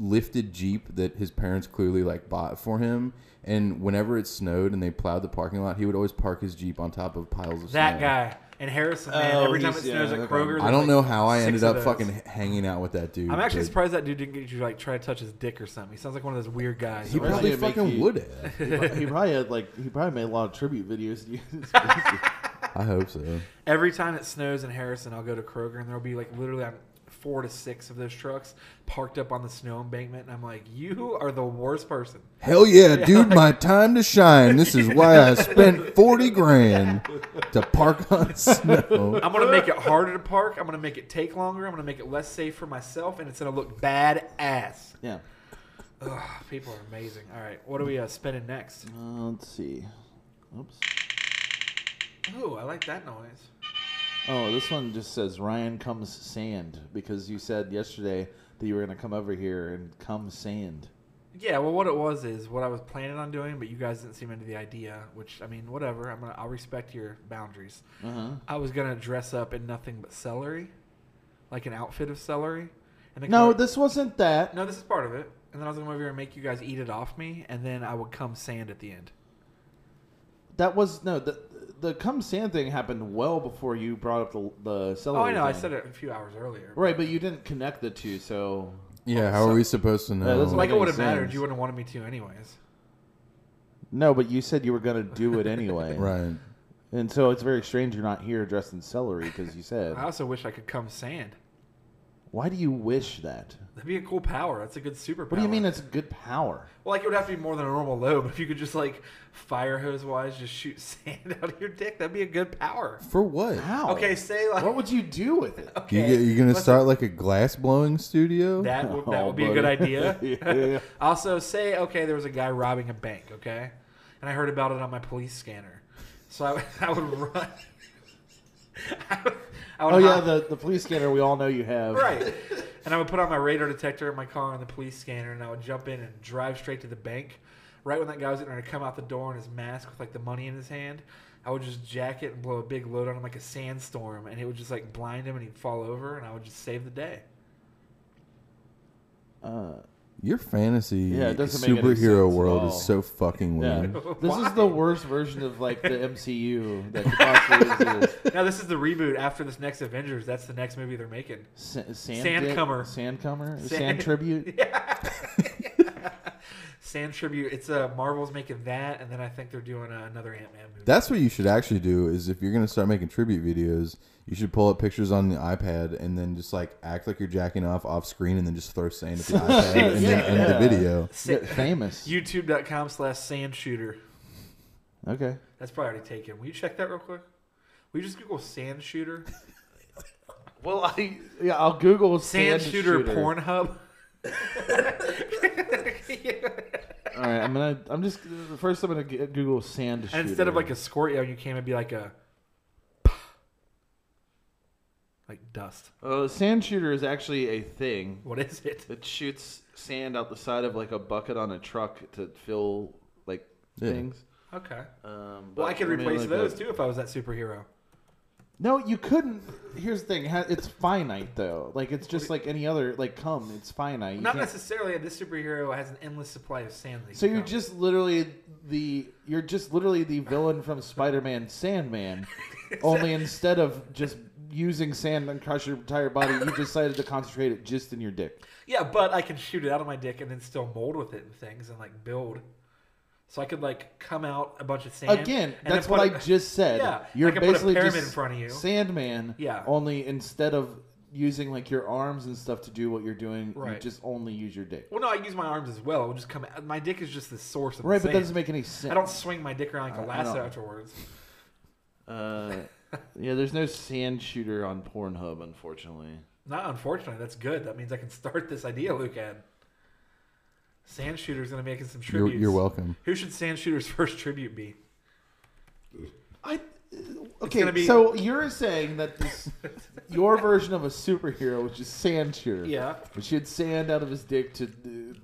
S4: lifted Jeep that his parents clearly like bought for him. And whenever it snowed and they plowed the parking lot, he would always park his Jeep on top of piles of
S3: That
S4: snow.
S3: guy and Harrison, man.
S1: Oh,
S3: every time it
S1: he's-
S3: snows
S1: yeah,
S3: at
S1: that
S3: Kroger, there's,
S4: I don't
S3: like,
S4: know how I
S3: six
S4: ended
S3: of
S4: up
S3: those.
S4: fucking h- hanging out with that dude.
S3: I'm actually
S4: but
S3: surprised that dude didn't get you to, like try to touch his dick or something. He sounds like one of those weird guys.
S4: He
S3: Or, like,
S4: probably
S1: Really make
S4: fucking
S1: you- [LAUGHS]
S4: would have.
S1: he probably had like he probably made a lot of tribute videos. to you. [LAUGHS]
S4: I hope so.
S3: Every time it snows in Harrison, I'll go to Kroger and there'll be like literally um, four to six of those trucks parked up on the snow embankment, and I'm like, you are the worst person.
S4: Hell yeah, dude, my time to shine. This is why
S1: [LAUGHS]
S4: I spent 40 grand to park on [LAUGHS] snow.
S3: I'm gonna make it harder to park. I'm gonna make it take longer. I'm gonna make it less safe for myself, and it's gonna look bad ass.
S1: yeah.
S3: Ugh, people are amazing. All right, what are we uh, spinning next?
S1: Uh, let's see. Oops.
S3: Ooh, I like that noise.
S1: Oh, this one just says Ryan comes sand because you said yesterday that you were gonna come over here and come sand.
S3: Yeah, well, what it was is what I was planning on doing, but you guys didn't seem into the idea. Which I mean, whatever. I'm gonna I'll respect your boundaries.
S1: Uh huh.
S3: I was gonna dress up in nothing but celery, like an outfit of celery. And then come
S1: No,
S3: over-
S1: this wasn't that.
S3: no, this is part of it. And then I was gonna come over here and make you guys eat it off me, and then I would come sand at the end.
S1: That was no. The the come sand thing happened well before you brought up the the celery.
S3: oh, I know. I
S1: thing.
S3: said it a few hours earlier.
S1: Right, but you didn't connect the two, so
S4: Yeah, how are we supposed to
S1: Yeah,
S4: know?
S1: that's
S3: Like it
S1: Makes
S3: would have mattered.
S1: sense.
S3: You would have wanted me to, anyways.
S1: no. But you said you were gonna do it [LAUGHS] anyway,
S4: right.
S1: And so it's very strange you're not here dressed in celery because you said.
S3: I also wish I could come sand.
S1: Why do you wish that?
S3: That'd be a cool power. That's a good superpower.
S1: What do you mean it's good power?
S3: Well, like it would have to be more than a normal load. But [LAUGHS] if you could just like fire hose wise, just shoot [LAUGHS] sand out of your dick, that'd be a good power.
S4: For what?
S1: How?
S3: Okay, say like
S1: Oh. What would you do with it?
S3: okay.
S4: You get, you're gonna
S3: Listen,
S4: start like a glass blowing studio.
S3: That would, that
S1: Oh,
S3: would be a good
S1: buddy.
S3: idea. [LAUGHS]
S1: Yeah. [LAUGHS]
S3: also, say okay, there was a guy robbing a bank, okay, and I heard about it on my police scanner, so I, [LAUGHS] would- I would run. I would, I
S1: [LAUGHS]
S3: would
S1: Oh yeah,
S3: hop-
S1: the, the police scanner we all know you have.
S3: [LAUGHS] right. And I would put on my radar detector in my car and the police scanner, and I would jump in and drive straight to the bank. Right when that guy was going to come out the door in his mask with like the money in his hand, I would just jack it and blow a big load on him like a sandstorm, and it would just like blind him and he'd fall over, and I would just save the day.
S1: Uh,
S4: Your fantasy
S1: Yeah, it doesn't make any
S4: superhero
S1: sense at
S4: world
S1: all.
S4: is so fucking
S1: yeah.
S4: weird.
S1: [LAUGHS] This is the worst version of like the MCU that could
S3: [LAUGHS]
S1: possibly exist.
S3: now this is the reboot after this next Avengers. That's the next movie they're making.
S1: Sa-
S3: Sandcomer.
S1: Sandcomer? Sand,
S3: [LAUGHS] Sand-
S1: tribute?
S3: Sand tribute. It's uh, Marvel's making that, and then I think they're doing uh, another Ant Man movie.
S4: That's what you should actually do. Is if you're gonna start making tribute videos, you should pull up pictures on the iPad and then just like act like you're jacking off off screen and then just throw sand at the iPad and then end
S1: Yeah.
S4: the video.
S1: Yeah, famous.
S3: YouTube.com slash sand shooter.
S1: okay.
S3: That's probably already taken. Will you check that real quick? Will you just Google sand shooter?
S1: Well, I yeah, I'll Google
S3: Sand,
S1: sand,
S3: shooter, Pornhub? [LAUGHS]
S1: All right, I'm gonna. I'm just first. I'm gonna g- Google sand shooter.
S3: And instead of like a squirt, yeah, you came and be like a. Like dust.
S1: uh, sand shooter is actually a thing.
S3: What is it?
S1: It shoots sand out the side of like a bucket on a truck to fill like
S4: Yeah.
S1: things.
S3: Okay.
S1: Um, but
S3: Well, I could
S1: let me
S3: replace
S1: look
S3: those
S1: up-
S3: too if I was that superhero.
S1: No, you couldn't. Here's the thing. ha- It's finite though. Like it's just like any other. Like cum. It's finite. You
S3: Not
S1: can't-
S3: necessarily. This superhero has an endless supply of sand. that he
S1: So you're
S3: can-
S1: just literally the you're just literally the villain from Spider-Man
S3: [LAUGHS]
S1: Sandman, only instead of just using sand across your entire body, you decided to concentrate it just in your dick.
S3: Yeah, but I can shoot it out of my dick and then still mold with it and things and like build. So I could like come out a bunch of sand.
S1: Again,
S3: and
S1: that's
S3: then
S1: what
S3: put
S1: I
S3: a-
S1: just said.
S3: Yeah, I
S1: you're
S3: can put a
S1: basically
S3: pyramid
S1: just
S3: in front of you.
S1: Sandman.
S3: Yeah.
S1: Only instead of using like your arms and stuff to do what you're doing, you
S3: Right.
S1: just only use your dick.
S3: [LAUGHS] Well, no, I use my arms as well. It would just come. out- My dick is just the source of the
S1: Right, but that
S3: sand.
S1: doesn't make any sense.
S3: I don't swing my dick around like
S1: I-
S3: a
S1: I
S3: lasso
S1: don't-
S3: afterwards.
S1: Uh,
S7: Yeah, there's no sand shooter on Pornhub, unfortunately.
S3: Not unfortunately, that's good. That means I can start this idea Luke had. Sand Shooter's gonna be making some
S4: You're,
S3: tributes.
S4: you're welcome.
S3: Who should Sand Shooter's [LAUGHS] first tribute be?
S1: I okay.
S3: gonna be-
S1: So you're saying that this [LAUGHS] your version of a superhero, which is Sand Shooter,
S3: Yeah.
S1: which he had sand out of his dick to uh,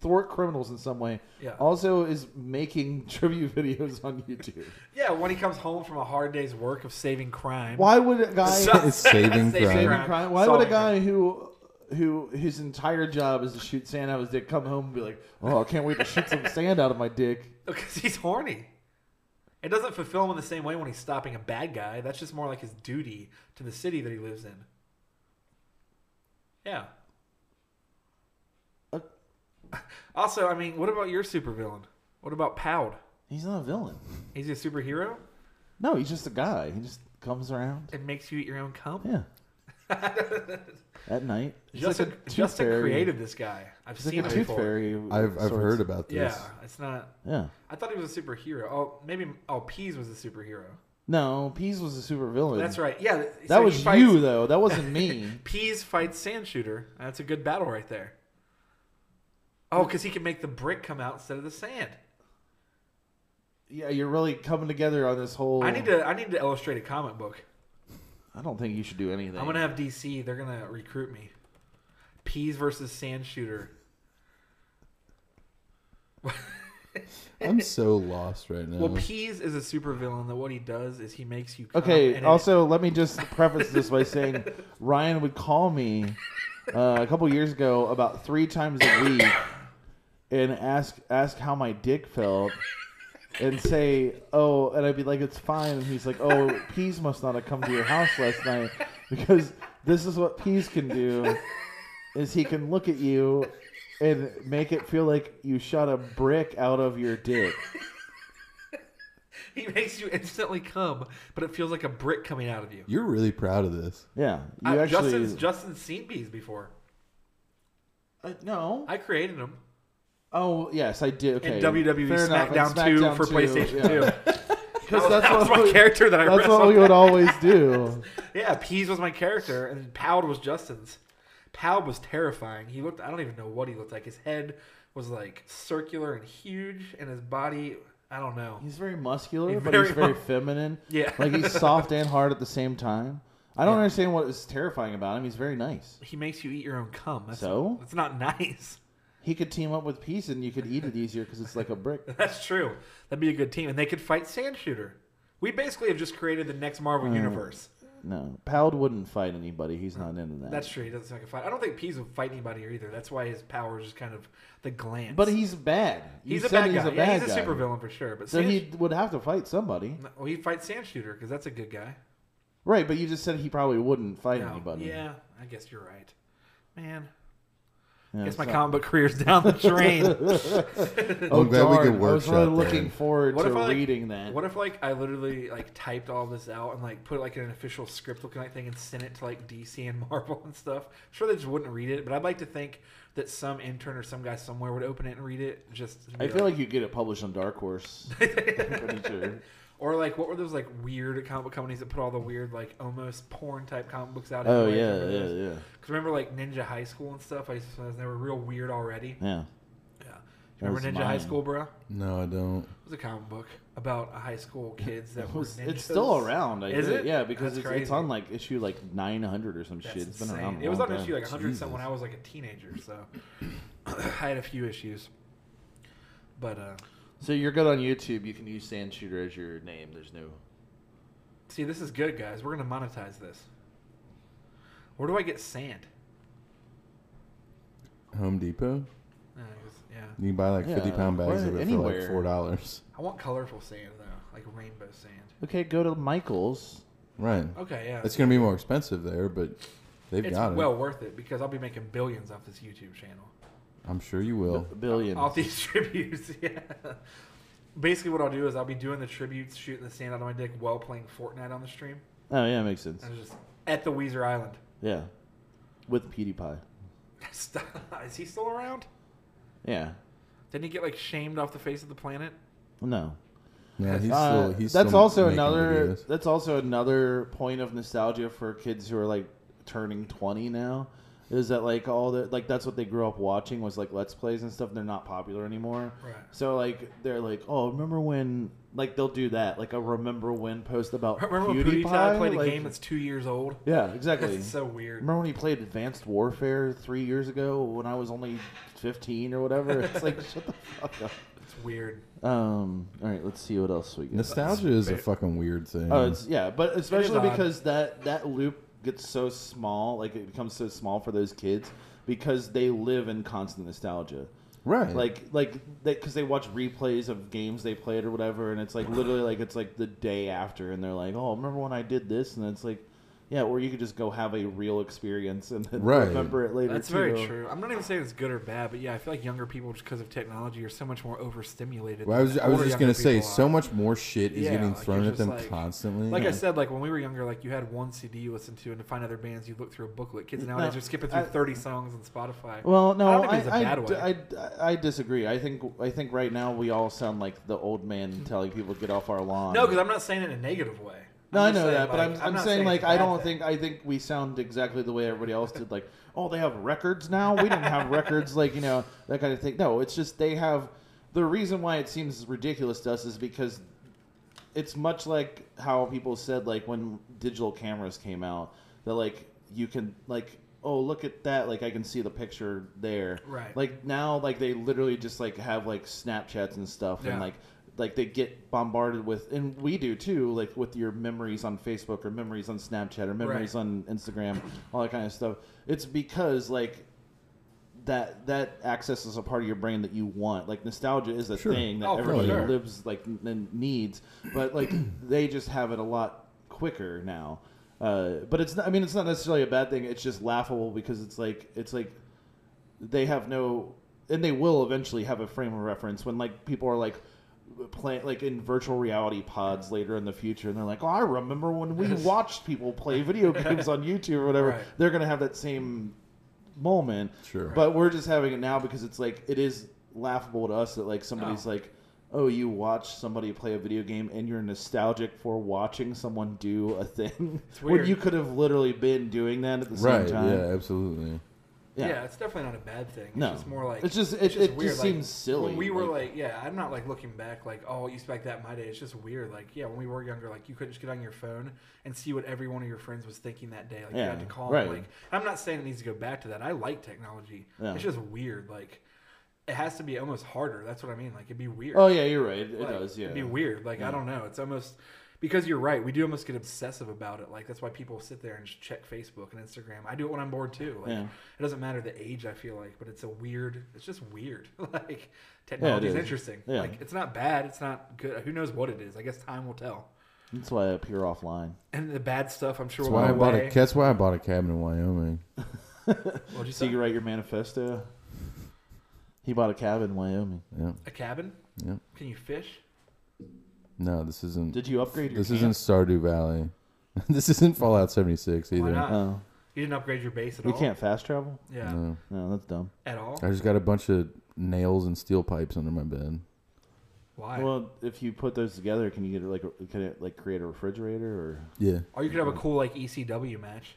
S1: thwart criminals in some way,
S3: Yeah.
S1: also is making [LAUGHS] tribute videos on YouTube.
S3: Yeah, when he comes home from a hard day's work of saving
S1: [LAUGHS]
S3: crime.
S1: Why would a guy
S3: [LAUGHS] So- [LAUGHS]
S4: It's saving crime.
S1: saving crime? Why would
S3: Solving
S1: a guy who who his entire job is to shoot sand out of his dick come home and be like, "Oh, I can't wait to shoot some sand out of my dick."
S3: Because he's horny. It doesn't fulfill him in the same way when he's stopping a bad guy. That's just more like his duty to the city that he lives in. Yeah.
S1: Uh,
S3: [LAUGHS] Also, I mean, what about your supervillain? What about Powd?
S1: He's not a villain.
S3: Is he a superhero?
S1: No, he's just a guy. He just comes around.
S3: It makes you eat your own cum?
S4: [LAUGHS]
S1: Yeah. At night. He's
S3: Justin,
S1: like a tooth
S3: Justin
S1: fairy.
S3: created this guy. I've
S1: He's
S3: seen
S1: like a
S3: him
S1: tooth
S3: before.
S1: fairy. of
S4: I've, I've
S1: sorts.
S4: heard about this.
S3: Yeah, it's not.
S1: Yeah.
S3: I thought he was a superhero. Oh, maybe. Oh, Pease was a superhero.
S1: No, Pease was a supervillain.
S3: That's right. Yeah. th-
S1: That
S3: so he
S1: was
S3: fights-
S1: you though. That wasn't me. [LAUGHS]
S3: Pease fights Sand Shooter. That's a good battle right there. Oh, because he can make the brick come out instead of the sand.
S1: yeah, you're really coming together on this whole.
S3: I need to. I need to illustrate a comic book.
S1: I don't think you should do anything.
S3: I'm gonna have DC. They're gonna recruit me. Pease versus Sand Shooter.
S4: I'm so lost right now.
S1: Mm-hmm.
S3: Well, Pease is a supervillain. That what he does is he makes you. Come
S1: Okay.
S3: Um, and it-
S1: also, let me just preface this by saying [LAUGHS] Ryan would call me uh, a couple years ago about three times a week and ask ask how my dick felt and say, "Oh," and I'd be like, "It's fine." And he's like, "Oh, peas must not have come to your house last night because this is what peas can do is he can look at you and make it feel like you shot a brick out of your dick."
S3: [LAUGHS] he makes you instantly come, but it feels like a brick coming out of you.
S4: You're really proud of this.
S1: Yeah, you
S3: I,
S1: actually
S3: Uh, Justin's Justin's seen Pease before.
S1: Uh, no.
S3: I created him.
S1: Oh yes, I did. Okay.
S3: And WWE
S1: Fair enough,
S3: E SmackDown,
S1: and
S3: 2
S1: SmackDown
S3: for PlayStation
S1: yeah. [LAUGHS]
S3: 2.
S1: Because that's
S3: that was
S1: what
S3: my
S1: we,
S3: character that I
S1: that's what
S3: wrestled.
S1: we would always
S3: [LAUGHS]
S1: do.
S3: Yeah, Pease was my character, and Powd was Justin's. Powd was terrifying. He looked, I don't even know what he looked like. His head was like circular and huge, and his body, I don't know.
S1: He's very muscular,
S3: He's
S1: but
S3: very
S1: he's very
S3: mu-
S1: feminine.
S3: Yeah.
S1: like
S3: [LAUGHS]
S1: he's soft and hard at the same time. I don't understand what is terrifying about him. He's very nice.
S3: He makes you eat your own cum. That's,
S1: So?
S3: That's not nice. [LAUGHS]
S1: He could team up with Peace, and you could eat it easier because it's like a brick. [LAUGHS]
S3: That's true. That'd be a good team. And they could fight Sand Shooter. We basically have just created the next Marvel
S1: Hmm.
S3: universe.
S1: No, Powd wouldn't fight anybody. He's not into that.
S3: That's true. He doesn't like a fight. I don't think Pease would fight anybody either. That's why his power is just kind of the glance.
S1: but he's bad. You
S3: he's a
S1: said
S3: bad guy.
S1: He's a
S3: yeah,
S1: bad
S3: he's a
S1: guy.
S3: super villain for sure. But
S1: So
S3: Sand
S1: he would have to fight somebody,
S3: No, Well, he'd fight Sand Shooter because that's a good guy.
S1: right? But you just said he probably wouldn't fight
S3: No,
S1: anybody.
S3: Yeah, I guess you're right. Man,
S1: Yeah,
S3: I guess my
S1: so-
S3: comic book career's [LAUGHS] down
S1: [LAUGHS]
S3: the drain.
S1: Oh,
S4: I'm glad
S1: darn.
S4: we could
S1: I was really
S4: workshop that.
S1: looking forward
S3: What
S1: to
S3: if I, like-
S1: reading that.
S3: what if like I literally like typed all this out and like put like an official script looking like thing and sent it to like DC and [LAUGHS] Marvel and stuff? sure, they just wouldn't read it, but I'd like to think that some intern or some guy somewhere would open it and read it. Just to
S1: I
S3: be
S1: feel like you get it published on Dark
S3: [LAUGHS]
S1: Horse. I'm pretty sure.
S3: or like what were those like weird comic book companies that put all the weird like almost porn type comic books out?
S1: Oh
S3: anyway?
S1: yeah,
S3: Remember
S1: yeah,
S3: those?
S1: yeah,
S3: Because remember, like Ninja High School and stuff, I used to, they were real weird already.
S1: yeah.
S3: Yeah. Do you remember
S1: was
S3: Ninja High
S1: mine.
S3: School, bro? It
S4: No, I don't.
S3: was a comic book about a high school
S1: [LAUGHS]
S3: kids that
S1: It
S3: were
S1: was-
S3: ninjas.
S1: it's still around. I
S3: Is
S1: think.
S3: it?
S1: Yeah, because
S3: That's
S1: it's,
S3: crazy.
S1: it's on like issue like 900 or some
S3: That's
S1: shit. It's been
S3: insane.
S1: around. a
S3: It was
S1: long
S3: on
S1: time.
S3: issue like 100 something when I was like a teenager, so [CLEARS THROAT] I had a few issues. But uh,
S7: So you're good on YouTube. You can use Sand Shooter as your name. There's no.
S3: see, this is good, guys. We're gonna monetize this. Where do I get sand?
S4: Home Depot?
S3: Uh, I guess- yeah,
S4: You can buy like
S1: Yeah,
S4: 50 pound bags
S1: where-
S4: of it
S1: anywhere.
S4: for
S1: [LAUGHS]
S4: like $4.
S3: I want colorful sand though, like rainbow sand.
S1: Okay, go to Michaels.
S4: Right.
S3: Okay, yeah,
S4: It's going to be more expensive there, but they've
S3: it's
S4: got it.
S3: well worth it because I'll be making billions off this YouTube channel.
S4: I'm sure you will.
S1: Billion.
S3: Off these [LAUGHS] tributes, yeah. Basically, what I'll do is I'll be doing the tributes, shooting the sand out of my dick while playing Fortnite on the stream.
S1: Oh yeah, makes sense.
S3: I was just at the Weezer Island. [LAUGHS]
S1: Yeah, with PewDiePie.
S3: Stop. is he still around?
S1: Yeah.
S3: Didn't he get like shamed off the face of the planet?
S1: No.
S4: Yeah, he's
S1: Uh,
S4: still. He's
S1: that's
S4: still
S1: also
S4: making
S1: another.
S4: videos.
S1: That's also another point of nostalgia for kids who are like turning twenty now. Is that like all the like that's what they grew up watching was like let's plays and stuff. They're not popular anymore.
S3: Right.
S1: So like they're like, oh, remember when? Like they'll do that. Like a remember when post about
S3: [LAUGHS] [LAUGHS] Remember when
S1: PewDiePie,
S3: PewDiePie, played a
S1: Like-
S3: game that's two years old? [LAUGHS]
S1: yeah, exactly.
S3: That's so weird.
S1: Remember when he played Advanced Warfare three years ago when I was only fifteen or
S3: [LAUGHS]
S1: whatever? It's like shut the fuck up.
S3: It's weird.
S1: Um, all right, let's see what else we get.
S4: Nostalgia is a fucking weird thing.
S1: Oh, it's yeah, but especially
S3: odd.
S1: because that that loop gets so small, like it becomes so small for those kids because they live in constant nostalgia.
S4: right.
S1: Like like because they watch replays of games they played or whatever, and it's like literally like it's like the day after, and they're like, oh, remember when I did this? And it's like, yeah, or you could just go have a real experience and then
S4: Right.
S1: remember it later.
S3: That's
S1: too.
S3: very true. I'm not even saying it's good or bad, but yeah, I feel like younger people, just because of technology, are so much more overstimulated.
S4: Well, I was,
S3: than
S4: I was
S3: older
S4: just
S3: younger
S4: gonna say,
S3: people
S4: so
S3: are.
S4: much more shit is
S3: Yeah,
S4: getting
S3: like,
S4: thrown
S3: you're
S4: at
S3: just
S4: them
S3: like-
S4: constantly.
S3: Like I
S4: Yeah.
S3: said, like when we were younger, like you had one CD you listened to, and to find other bands, you look through a booklet. Kids nowadays are skipping through
S1: I-
S3: 30 songs on Spotify.
S1: Well, no,
S3: I
S1: I,
S3: don't think it's a
S1: I
S3: bad way.
S1: d- I d- I disagree. I think I think right now we all sound like the old man telling people to get off our lawn.
S3: no, because I'm not saying it in a negative way.
S1: No, I
S3: I'm just
S1: know
S3: saying,
S1: that, but
S3: like,
S1: I'm, I'm,
S3: not
S1: saying
S3: it's
S1: like
S3: a
S1: I
S3: bad
S1: don't
S3: thing.
S1: think I think we sound exactly the way everybody else did. Like, oh, they have records now. We didn't have records, like you know that kind of thing. No, it's just they have. The reason why it seems ridiculous to us is because it's much like how people said like when digital cameras came out that like you can like oh look at that like I can see the picture there.
S3: Right.
S1: Like now like they literally just like have like Snapchats and stuff and
S3: Yeah.
S1: like like they get bombarded with and we do too like with your memories on facebook or memories on snapchat or memories
S3: Right.
S1: on instagram all that kind of stuff it's because like that that access is a part of your brain that you want like nostalgia is a
S4: Sure.
S1: thing that
S3: Oh, for
S1: everybody
S3: sure.
S1: lives like n- n- needs but like [CLEARS THROAT] they just have it a lot quicker now uh, but it's not, i mean it's not necessarily a bad thing it's just laughable because it's like it's like they have no and they will eventually have a frame of reference when like people are like playing like in virtual reality pods later in the future and they're like oh i remember when
S3: [LAUGHS]
S1: we watched people play video games on youtube or whatever
S3: Right.
S1: they're gonna have that same moment
S4: Sure.
S1: but we're just having it now because it's like it is laughable to us that like somebody's like oh you watch somebody play a video game and you're nostalgic for watching someone do a thing [LAUGHS] when
S3: weird.
S1: you could have literally been doing that at the
S4: right?
S1: same time
S4: Yeah, absolutely.
S3: Yeah.
S1: Yeah.
S3: it's definitely not a bad thing. It's
S1: No.
S3: just more like
S1: It's just- it- it just seems silly,
S3: When we were
S1: like-
S3: like, yeah, I'm not like looking back like, oh, it used to be like that in my day. It's just weird. Like, yeah, when we were younger, like you couldn't just get on your phone and see what every one of your friends was thinking that day. Like you
S1: Yeah,
S3: had to call
S1: right.
S3: them. Like, I'm not saying it needs to go back to that. I like technology.
S1: Yeah.
S3: It's just weird. Like, it has to be almost harder. That's what I mean. Like, it'd be weird.
S1: oh yeah you're right it
S3: Like,
S1: does yeah
S3: It'd be weird. Like I don't know. It's almost because you're right. We do almost get obsessive about it. Like that's why people sit there and just check Facebook and Instagram. I do it when I'm bored too. Like
S1: Yeah.
S3: it doesn't matter the age. I feel like, but it's a weird. It's just weird. [LAUGHS] like technology is
S1: is.
S3: interesting.
S1: Yeah.
S3: Like it's not bad. It's not good. Who knows what it is? I guess time will tell.
S1: that's why i appear offline
S3: And the bad stuff, I'm sure,
S4: That's
S3: will
S4: why I
S3: go
S4: bought
S3: away.
S4: a. That's why I bought a cabin in Wyoming.
S3: What'd you
S1: So
S3: say?
S1: you write your manifesto. He bought a cabin in Wyoming.
S4: Yeah.
S3: a cabin?
S4: Yeah.
S3: Can you fish?
S4: No, this isn't.
S1: Did you upgrade your?
S4: this
S1: camp?
S4: isn't Stardew Valley. [LAUGHS] this isn't Fallout 76 either.
S3: Why not?
S1: Oh,
S3: You didn't upgrade your base at
S1: we
S3: all.
S1: can't fast travel.
S3: Yeah.
S4: No.
S1: No, that's dumb.
S3: At all?
S4: I just got a bunch of nails and steel pipes under my bed.
S3: Why?
S1: Well, if you put those together, can you get like a- can it like create a refrigerator or?
S4: Yeah.
S3: or you could have a cool like ECW match.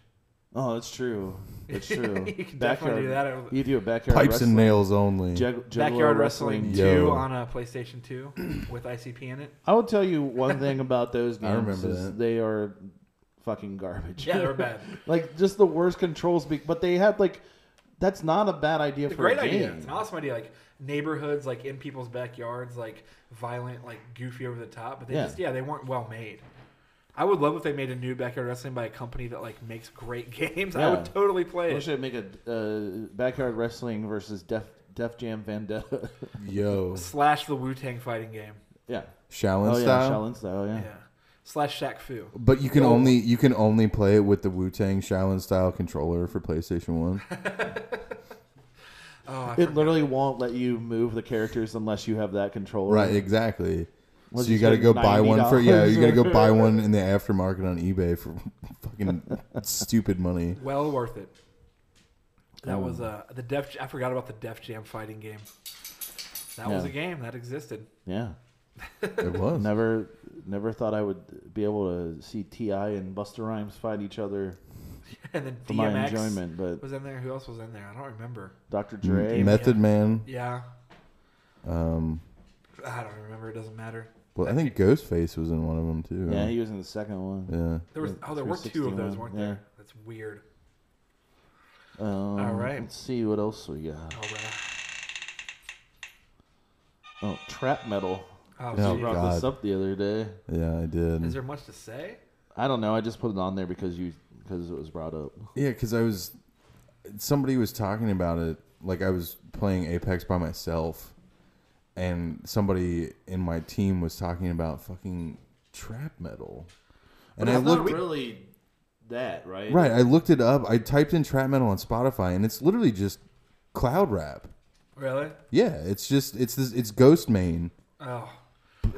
S1: Oh, that's true.
S3: [LAUGHS]
S1: That's true.
S3: You can definitely do that over-
S1: You do a backyard
S4: Pipes
S1: wrestling.
S4: and nails only.
S1: jug- juggler
S3: Backyard Wrestling,
S4: Wrestling.
S3: 2
S4: Yo.
S3: on a PlayStation 2 with ICP in it.
S1: I will tell you one thing about [LAUGHS] those games.
S4: I remember
S1: is
S4: that.
S1: They are fucking garbage.
S3: [LAUGHS] Yeah,
S1: [LAUGHS]
S3: they were bad.
S1: like just the worst controls. Be- but they had like, that's not a bad idea
S3: It's a
S1: for
S3: great
S1: a game.
S3: idea. It's an awesome idea. Like neighborhoods, like in people's backyards, like violent, like goofy over the top. But they
S1: Yeah.
S3: just, yeah, they weren't well made. I would love if they made a new Backyard Wrestling by a company that like makes great [LAUGHS] games. I would
S1: Yeah.
S3: totally play
S1: We
S3: it.
S1: should make a uh, backyard wrestling versus Def Def Jam Vendetta. [LAUGHS]
S4: Yo.
S3: Slash the Wu Tang fighting game.
S1: yeah.
S4: Oh, Shaolin
S1: oh yeah,
S4: style.
S1: Shaolin style. Yeah.
S3: Yeah. Slash Shaq Fu.
S4: But you can only you can only play it with the Wu Tang Shaolin style controller for PlayStation One.
S1: It literally won't let you move the characters unless you have that controller.
S4: right, exactly.
S1: Unless
S4: so you
S1: you
S4: got to
S1: spend
S4: go buy one for yeah.
S1: $90
S4: You got to go buy [LAUGHS] one in the aftermarket on eBay for [LAUGHS] fucking stupid money.
S3: Well worth it. That
S1: Mm.
S3: was uh the Def. I forgot about the Def Jam fighting game. That was
S1: Yeah.
S3: a game that existed.
S1: Yeah.
S4: It was.
S1: Never, never thought I would be able to see Ti and Buster Rhymes fight each other
S3: and then
S1: for my
S3: DMX
S1: enjoyment, but
S3: was in there. Who else was in there? I don't remember.
S1: Dr. Dre,
S4: Mm, M- Method Man.
S3: Yeah,
S4: Um,
S3: I don't remember. It doesn't matter.
S4: well, I think Ghostface was in one of them too.
S1: yeah,
S4: right?
S1: he was in the second one.
S4: yeah.
S3: There was
S1: Yeah,
S3: oh, there were two of those,
S1: 361,
S3: weren't
S1: yeah.
S3: there? That's weird.
S1: Um,
S3: All right.
S1: Let's see what else we got.
S3: Oh, right.
S1: Oh, trap metal.
S3: Oh,
S4: Yeah.
S1: I
S3: geez.
S1: brought this
S4: God.
S1: up the other day.
S4: Yeah, I did.
S3: Is there much to say?
S1: I don't know. I just put it on there because you because it was brought up.
S4: Yeah, because I was somebody was talking about it. Like I was playing Apex by myself, and somebody in my team was talking about fucking trap metal. And I
S7: it's
S4: looked
S7: not really that, right?
S4: right. I looked it up. I typed in trap metal on Spotify, and it's literally just cloud rap.
S3: Really?
S4: Yeah, it's just it's this, it's Ghost Main.
S3: Oh,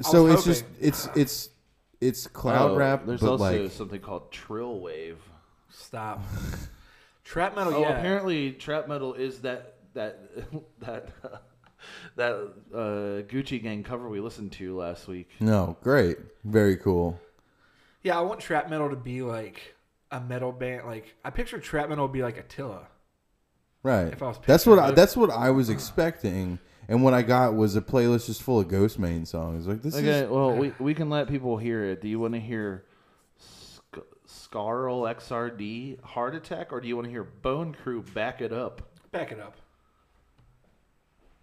S4: So
S3: was
S4: it's just
S3: hoping.
S4: it's it's it's cloud
S1: Oh,
S4: rap,
S1: there's
S4: but
S1: also
S4: like
S7: something called trill wave.
S1: [LAUGHS]
S3: stop. Trap metal.
S7: Oh,
S3: yeah.
S7: apparently trap metal is that that [LAUGHS] that that uh, Gucci Gang cover we listened to last week.
S4: no, great, very cool.
S3: Yeah, I want trap metal to be like a metal band. Like I picture trap metal would be like Attila.
S4: Right.
S3: If I was
S4: that's what
S3: picturing
S4: I,
S3: it.
S4: that's what I was expecting, and what I got was a playlist just full of Ghost Main songs. Like this
S7: Okay,
S4: is
S7: well we we can let people hear it. Do you want to hear Sc- Scarl XRD Heart Attack, or do you want to hear Bone Crew back it up?
S3: Back it up.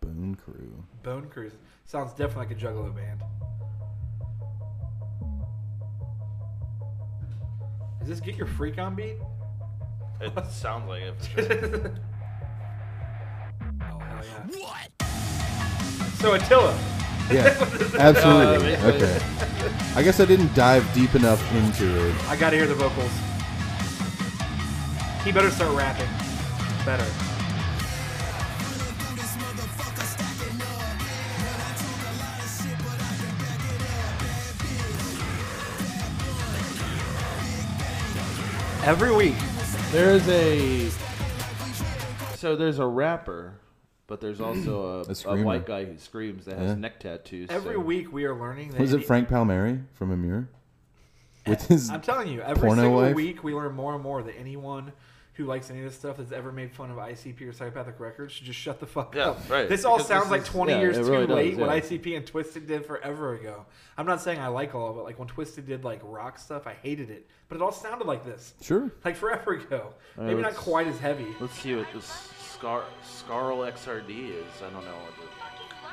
S4: Bone Crew.
S3: Bone Cruise sounds definitely like a Juggalo band. Is this get your freak on beat?
S7: It sounds like it.
S3: Oh hell yeah! What? So Attila.
S4: Yeah,
S3: [LAUGHS]
S4: absolutely.
S3: Oh,
S4: okay. I guess I didn't dive deep enough into it.
S3: I gotta hear the vocals. He better start rapping. Better. Every week.
S1: There's a
S7: So there's a rapper,
S4: [CLEARS THROAT]
S7: but there's also
S4: A
S7: a, a,
S4: screamer.
S7: white guy who screams that has
S4: Yeah.
S7: neck tattoos.
S3: Every
S7: so-
S3: week we are learning that
S4: Was it Frank Palmieri from Amir? With his
S3: I'm telling you, every
S4: Porno
S3: single
S4: wife?
S3: week we learn more and more that anyone who likes any of this stuff that's ever made fun of ICP or Psychopathic Records should just shut the fuck
S7: Yeah,
S3: up.
S7: right.
S3: This all
S7: Because
S3: sounds
S7: this
S3: like
S7: is-
S3: 20
S1: yeah,
S3: years
S1: it
S3: too
S1: really does,
S3: late what
S1: yeah.
S3: ICP and Twisted did forever ago. I'm not saying I like all of it. Like when Twisted did like rock stuff, I hated it. But it all sounded like this.
S4: sure.
S3: Like forever ago. Maybe not
S1: let's-
S3: quite as heavy.
S7: Let's see what this Scar Scarl XRD is. I don't know what it is.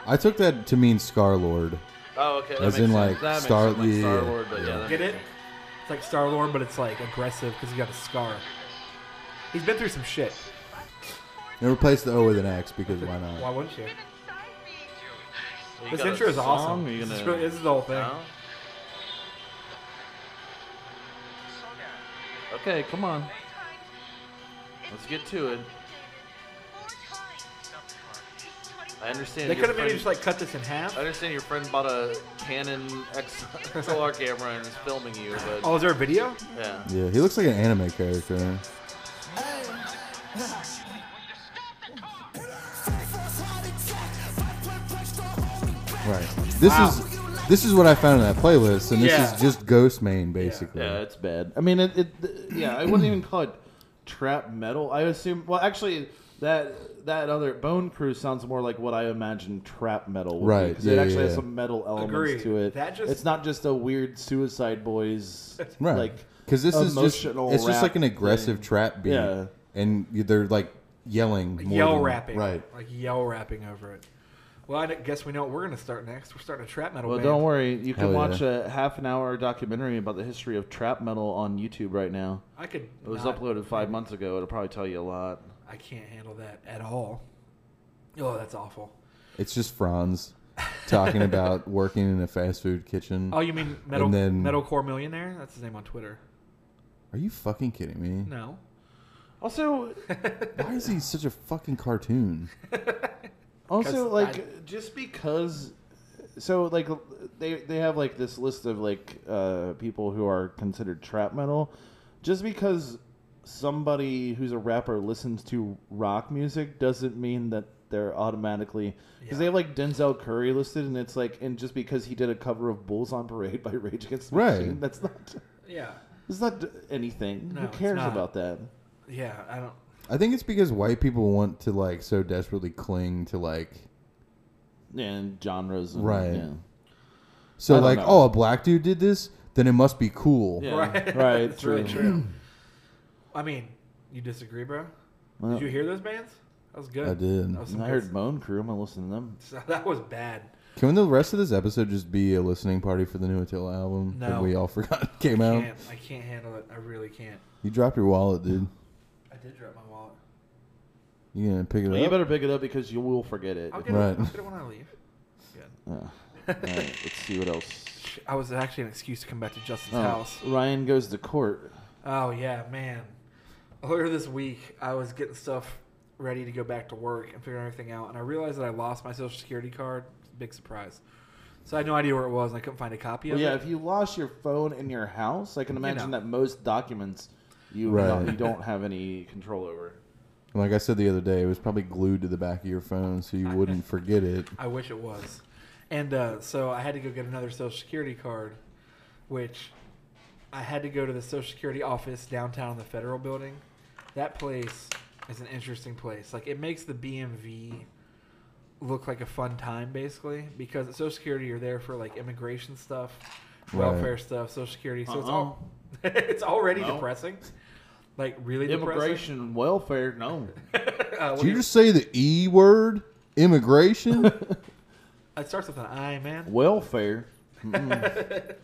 S4: I took that to mean Scar Lord.
S7: Oh, okay. That
S4: As
S7: makes
S4: in,
S7: sense.
S4: like,
S7: that makes
S4: Star-
S7: sense, like
S4: yeah,
S7: Star
S4: yeah.
S7: Lord, but yeah. that
S3: Get
S7: makes
S3: it? It's like Star Lord, but it's like aggressive because he got a scar. He's been through some shit.
S4: And replaced the O with an X because why not?
S3: Why wouldn't you?
S7: sense. You
S3: This
S7: got a
S3: intro is awesome.
S7: song? Are you
S3: This, is
S7: gonna-
S3: really- this is the whole thing.
S7: No? Okay, come on. Let's get to it. I understand.
S3: They
S7: your
S3: could have maybe
S7: friend-
S3: just like cut this in half.
S7: I understand your friend bought a Canon X- XLR camera and is filming you, but
S3: Oh, is there a video?
S7: yeah.
S4: Yeah, he looks like an anime character. Right. This
S3: Wow.
S4: is this is what I found in that playlist, and this
S3: Yeah.
S4: is just Ghost Main basically.
S7: Yeah, it's bad.
S1: I mean, it, it yeah, I wouldn't even call it trap metal. I assume. Well, actually, that that other Bone Crew sounds more like what I imagine trap metal, would
S4: Right,
S1: Because
S4: yeah,
S1: it
S4: yeah,
S1: actually
S4: yeah.
S1: has some metal elements
S3: Agreed.
S1: to it.
S3: That just-
S1: it's not just a weird Suicide Boys,
S4: [LAUGHS] Right.
S1: Like
S4: Because this is just
S1: emotional
S4: it's just
S1: rap
S4: like an aggressive
S1: thing.
S4: trap beat,
S1: Yeah.
S4: and you- they're like yelling, more
S3: yell
S4: than-
S3: rapping.
S4: Right.
S3: Like yell rapping over it. Well, I guess we know what we're going to start next. We're starting a trap metal
S1: Well,
S3: band.
S1: don't worry. You can
S4: Hell yeah.
S1: watch a half an hour documentary about the history of trap metal on YouTube right now.
S3: I could.
S7: It was
S3: not-
S7: uploaded five months ago. It'll probably tell you a lot.
S3: I can't handle that at all. Oh, that's awful.
S4: It's just Franz talking about working in a fast food kitchen.
S3: Oh, you mean metal
S4: And then-
S3: metalcore millionaire? That's his name on Twitter.
S4: Are you fucking kidding me?
S3: No.
S1: Also,
S4: Why is he such a fucking cartoon?
S1: also
S3: 'Cause
S1: like just because so like they they have like this list of like uh people who are considered trap metal just because somebody who's a rapper listens to rock music doesn't mean that they're automatically because they have like Denzel Curry listed, and it's like, and just because he did a cover of "Bulls on Parade" by Rage Against the
S4: Right.
S1: Machine, that's not
S3: Yeah.
S1: it's not anything.
S3: No,
S1: Who
S3: it's
S1: cares
S3: not.
S1: about that?
S3: Yeah. I
S1: [LAUGHS]
S3: don't.
S4: I think it's because white people want to like so desperately cling to like
S1: And genres, and,
S4: Right.
S1: yeah. I
S4: so
S1: don't
S4: like
S1: know.
S4: oh a black dude did this then it must be cool.
S3: [LAUGHS]
S7: Yeah.
S3: Right.
S1: Right,
S3: That's really
S1: true. [CLEARS THROAT]
S3: true. I mean, you disagree, bro?
S1: Well,
S3: Did you hear those bands? That was good.
S4: I did.
S3: That was, some
S1: I
S3: good
S1: heard Bone Crew. I'm gonna listen to them.
S3: s- [LAUGHS] that was bad.
S4: Can the rest of this episode just be a listening party for the new Attila album that
S3: No.
S4: we all [LAUGHS] forgot came out?
S3: Can't, I can't handle it. I really can't.
S4: You dropped your wallet, dude.
S3: I did drop my wallet.
S4: You gonna pick it
S1: you
S4: up?
S1: better pick it up because you will forget it.
S3: I'll
S1: if
S3: get,
S4: Right.
S3: it, I'll get it when I leave. Good.
S1: Yeah. All right, let's see what else.
S3: I was actually an excuse to come back to Justin's
S1: Oh,
S3: [LAUGHS] house.
S1: Ryan goes to court.
S3: Oh yeah, man. Earlier this week, I was getting stuff ready to go back to work and figuring everything out, and I realized that I lost my social security card. Big surprise. So I had no idea where it was, and I couldn't find a copy of
S1: Well, yeah,
S3: it.
S1: if you lost your phone in your house, I can imagine
S3: know.
S1: that most documents you
S4: Right.
S1: don't, you don't have any control over.
S4: And like I said the other day, it was probably glued to the back of your phone so you wouldn't forget it.
S3: I wish it was. And uh, so I had to go get another social security card, which I had to go to the social security office downtown in the federal building. That place is an interesting place. Like it makes the BMV look like a fun time basically because at social security you're there for like immigration stuff,
S4: Right.
S3: welfare stuff, social security. So it's
S1: Uh-uh.
S3: all [LAUGHS] it's already
S1: No.
S3: depressing. Like really
S1: Immigration, and welfare, no.
S3: depressing. Uh, what
S4: Did
S3: do
S4: you
S3: you-
S4: just say the E word? Immigration?
S3: it starts with an I, man.
S1: welfare. Mm-mm.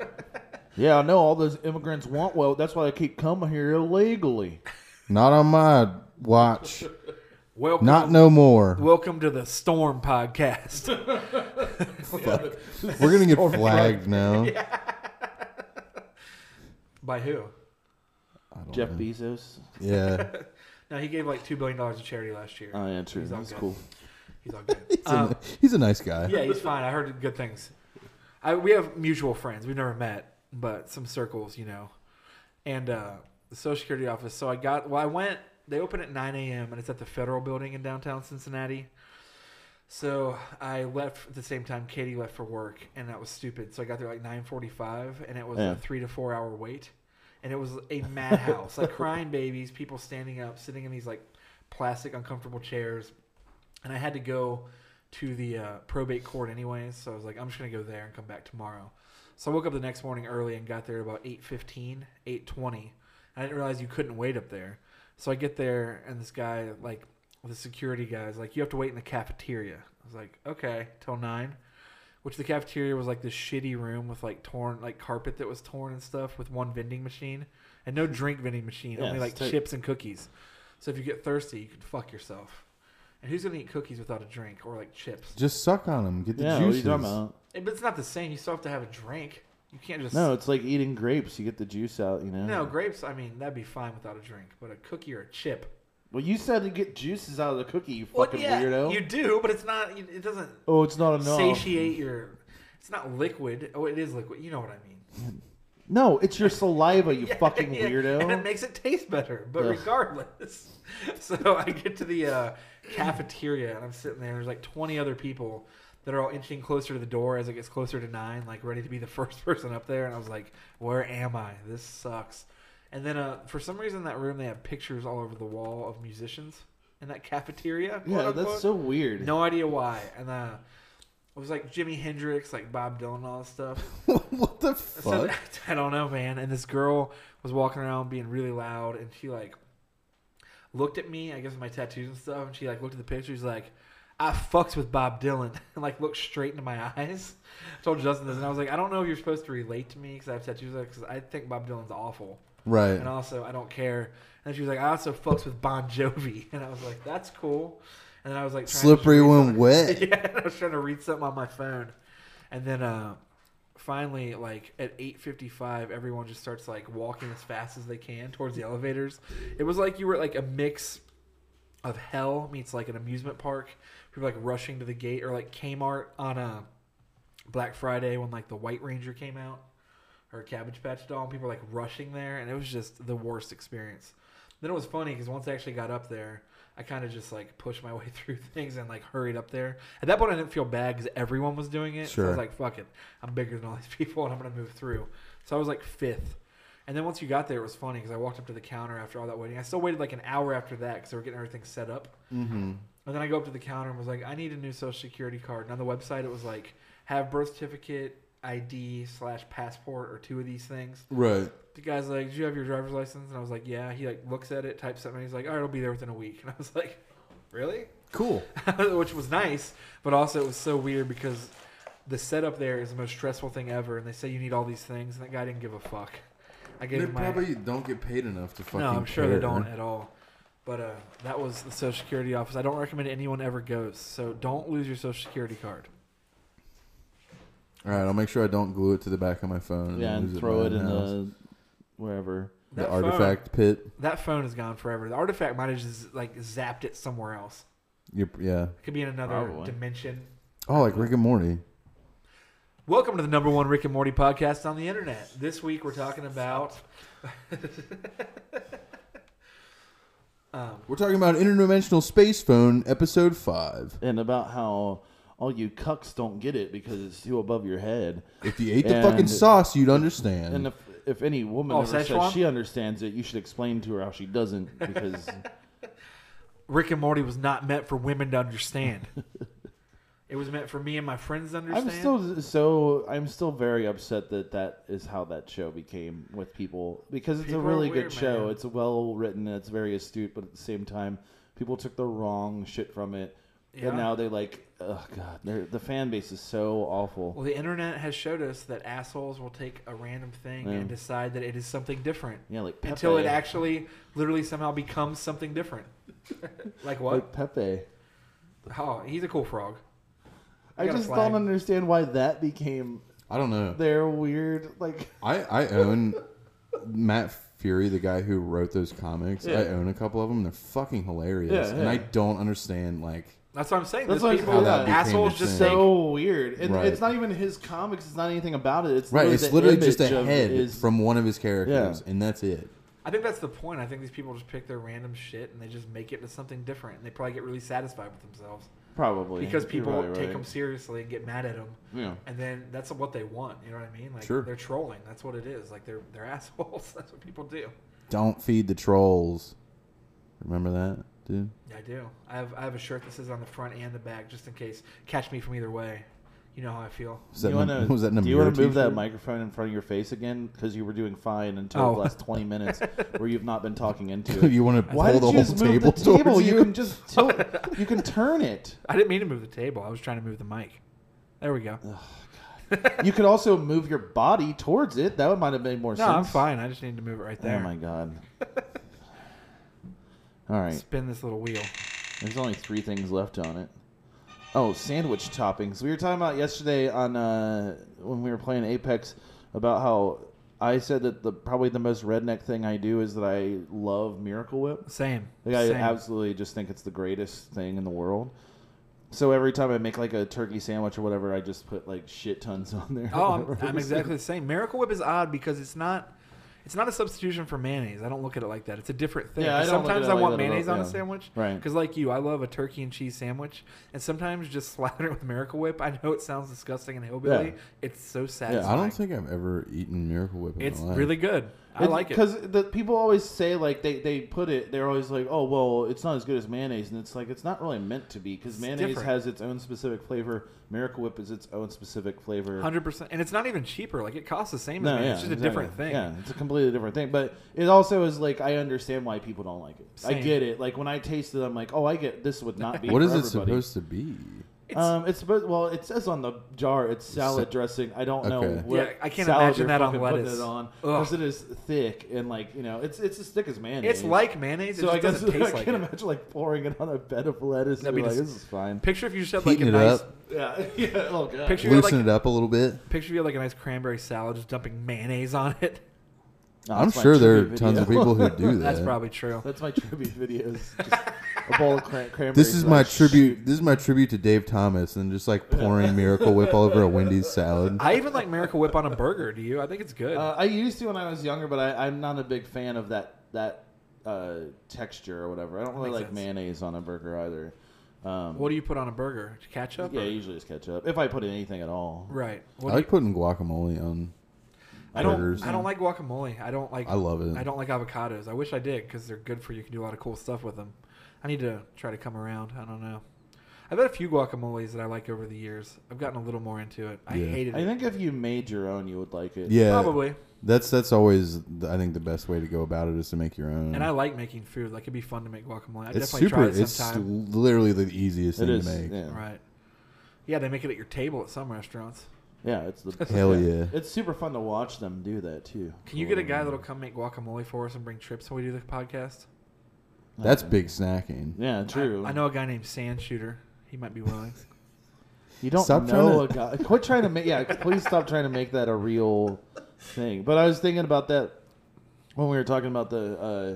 S3: [LAUGHS]
S1: yeah, I know all those immigrants want well. That's why they keep coming here illegally.
S4: Not on my watch.
S3: Welcome.
S4: Not no more.
S3: Welcome to the Storm Podcast.
S4: Fuck. We're
S3: [LAUGHS]
S4: gonna get flagged now.
S3: By who?
S4: Oh,
S1: Jeff Bezos.
S4: Yeah.
S3: No, he gave like two billion dollars to charity last year.
S1: Oh yeah, true.
S3: He's all
S1: That's
S3: good.
S1: cool.
S3: He's all good.
S4: He's a,
S3: Um,
S4: he's a nice guy.
S3: yeah, he's fine. I heard good things. I, we have mutual friends. We've never met, but some circles, you know. And uh, the Social Security office. So I got. Well, I went. They open at 9 a.m. and it's at the Federal Building in downtown Cincinnati. So I left at the same time Katie left for work, and that was stupid. So I got there like 9:45, and it was
S1: Yeah.
S3: a three to four hour wait, and it was a madhouse, like [LAUGHS] crying babies, people standing up, sitting in these like plastic uncomfortable chairs, and I had to go to the uh, probate court anyways. So I was like, I'm just gonna go there and come back tomorrow. So I woke up the next morning early and got there about 8:15, 8:20. I didn't realize you couldn't wait up there. So I get there and this guy, like the security guy's like, you have to wait in the cafeteria. I was like, okay, till nine. Which the cafeteria was like this shitty room with like torn like carpet that was torn and stuff with one vending machine and no drink vending machine,
S1: Yeah,
S3: only
S1: it's
S3: like
S1: tight.
S3: chips and cookies. So if you get thirsty, you can fuck yourself. And who's gonna eat cookies without a drink or like chips?
S4: Just suck on him. Get the
S1: Yeah, what are you
S4: juices.
S1: talking about?
S3: Eh, But it's not the same. You still have to have a drink. You can't just
S1: No, it's like eating grapes. You get the juice out, you know.
S3: No, grapes. I mean, that'd be fine without a drink, but a cookie or a chip.
S1: Well, you said to get juices out of the cookie. You
S3: Well,
S1: fucking
S3: yeah,
S1: weirdo.
S3: You do, but it's not. It doesn't
S1: oh, it's not enough.
S3: satiate your. It's not liquid. Oh, it is liquid. You know what I mean.
S1: No, it's your saliva, you fucking
S3: [LAUGHS] Yeah,
S1: weirdo.
S3: And it makes it taste better. But
S1: Ugh.
S3: regardless, [LAUGHS] so I get to the uh, cafeteria and I'm sitting there. There's like 20 other people that are all inching closer to the door as it gets closer to nine, like ready to be the [LAUGHS] first person up there. And I was like, where am I? This sucks. And then uh, for some reason, in that room, they have pictures all over the wall of musicians in that cafeteria.
S1: yeah, that's
S3: quote-unquote.
S1: so weird.
S3: No idea why. And uh, it was like Jimi Hendrix, like Bob Dylan, all this stuff.
S4: [LAUGHS] what the
S3: So,
S4: fuck?
S3: [LAUGHS] I don't know, man. And this girl was walking around being really loud, and she like looked at me. I guess with my tattoos and stuff, and she like looked at the pictures, like I fucks with Bob Dylan, [LAUGHS] and like looked straight into my [LAUGHS] eyes. I told Justin this, and I was like, I don't know if you're supposed to relate to me because I have tattoos, because I think Bob Dylan's awful,
S4: Right.
S3: and also I don't care. And she was like, I also fucks with Bon Jovi, [LAUGHS] and I was like, that's cool. And then I was like, trying to
S4: Slippery
S3: read
S4: when
S3: something. [LAUGHS]
S4: wet.
S3: Yeah, and I was trying to read something on my phone, and then uh, finally, like at eight fifty-five, everyone just starts like walking as fast as they can towards the elevators. It was like you were at, like a mix of hell meets like an amusement park. People like rushing to the gate or like Kmart on a Black Friday when like the White Ranger came out or Cabbage Patch Doll. And people were like rushing there, and it was just the worst experience. Then it was funny because once I actually got up there, I kind of just like pushed my [LAUGHS] way through things and like hurried up there. At that point, I didn't feel bad because everyone was doing it. So I
S4: Sure.
S3: was like, fuck it. I'm bigger than all these [LAUGHS] people and I'm going to move through. So I was like fifth. And then once you got there, it was funny because I walked up to the counter after all that waiting. I still waited like an hour after that because they were getting everything set up.
S4: Mm-hmm.
S3: And then I go up to the counter and was like, I need a new social security card. And on the website, it was like, have birth certificate, ID slash passport, or two of these things.
S4: Right.
S3: The guy's like, "Do you have your driver's license?" And I was like, "Yeah." He like looks at it, types something. And he's like, "All right, it'll be there within a week." [LAUGHS] And I was like, "Really?"
S4: Cool.
S3: [LAUGHS] Which was nice, but also it was so weird because the setup there is the most stressful thing ever, and they say you need all these things, and that guy didn't give a fuck. I gave
S4: They
S3: him my
S4: probably don't get paid enough to fucking.
S3: no, I'm sure they
S4: care.
S3: don't at all. But uh, that was the Social Security office. I don't recommend anyone ever goes. So don't lose your Social Security card.
S4: All right, I'll make sure I don't glue it to the back of my phone. And
S1: Yeah,
S4: lose
S1: and throw
S4: by
S1: it in
S4: house.
S1: the wherever.
S4: the
S3: That phone-
S4: artifact pit.
S3: That phone is gone forever. The artifact might have just like zapped it somewhere else.
S4: You're, yeah.
S3: It could be in another
S1: Probably.
S3: dimension.
S4: Oh, like Rick and Morty.
S3: Welcome to the number one Rick and Morty podcast on the internet. This week we're talking about. um,
S4: We're talking about interdimensional space phone episode five.
S1: And about how all you cucks don't get it because it's too above your head.
S4: If you ate the
S1: And-
S4: fucking sauce, you'd understand.
S1: And if if any woman
S3: Oh,
S1: ever
S3: Szechuan?
S1: says she understands it, you should explain to her how she doesn't
S3: [LAUGHS]
S1: because
S3: Rick and Morty was not meant for women to
S4: [LAUGHS]
S3: understand. it was meant for me and my friends to understand.
S1: I'm still so I'm still very upset that that is how that show became with people because it's
S3: People
S1: a
S3: are
S1: really
S3: weird,
S1: good show.
S3: man.
S1: It's well written. It's very astute, but at the same time, people took the wrong shit from it,
S3: Yeah.
S1: and now they like, oh god, they're- the fan base is so awful.
S3: Well, the internet has showed us that assholes will take a random thing
S1: Yeah.
S3: and decide that it is something different
S1: Yeah, like Pepe.
S3: until it actually literally somehow becomes something different. [LAUGHS] like what?
S1: like Pepe.
S3: oh, he's a cool frog.
S1: I
S3: got a
S1: just
S3: flag.
S1: don't understand why that became
S4: I don't know.
S1: their weird like.
S4: I, I own Matt Fury, the guy who wrote those comics. I
S1: Yeah.
S4: own a couple of them. They're fucking hilarious,
S1: Yeah,
S4: and
S1: yeah.
S4: I don't understand like
S3: That's what I'm saying.
S1: That's
S3: Those
S1: what I'm
S3: people,
S1: saying,
S4: that became
S3: assholes
S4: the
S3: just
S4: thing.
S3: think
S1: So weird. And
S4: Right.
S1: It's not even his comics. It's not anything about it. It's
S4: right. It's literally
S1: the
S4: just a
S1: image of-
S4: head
S1: is-
S4: from one of his characters, and that's it.
S3: I think that's the point. I think these people just pick their random shit and they just make it into something different, and they probably get really satisfied with themselves
S1: Probably
S3: because
S1: You're
S3: people
S1: right,
S3: take
S1: right.
S3: them seriously and get mad at them,
S1: Yeah.
S3: and then that's what they want. You know what I mean? Like
S4: Sure.
S3: they're trolling. That's what it is. Like they're they're [LAUGHS] assholes. that's what people do.
S4: Don't feed the trolls. Remember that, dude.
S3: Yeah, I do. I have I have a shirt that says on the front and the back, just in case. Catch me from either way. You know how I feel.
S4: Was that,
S1: you
S4: Nam-
S1: wanna,
S4: [LAUGHS] was that
S1: do you want
S4: Namira
S1: to move that
S4: t-shirt?
S1: microphone in front of your face again? Because you were doing fine until
S3: Oh.
S1: the last 20
S3: [LAUGHS]
S1: minutes where you've not been talking
S4: [LAUGHS]
S1: into it.
S4: you want to
S1: Why
S4: pull
S1: did
S4: the
S1: you
S4: whole
S1: just move
S4: table
S1: the table?
S4: towards
S1: You
S4: you?
S1: can just tilt. you can turn it.
S3: I didn't mean to move the table. I was trying to move the mic. There we go.
S1: You could also move your body towards it. That would might have made more
S3: No,
S1: sense. [LAUGHS]
S3: I'm fine. I just need to move it right
S1: Oh
S3: there.
S1: my god. All right.
S3: Spin this little wheel.
S1: There's only three things left on it. Oh, sandwich toppings. We were talking about yesterday on uh, when we were playing Apex about how I said that the probably the most redneck thing I do is that I love Miracle Whip.
S3: Same.
S1: Like I
S3: Same.
S1: absolutely just think it's the greatest thing in the world. So every time I make like a turkey sandwich or whatever, I just put like shit tons [LAUGHS] on there.
S3: Oh, I'm, I'm exactly the same. Miracle Whip is odd because it's not it's not a substitution for mayonnaise. I don't look at it like that. It's a different thing.
S1: Yeah, I
S3: 'Cause
S1: don't look at
S3: sometimes
S1: it
S3: I
S1: like
S3: want
S1: that at all,
S3: mayonnaise on a
S1: yeah.
S3: sandwich.
S1: Right.
S3: Because like you, I love a turkey and cheese sandwich, and sometimes just [LAUGHS] slather it with Miracle Whip. I know it sounds disgusting and hillbilly.
S1: Yeah.
S3: It's so satisfying.
S4: Yeah, I don't think I've ever eaten Miracle Whip. In
S3: it's
S4: my life.
S3: really good. I like it.
S1: because the people always say like they they put it. They're always like, oh well, it's not as good as mayonnaise, and it's like it's not really meant to be because
S3: It's
S1: mayonnaise
S3: different.
S1: has its own specific flavor. Miracle Whip is its own specific flavor.
S3: Hundred percent, and it's not even cheaper. Like it costs the same as
S1: No,
S3: mayonnaise.
S1: yeah,
S3: it's just a
S1: exactly.
S3: different thing.
S1: Yeah, it's a completely different thing. But it also is like I understand why people don't like it. I
S3: Same.
S1: get it. Like when I taste it, I'm like, oh, I get this would not be.
S4: What
S1: for
S4: is it
S1: everybody.
S4: supposed to be?
S3: It's,
S1: Um, it's supposed. Well, it says on the jar it's salad
S4: Sa-
S1: dressing. I don't know.
S4: Okay.
S1: What
S3: Yeah, I can't
S1: salad
S3: imagine
S1: you're
S3: that on
S1: fucking putting
S3: lettuce.
S1: It on
S3: Ugh.
S1: because it is thick and like you know, it's it's as thick as mayonnaise.
S3: it's like mayonnaise. It
S1: So I guess [LAUGHS]
S3: just
S1: I
S3: doesn't
S1: can
S3: taste like
S1: not
S3: it.
S1: imagine like pouring it on a bed of lettuce and
S3: That'd
S1: be
S3: be
S1: like,
S3: dis-
S1: "This is fine."
S3: Picture if you just had like a
S4: Heating it
S3: nice
S4: up.
S1: [LAUGHS] Yeah,
S3: [LAUGHS]
S1: yeah. Oh god.
S3: Picture- You're like-
S4: Loosen it up a little bit.
S3: picture if you had like a nice cranberry salad, just dumping mayonnaise on
S1: [LAUGHS]
S3: it.
S1: No,
S4: I'm
S1: that's Oh, my
S4: sure there are
S1: tribute
S4: tons of
S1: video.
S4: people who do that.
S3: That's probably true.
S1: [LAUGHS] that's my tribute videos. Just a bowl of cran- cranberry.
S4: This is my
S1: sauce.
S4: tribute. This is my tribute to Dave Thomas, and just
S3: [LAUGHS]
S4: like pouring Miracle Whip all over a Wendy's salad.
S3: [LAUGHS] I even like Miracle Whip on a burger. Do you? I think it's good.
S1: Uh, I used to when I was younger, but I, I'm not a big fan of that that uh, texture or whatever. I don't really
S3: Makes
S1: like
S3: sense.
S1: mayonnaise on a burger either. Um,
S3: What do you put on a burger? Ketchup?
S1: yeah,
S3: or-
S1: usually just ketchup. If I put in anything at all,
S3: Right. What
S4: I
S3: do
S4: like
S3: you-
S4: putting guacamole on.
S3: I don't.
S4: burgers.
S3: I don't like guacamole. I don't like.
S4: I love it.
S3: I don't like avocados. I wish I did because they're good for you. You can do a lot of cool stuff with them. I need to try to come around. I don't know. I've had a few guacamoles that I like over the years. I've gotten a little more into it. I
S4: Yeah.
S3: hated it.
S1: I think uh, if you made your own, you would like it.
S4: Yeah,
S3: Probably.
S4: That's that's always the- I think the best way to go about it is to make your own.
S3: And I like making food. Like it'd be fun to make guacamole. I
S4: Mm. it's
S3: definitely try
S4: super.
S3: it
S4: It's
S3: sometime.
S4: literally the easiest
S1: it
S4: thing
S1: is.
S4: to make.
S1: Yeah.
S3: Right. Yeah, they make it at your table at some restaurants.
S1: yeah, it's the
S4: Hell yeah.
S1: It's super fun to watch them do that too.
S3: Can you get a guy that'll come make guacamole for us and bring trips when we do the podcast?
S4: That's big snacking.
S1: Yeah, true.
S3: I, I know a guy named Sand Shooter. He might
S1: [LAUGHS]
S3: be willing.
S1: You don't
S4: Stop
S1: know
S4: trying
S1: a guy. Quit trying to make. Yeah, please stop trying to make that a real thing. But I was thinking about that when we were talking about the uh,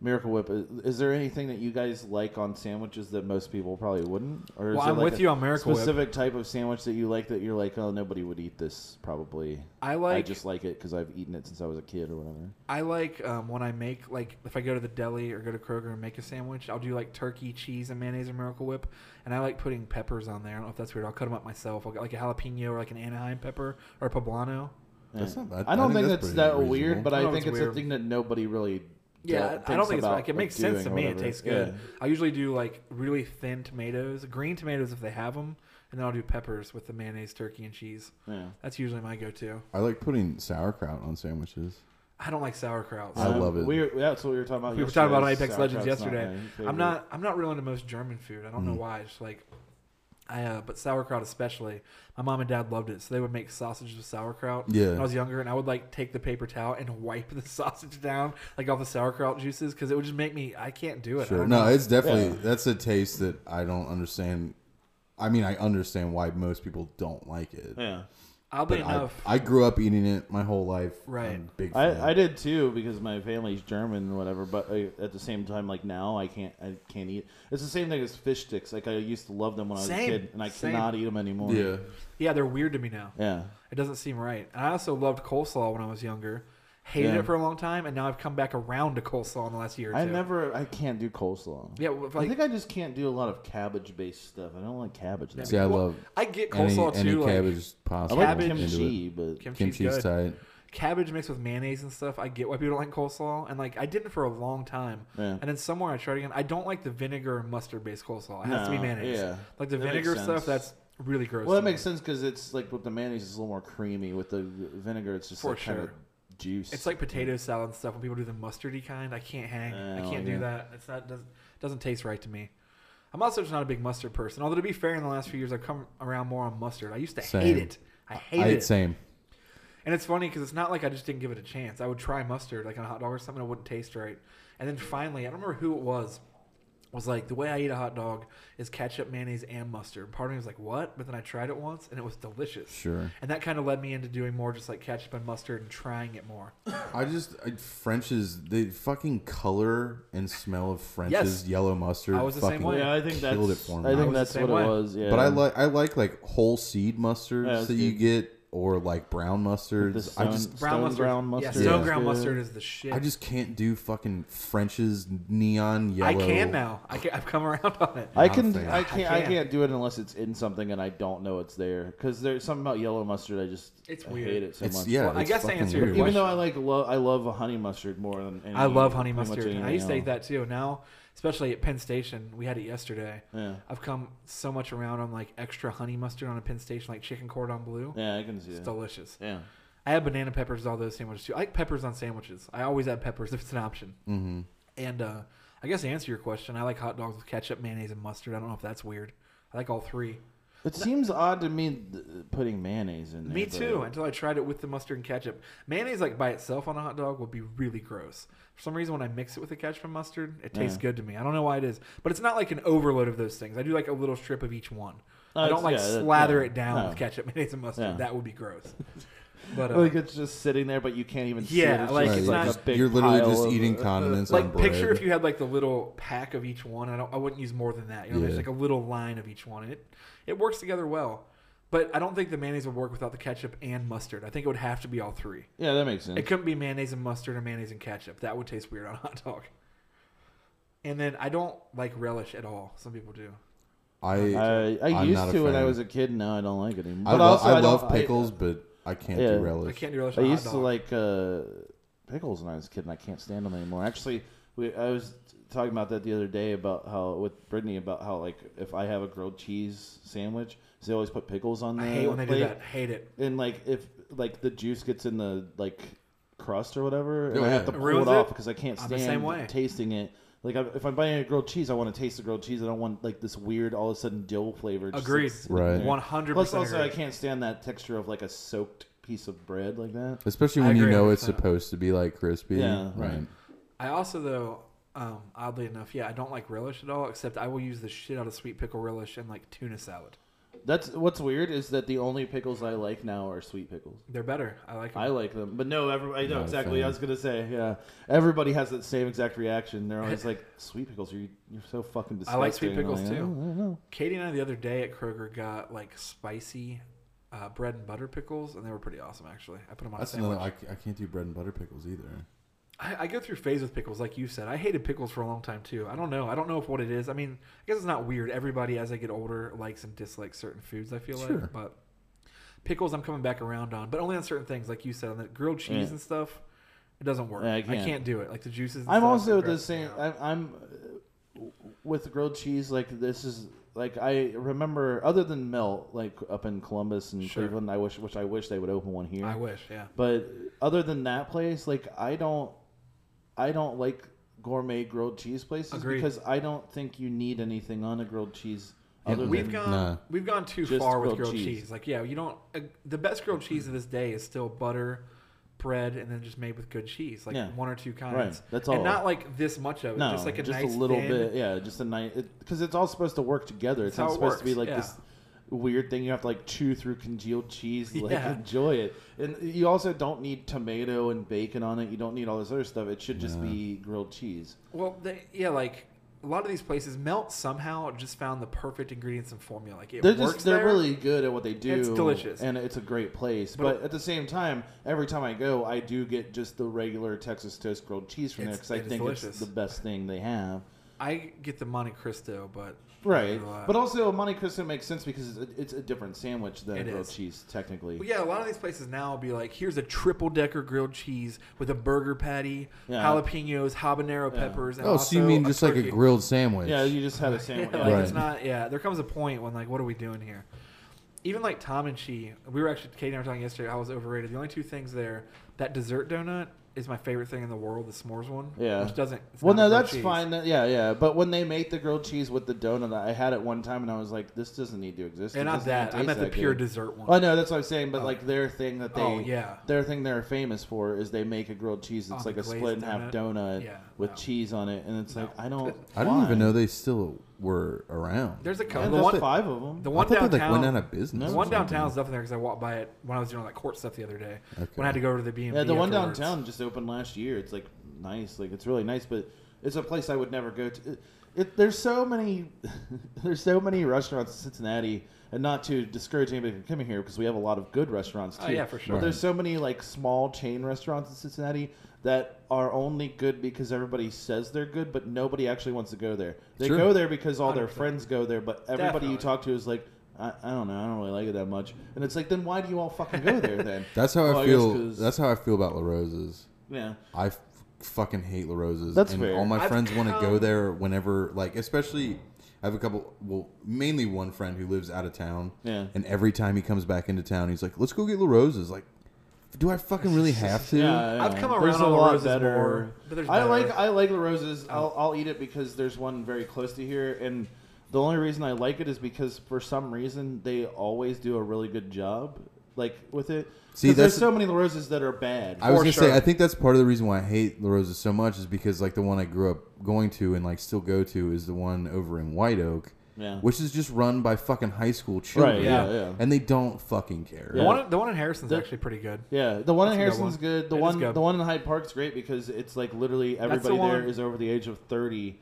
S1: Miracle Whip. Is, is there anything that you guys like on sandwiches that most people probably wouldn't? Or is
S3: Well,
S1: there
S3: I'm
S1: like
S3: with
S1: a
S3: you on Miracle Whip.
S1: Specific type of sandwich that you like that you're like, oh, nobody would eat this probably.
S3: I like.
S1: I just like it because I've eaten it since I was a kid or whatever.
S3: I like um, when I make like if I go to the deli or go to Kroger and make a sandwich, I'll do like turkey, cheese, and mayonnaise and Miracle Whip, and I like putting peppers on there. I don't know if that's weird. I'll cut them up myself. I'll get like a jalapeno or like an Anaheim pepper or a poblano.
S4: That's not bad.
S1: Eh. I don't
S4: I think
S1: think,
S4: that's
S1: that's,
S4: pretty
S1: that
S4: reasonable.
S1: weird, but
S3: I
S1: I,
S3: know
S1: think
S3: it's
S1: it's
S3: weird.
S1: a thing that nobody really.
S3: Yeah,
S1: get-
S3: I don't think it's
S1: about,
S3: like it makes
S1: like,
S3: sense to
S1: doing or
S3: me. It
S1: whatever.
S3: tastes good.
S1: Yeah.
S3: I usually do like really thin tomatoes, green tomatoes if they have them, and then I'll do peppers with the mayonnaise, turkey, and cheese.
S1: Yeah.
S3: That's usually my go-to.
S4: I like putting sauerkraut on sandwiches.
S3: I don't like sauerkraut.
S4: I
S1: Um,
S4: love it.
S1: We were, that's what we were talking about.
S3: we were talking about on Apex
S1: Sauerkraut's
S3: Legends
S1: not
S3: yesterday.
S1: my favorite.
S3: I'm not. I'm not real into most German food. I don't know why. It's just like, I uh, but sauerkraut especially. My mom and dad loved it, so they would make sausages with sauerkraut.
S4: Yeah.
S3: When I was younger, and I would like take the paper towel and [LAUGHS] wipe the sausage down like off the sauerkraut juices because it would just make me. I can't do it. I
S4: Sure.
S3: don't
S4: No,
S3: know.
S4: it's definitely
S1: Yeah.
S4: that's a taste that I don't understand. I mean, I understand why most people don't like it.
S1: Yeah,
S3: oddly
S4: But I,
S3: enough.
S4: I grew up eating it my whole life.
S3: Right.
S4: I'm a big fan.
S1: I, I did too because my family's German, and whatever. But I, at the same time, like now, I can't. I can't eat. It's the same thing as fish sticks. Like I used to love them when I was
S3: Same.
S1: a kid, and I
S3: Same.
S1: cannot eat them anymore.
S4: Yeah.
S3: yeah, they're weird to me now.
S1: yeah.
S3: It doesn't seem right. And I also loved coleslaw when I was younger. Hated
S1: Yeah.
S3: it for a long time, and now I've come back around to coleslaw in the last year or two.
S1: I never. I can't do coleslaw.
S3: Yeah, well, if
S1: I
S3: like-
S1: think I just can't do a lot of cabbage-based stuff. I don't like cabbage. that
S4: See, I
S3: Well,
S4: love
S3: I get
S4: any,
S3: coleslaw
S4: any
S3: too. like,
S4: cabbage
S1: I
S4: possible.
S1: like
S3: Cabbage.
S4: into it.
S1: kimchi, but
S3: Kimchi's good.
S4: Kimchi's tight.
S3: cabbage mixed with mayonnaise and stuff. I get why people don't like coleslaw, and like I didn't for a long time.
S1: Yeah.
S3: And then somewhere I tried again. I don't like the vinegar and mustard based coleslaw. It has to be
S1: No,
S3: mayonnaise.
S1: yeah.
S3: Like the
S1: That makes
S3: vinegar
S1: sense.
S3: stuff, that's really gross.
S1: well,
S3: to
S1: that
S3: me.
S1: makes sense because it's like with the mayonnaise, it's a little more creamy. With the vinegar, it's just
S3: For
S1: like kind
S3: sure.
S1: of juice.
S3: It's like potato salad and stuff. When people do the mustardy kind, I can't hang.
S1: Yeah, I
S3: I
S1: don't
S3: can't
S1: like
S3: do
S1: it.
S3: that. It's not doesn't doesn't taste right to me. I'm also just not a big mustard person. Although to be fair, in the last few years, I've come around more on mustard. I used to hate
S4: Same.
S3: it. I hate
S4: I
S3: it.
S4: same.
S3: And it's funny because it's not like I just didn't give it a chance. I would try mustard like on a hot dog or something, it wouldn't taste right. And then finally, I don't remember who it was, was like the way I eat a hot dog is ketchup, mayonnaise, and mustard. And part of me was like, what? But then I tried it once and it was delicious.
S4: Sure.
S3: And that kind of led me into doing more just like ketchup and mustard and trying it more.
S4: I just I, French's the fucking color and smell of French's
S3: Yes.
S4: yellow mustard.
S3: I was the same
S4: fucking
S3: way.
S1: yeah, I think
S4: killed
S1: that's.
S4: it for me.
S1: I
S3: I
S1: think
S3: was the
S1: that's
S3: same
S1: what
S3: way.
S1: it was. Yeah,
S4: But I like I like like whole seed mustards
S1: Yeah, that's
S4: that you
S1: good.
S4: get or like brown mustards.
S1: The
S4: I
S1: stone- Stone
S4: just
S1: ground
S3: Yeah,
S1: mustard
S3: stone
S4: is
S3: ground
S1: good.
S3: mustard is the shit.
S4: I just can't do fucking French's neon yellow.
S3: I can now. I can, I've come around on it.
S1: I
S4: Not a
S1: can,
S4: fan.
S1: I can't, I
S3: can.
S1: can't do it unless it's in something and I don't know it's there. Because there's something about yellow mustard. I just,
S3: It's
S1: I
S3: weird.
S1: hate it so
S4: It's
S1: much.
S4: yeah.
S3: Well, I
S4: it's
S3: guess to
S4: fucking
S3: answer your
S4: weird.
S1: Even though I like, lo- I love honey mustard more than. Any,
S3: I love honey
S1: pretty much
S3: mustard. and I
S1: anything
S3: used to
S1: else.
S3: eat that too. Now, especially at Penn Station, we had it yesterday.
S1: Yeah.
S3: I've come so much around on like extra honey mustard on a Penn Station, like chicken cordon bleu.
S1: Yeah, I can see
S3: It's
S1: it.
S3: delicious.
S1: yeah.
S3: I have banana peppers all those sandwiches too. I like peppers on sandwiches. I always add peppers [LAUGHS] if it's an option.
S4: Mm-hmm.
S3: And uh, I guess to answer your question, I like hot dogs with ketchup, mayonnaise, and mustard. I don't know if that's weird. I like all three.
S1: It seems odd to me th- putting mayonnaise in there.
S3: Me
S1: but-
S3: too. Until I tried it with the mustard and ketchup. Mayonnaise, like by itself on a hot dog, would be really gross. For some reason, when I mix it with the ketchup and mustard, it tastes
S1: Yeah.
S3: good to me. I don't know why it is, but it's not like an overload of those things. I do like a little strip of each one.
S1: No,
S3: I
S1: Oh, it's-
S3: don't like
S1: yeah, that-
S3: slather
S1: yeah.
S3: it down
S1: No.
S3: with ketchup, [LAUGHS] mayonnaise, and mustard.
S1: Yeah.
S3: That would
S1: [LAUGHS]
S3: be gross. But uh,
S1: Like it's just sitting there, but you can't even. see
S3: Yeah,
S1: it. It's
S3: like,
S1: just
S3: it's
S1: like
S3: not-
S1: a big
S4: you're literally
S1: pile
S4: just
S1: of- uh,
S4: eating condiments on
S3: uh, like
S4: bread.
S3: picture if you had like the little pack of each one. I don't. I wouldn't use more than that. You know, there's
S4: Yeah.
S3: like a little line of each one. and It it works together well. But I don't think the mayonnaise would work without the ketchup and mustard. I think it would have to be all three.
S1: Yeah, that makes sense.
S3: It couldn't be mayonnaise and mustard or mayonnaise and ketchup. That would taste weird on a hot dog. And then I don't like relish at all. Some people do.
S4: I
S1: I, I
S4: I'm
S1: used
S4: not a
S1: to when I
S4: fan.
S1: was a kid. Now I don't like it anymore.
S4: I,
S1: But
S4: lo-
S1: also,
S4: I
S1: I don't-
S4: love
S1: I-
S4: pickles, but I can't
S1: Yeah.
S4: do relish.
S3: I can't do relish.
S1: I
S3: on a hot
S1: used to
S3: dog.
S1: like uh, pickles when I was a kid, and I can't stand them anymore. Actually, we I was talking about that the other day about how with Brittany about how like if I have a grilled cheese sandwich, 'cause they always put pickles on there.
S3: I hate when they do
S1: plate.
S3: that. Hate it.
S1: And like if like the juice gets in the like crust or whatever, and
S4: Oh,
S1: I
S4: yeah.
S1: have to
S4: It
S1: pull
S3: ruins
S1: it off
S3: it?
S1: because I can't
S3: I'm the
S1: stand
S3: same way.
S1: tasting it. Like I, if I'm buying a grilled cheese, I want to taste the grilled cheese. I don't want like this weird all of a sudden dill flavor. just, like,
S3: Agreed.
S1: sitting
S4: Right.
S1: there.
S3: One hundred
S1: Plus,
S3: percent.
S1: also I can't stand that texture of like a soaked piece of bread like that.
S4: Especially
S3: I
S4: when you
S3: agree
S4: know it's
S3: 100%.
S4: supposed to be like crispy.
S1: Yeah.
S4: Right.
S3: I also though, um, oddly enough, yeah, I don't like relish at all. Except I will use the shit out of sweet pickle relish and like tuna salad.
S1: That's what's weird is that the only pickles I like now are sweet pickles.
S3: They're better. I like. 'em.
S1: I like them, but no, everybody.
S4: Not
S1: No,
S4: a
S1: exactly. I
S4: fan.
S1: was gonna say, yeah. Everybody has that same exact reaction. They're always like, "Sweet pickles, you you're so fucking
S3: I
S1: disgusting."
S3: like sweet
S1: I'm
S3: pickles,
S1: like,
S3: too.
S1: "I don't- I don't know."
S3: Katie and I the other day at Kroger got like spicy uh, bread and butter pickles, and they were pretty awesome actually. I put them on
S4: That's
S3: a sandwich.
S4: another. I, I can't do bread and butter pickles either.
S3: I, I go through phase with pickles, like you said. I hated pickles for a long time too. I don't know. I don't know if what it is. I mean, I guess it's not weird. Everybody, as I get older, likes and dislikes certain foods. I feel
S4: Sure.
S3: like, but pickles, I'm coming back around on, but only on certain things, like you said, on the grilled cheese
S1: Yeah.
S3: and stuff. It doesn't work.
S1: Yeah, I
S3: I, can't.
S1: can't.
S3: do it. Like the juices. And
S1: I'm
S3: stuff,
S1: also
S3: it
S1: the
S3: grosses me
S1: same.
S3: out.
S1: I'm, I'm uh, with grilled cheese. Like this is like I remember. Other than melt, like up in Columbus and
S3: Sure.
S1: Cleveland, I wish, which I wish they would open one here.
S3: I wish. Yeah.
S1: But other than that place, like I don't, I don't like gourmet grilled cheese places
S3: Agreed.
S1: because I don't think you need anything on a grilled cheese. Other
S3: We've
S1: than,
S3: gone
S4: Nah.
S3: we've gone too
S1: Mm-hmm. Just
S3: far with
S1: grilled
S3: grilled cheese.
S1: cheese. Mm-hmm.
S3: Like yeah, you don't. Uh, the best grilled cheese of this day is still butter, bread, and then just made with good cheese, like
S1: Yeah.
S3: one or two kinds.
S1: Right, that's
S3: And
S1: all.
S3: not like this much of it.
S1: no,
S3: just like a
S1: just
S3: nice
S1: a little
S3: thin-
S1: bit, yeah, just a nice because it's all supposed to work together. It's
S3: That's
S1: not
S3: how it
S1: supposed to be
S3: works,
S1: like
S3: yeah.
S1: this weird thing you have to like chew through congealed cheese to like
S3: Yeah.
S1: enjoy it. And you also don't need tomato and bacon on it. You don't need all this other stuff. It should just be grilled cheese.
S3: Well, they, yeah, like a lot of these places, Melt somehow just found the perfect ingredients and formula. Like it
S1: They're
S3: works
S1: just they're
S3: there.
S1: really good at what they do.
S3: It's delicious.
S1: and it's a great place.
S3: But-
S1: But, at the same time, every time I go, I do get just the regular Texas toast grilled cheese from there
S3: It's-
S1: because I
S3: it is
S1: think
S3: delicious.
S1: it's the best thing they have.
S3: I get the Monte Cristo, but
S1: Right,
S3: Uh,
S1: but also Monte Cristo makes sense because it's a, it's a different sandwich than a
S3: It
S1: grilled
S3: is.
S1: cheese, technically.
S3: Well, yeah, a lot of these places now will be like, here's a triple decker grilled cheese with a burger patty,
S1: Yeah.
S3: jalapenos, habanero
S1: Yeah.
S3: peppers. And
S4: Oh, so you
S3: also
S4: mean just like a
S3: turkey.
S4: grilled sandwich?
S1: Yeah, you just had
S3: [LAUGHS]
S1: a sandwich.
S3: Yeah, like
S4: Right.
S3: it's not. Yeah, there comes a point when like, what are we doing here? Even like Tom and she, we were actually Katie and I were talking yesterday. How it was overrated. The only two things there, that dessert donut is my favorite thing in the world. The s'mores one,
S1: Yeah.
S3: which doesn't. it's
S1: Well,
S3: not
S1: no,
S3: grilled
S1: that's
S3: cheese.
S1: fine. That- Yeah, yeah. But when they make the grilled cheese with the donut, I had it one time and I was like, this doesn't need to exist.
S3: And
S1: It
S3: not
S1: doesn't even
S3: that. I
S1: taste
S3: meant the
S1: that
S3: pure
S1: good.
S3: dessert one.
S1: Oh no, that's what I'm saying. But like their thing that they,
S3: Oh, yeah.
S1: their thing they're famous for is they make a grilled cheese
S3: On
S1: that's
S3: the
S1: like a
S3: glazed
S1: split in half
S3: donut?
S1: donut
S3: Yeah,
S1: with
S3: no.
S1: cheese on it, and it's like I don't.
S4: I didn't even
S1: why?
S4: know they still were around.
S3: There's a
S1: Yeah,
S3: couple. The
S1: there's
S3: one,
S1: five of them.
S3: the one
S4: I thought
S3: downtown.
S4: they like went out of business.
S3: the
S4: or
S3: one
S4: something.
S3: downtown's up in there because I walked by it when I was doing all that court stuff the other day.
S4: Okay.
S3: When I had to go over to the B and B.
S1: Yeah, the one downtown just opened last year. It's like nice, like it's really nice, but it's a place I would never go to. It, it, there's so many, [LAUGHS] there's so many restaurants in Cincinnati, and not to discourage anybody from coming here because we have a lot of good restaurants too.
S3: Oh, yeah, for sure.
S1: But there's so many like small chain restaurants in Cincinnati that are only good because everybody says they're good, but nobody actually wants to go there. They
S4: Sure.
S1: go there because all their
S3: 100%.
S1: friends go there, but everybody
S3: Definitely.
S1: you talk to is like. I, I don't know. I don't really like it that much, and it's like, then why do you all fucking go there then?
S4: [LAUGHS] That's how
S1: Well,
S4: I
S1: guess
S4: feel.
S1: 'cause-
S4: That's how I feel about La Rosa's.
S1: yeah.
S4: I f- fucking hate La Rosa's.
S1: That's
S4: and
S1: fair.
S4: All my
S3: I've
S4: friends want to go
S3: come-
S4: there whenever, like, especially. I have a couple, well, mainly one friend who lives out of town.
S1: Yeah.
S4: And every time he comes back into town, he's like, "Let's go get La Rosa's." Like, do I
S1: [LAUGHS]
S4: fucking really have to?
S1: Yeah,
S3: I've
S1: yeah.
S3: come
S1: There's
S3: around
S1: a
S3: on La
S1: lot
S3: Rosa's
S1: better.
S3: more, but there's
S1: I
S3: better.
S1: like I like La Rosa's. I'll, I'll eat it because there's one very close to here, and the only reason I like it is because for some reason they always do a really good job, like with it.
S4: See,
S1: 'Cause
S4: that's-
S1: there's so many La Rosa's that are bad.
S4: I was
S3: For
S4: gonna
S3: sure.
S4: say, I think that's part of the reason why I hate La Rosa so much is because like the one I grew up going to and like still go to is the one over in White Oak,
S1: Yeah.
S4: which is just run by fucking high school children,
S1: Right, yeah, yeah.
S4: and they don't fucking care.
S3: The
S1: Yeah.
S3: one, the one in Harrison's
S1: The-
S3: actually pretty good.
S1: yeah, the one in
S3: That's a good
S1: Harrison's
S3: one.
S1: good. The
S3: It is
S1: one
S3: good.
S1: the one in Hyde Park's great because it's like literally
S3: the
S1: everybody there
S3: one-
S1: is over the age of thirty.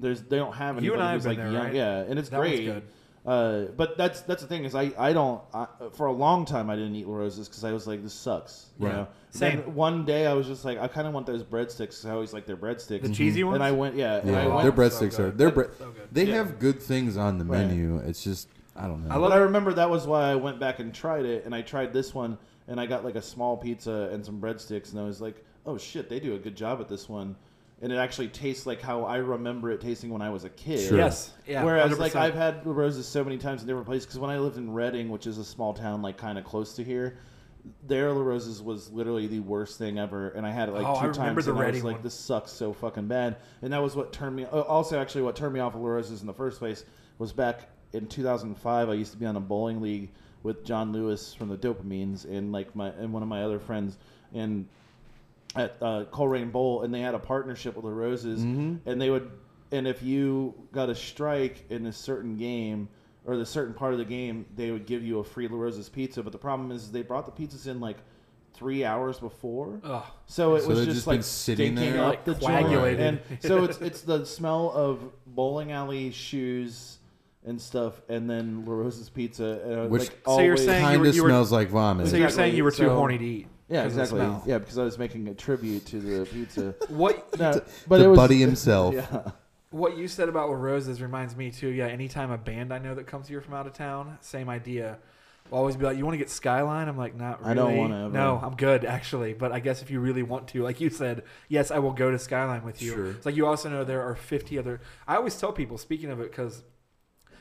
S1: There's they don't have anybody
S3: You and I
S1: who's
S3: have
S1: like
S3: been there,
S1: young,
S3: right?
S1: yeah, and it's
S3: That one's
S1: great.
S3: good.
S1: Uh, but that's that's the thing is I I don't I, for a long time I didn't eat La Rosa's because I was like this sucks you
S4: Right.
S1: know
S2: Same.
S1: Then one day I was just like I kind of want those breadsticks 'cause I always like their breadsticks
S2: The cheesy ones?
S1: and I went yeah, and
S4: Yeah,
S1: I went,
S4: their breadsticks
S3: so
S4: are
S3: good.
S4: their bre-
S3: So good.
S4: They
S1: Yeah.
S4: have good things on the
S1: Right.
S4: menu. It's just I don't know.
S1: but I remember that was why I went back and tried it and I tried this one and I got like a small pizza and some breadsticks and I was like oh shit they do a good job at this one and it actually tastes like how I remember it tasting when I was a kid
S4: Sure.
S3: Yes. Yeah.
S1: Whereas, like,
S3: 100%.
S1: I've had La Rosa's so many times in different places because when I lived in Reading, which is a small town, like, kind of close to here, their La Rosa's was literally the worst thing ever. And I had it like
S3: Oh, I
S1: two
S3: remember
S1: times.
S3: the
S1: and I was
S3: Reading
S1: like,
S3: one.
S1: this sucks so fucking bad. And that was what turned me, uh, also, actually, what turned me off of La Rosa's in the first place was back in 2005. I used to be on a bowling league with John Lewis from the Dopamines and, like, my, and one of my other friends. And at uh, Coleraine Bowl, and they had a partnership with the Roses,
S4: Mm-hmm.
S1: and they would, and if you got a strike in a certain game or the certain part of the game, they would give you a free La Roses pizza. But the problem is, they brought the pizzas in like three hours before,
S3: Ugh.
S1: so it
S4: So
S1: was
S4: they've
S1: just,
S4: just
S1: like
S4: been sitting
S1: stinking
S4: there?
S1: up
S3: Like
S1: the
S3: coagulated.
S1: joint. And so it's it's the smell of bowling alley shoes and stuff, and then La Roses pizza, and I was,
S4: Which-
S1: like,
S3: So you're
S1: always-
S3: saying you
S4: Kind
S3: were-
S4: of
S3: you were-
S4: smells like vomit.
S3: So you're
S1: Exactly.
S3: saying you were too
S1: So-
S3: horny to eat?
S1: yeah,
S3: 'cause of the
S1: exactly,
S3: smell.
S1: yeah, because I was making a tribute to the pizza.
S4: [LAUGHS]
S1: [LAUGHS]
S3: What
S1: No,
S4: but
S1: but
S4: the
S1: it was
S4: buddy himself.
S1: Yeah.
S3: What you said about La Rosa's reminds me too. Yeah, anytime a band I know that comes here from out of town, same idea. Will always be like, "You want to get Skyline?" I'm like, "Not really.
S1: I don't wanna ever."
S3: No, I'm good actually. But I guess if you really want to, like you said, yes, I will go to Skyline with you.
S4: Sure.
S3: It's like you also know there are 50 other. I always tell people, speaking of it, because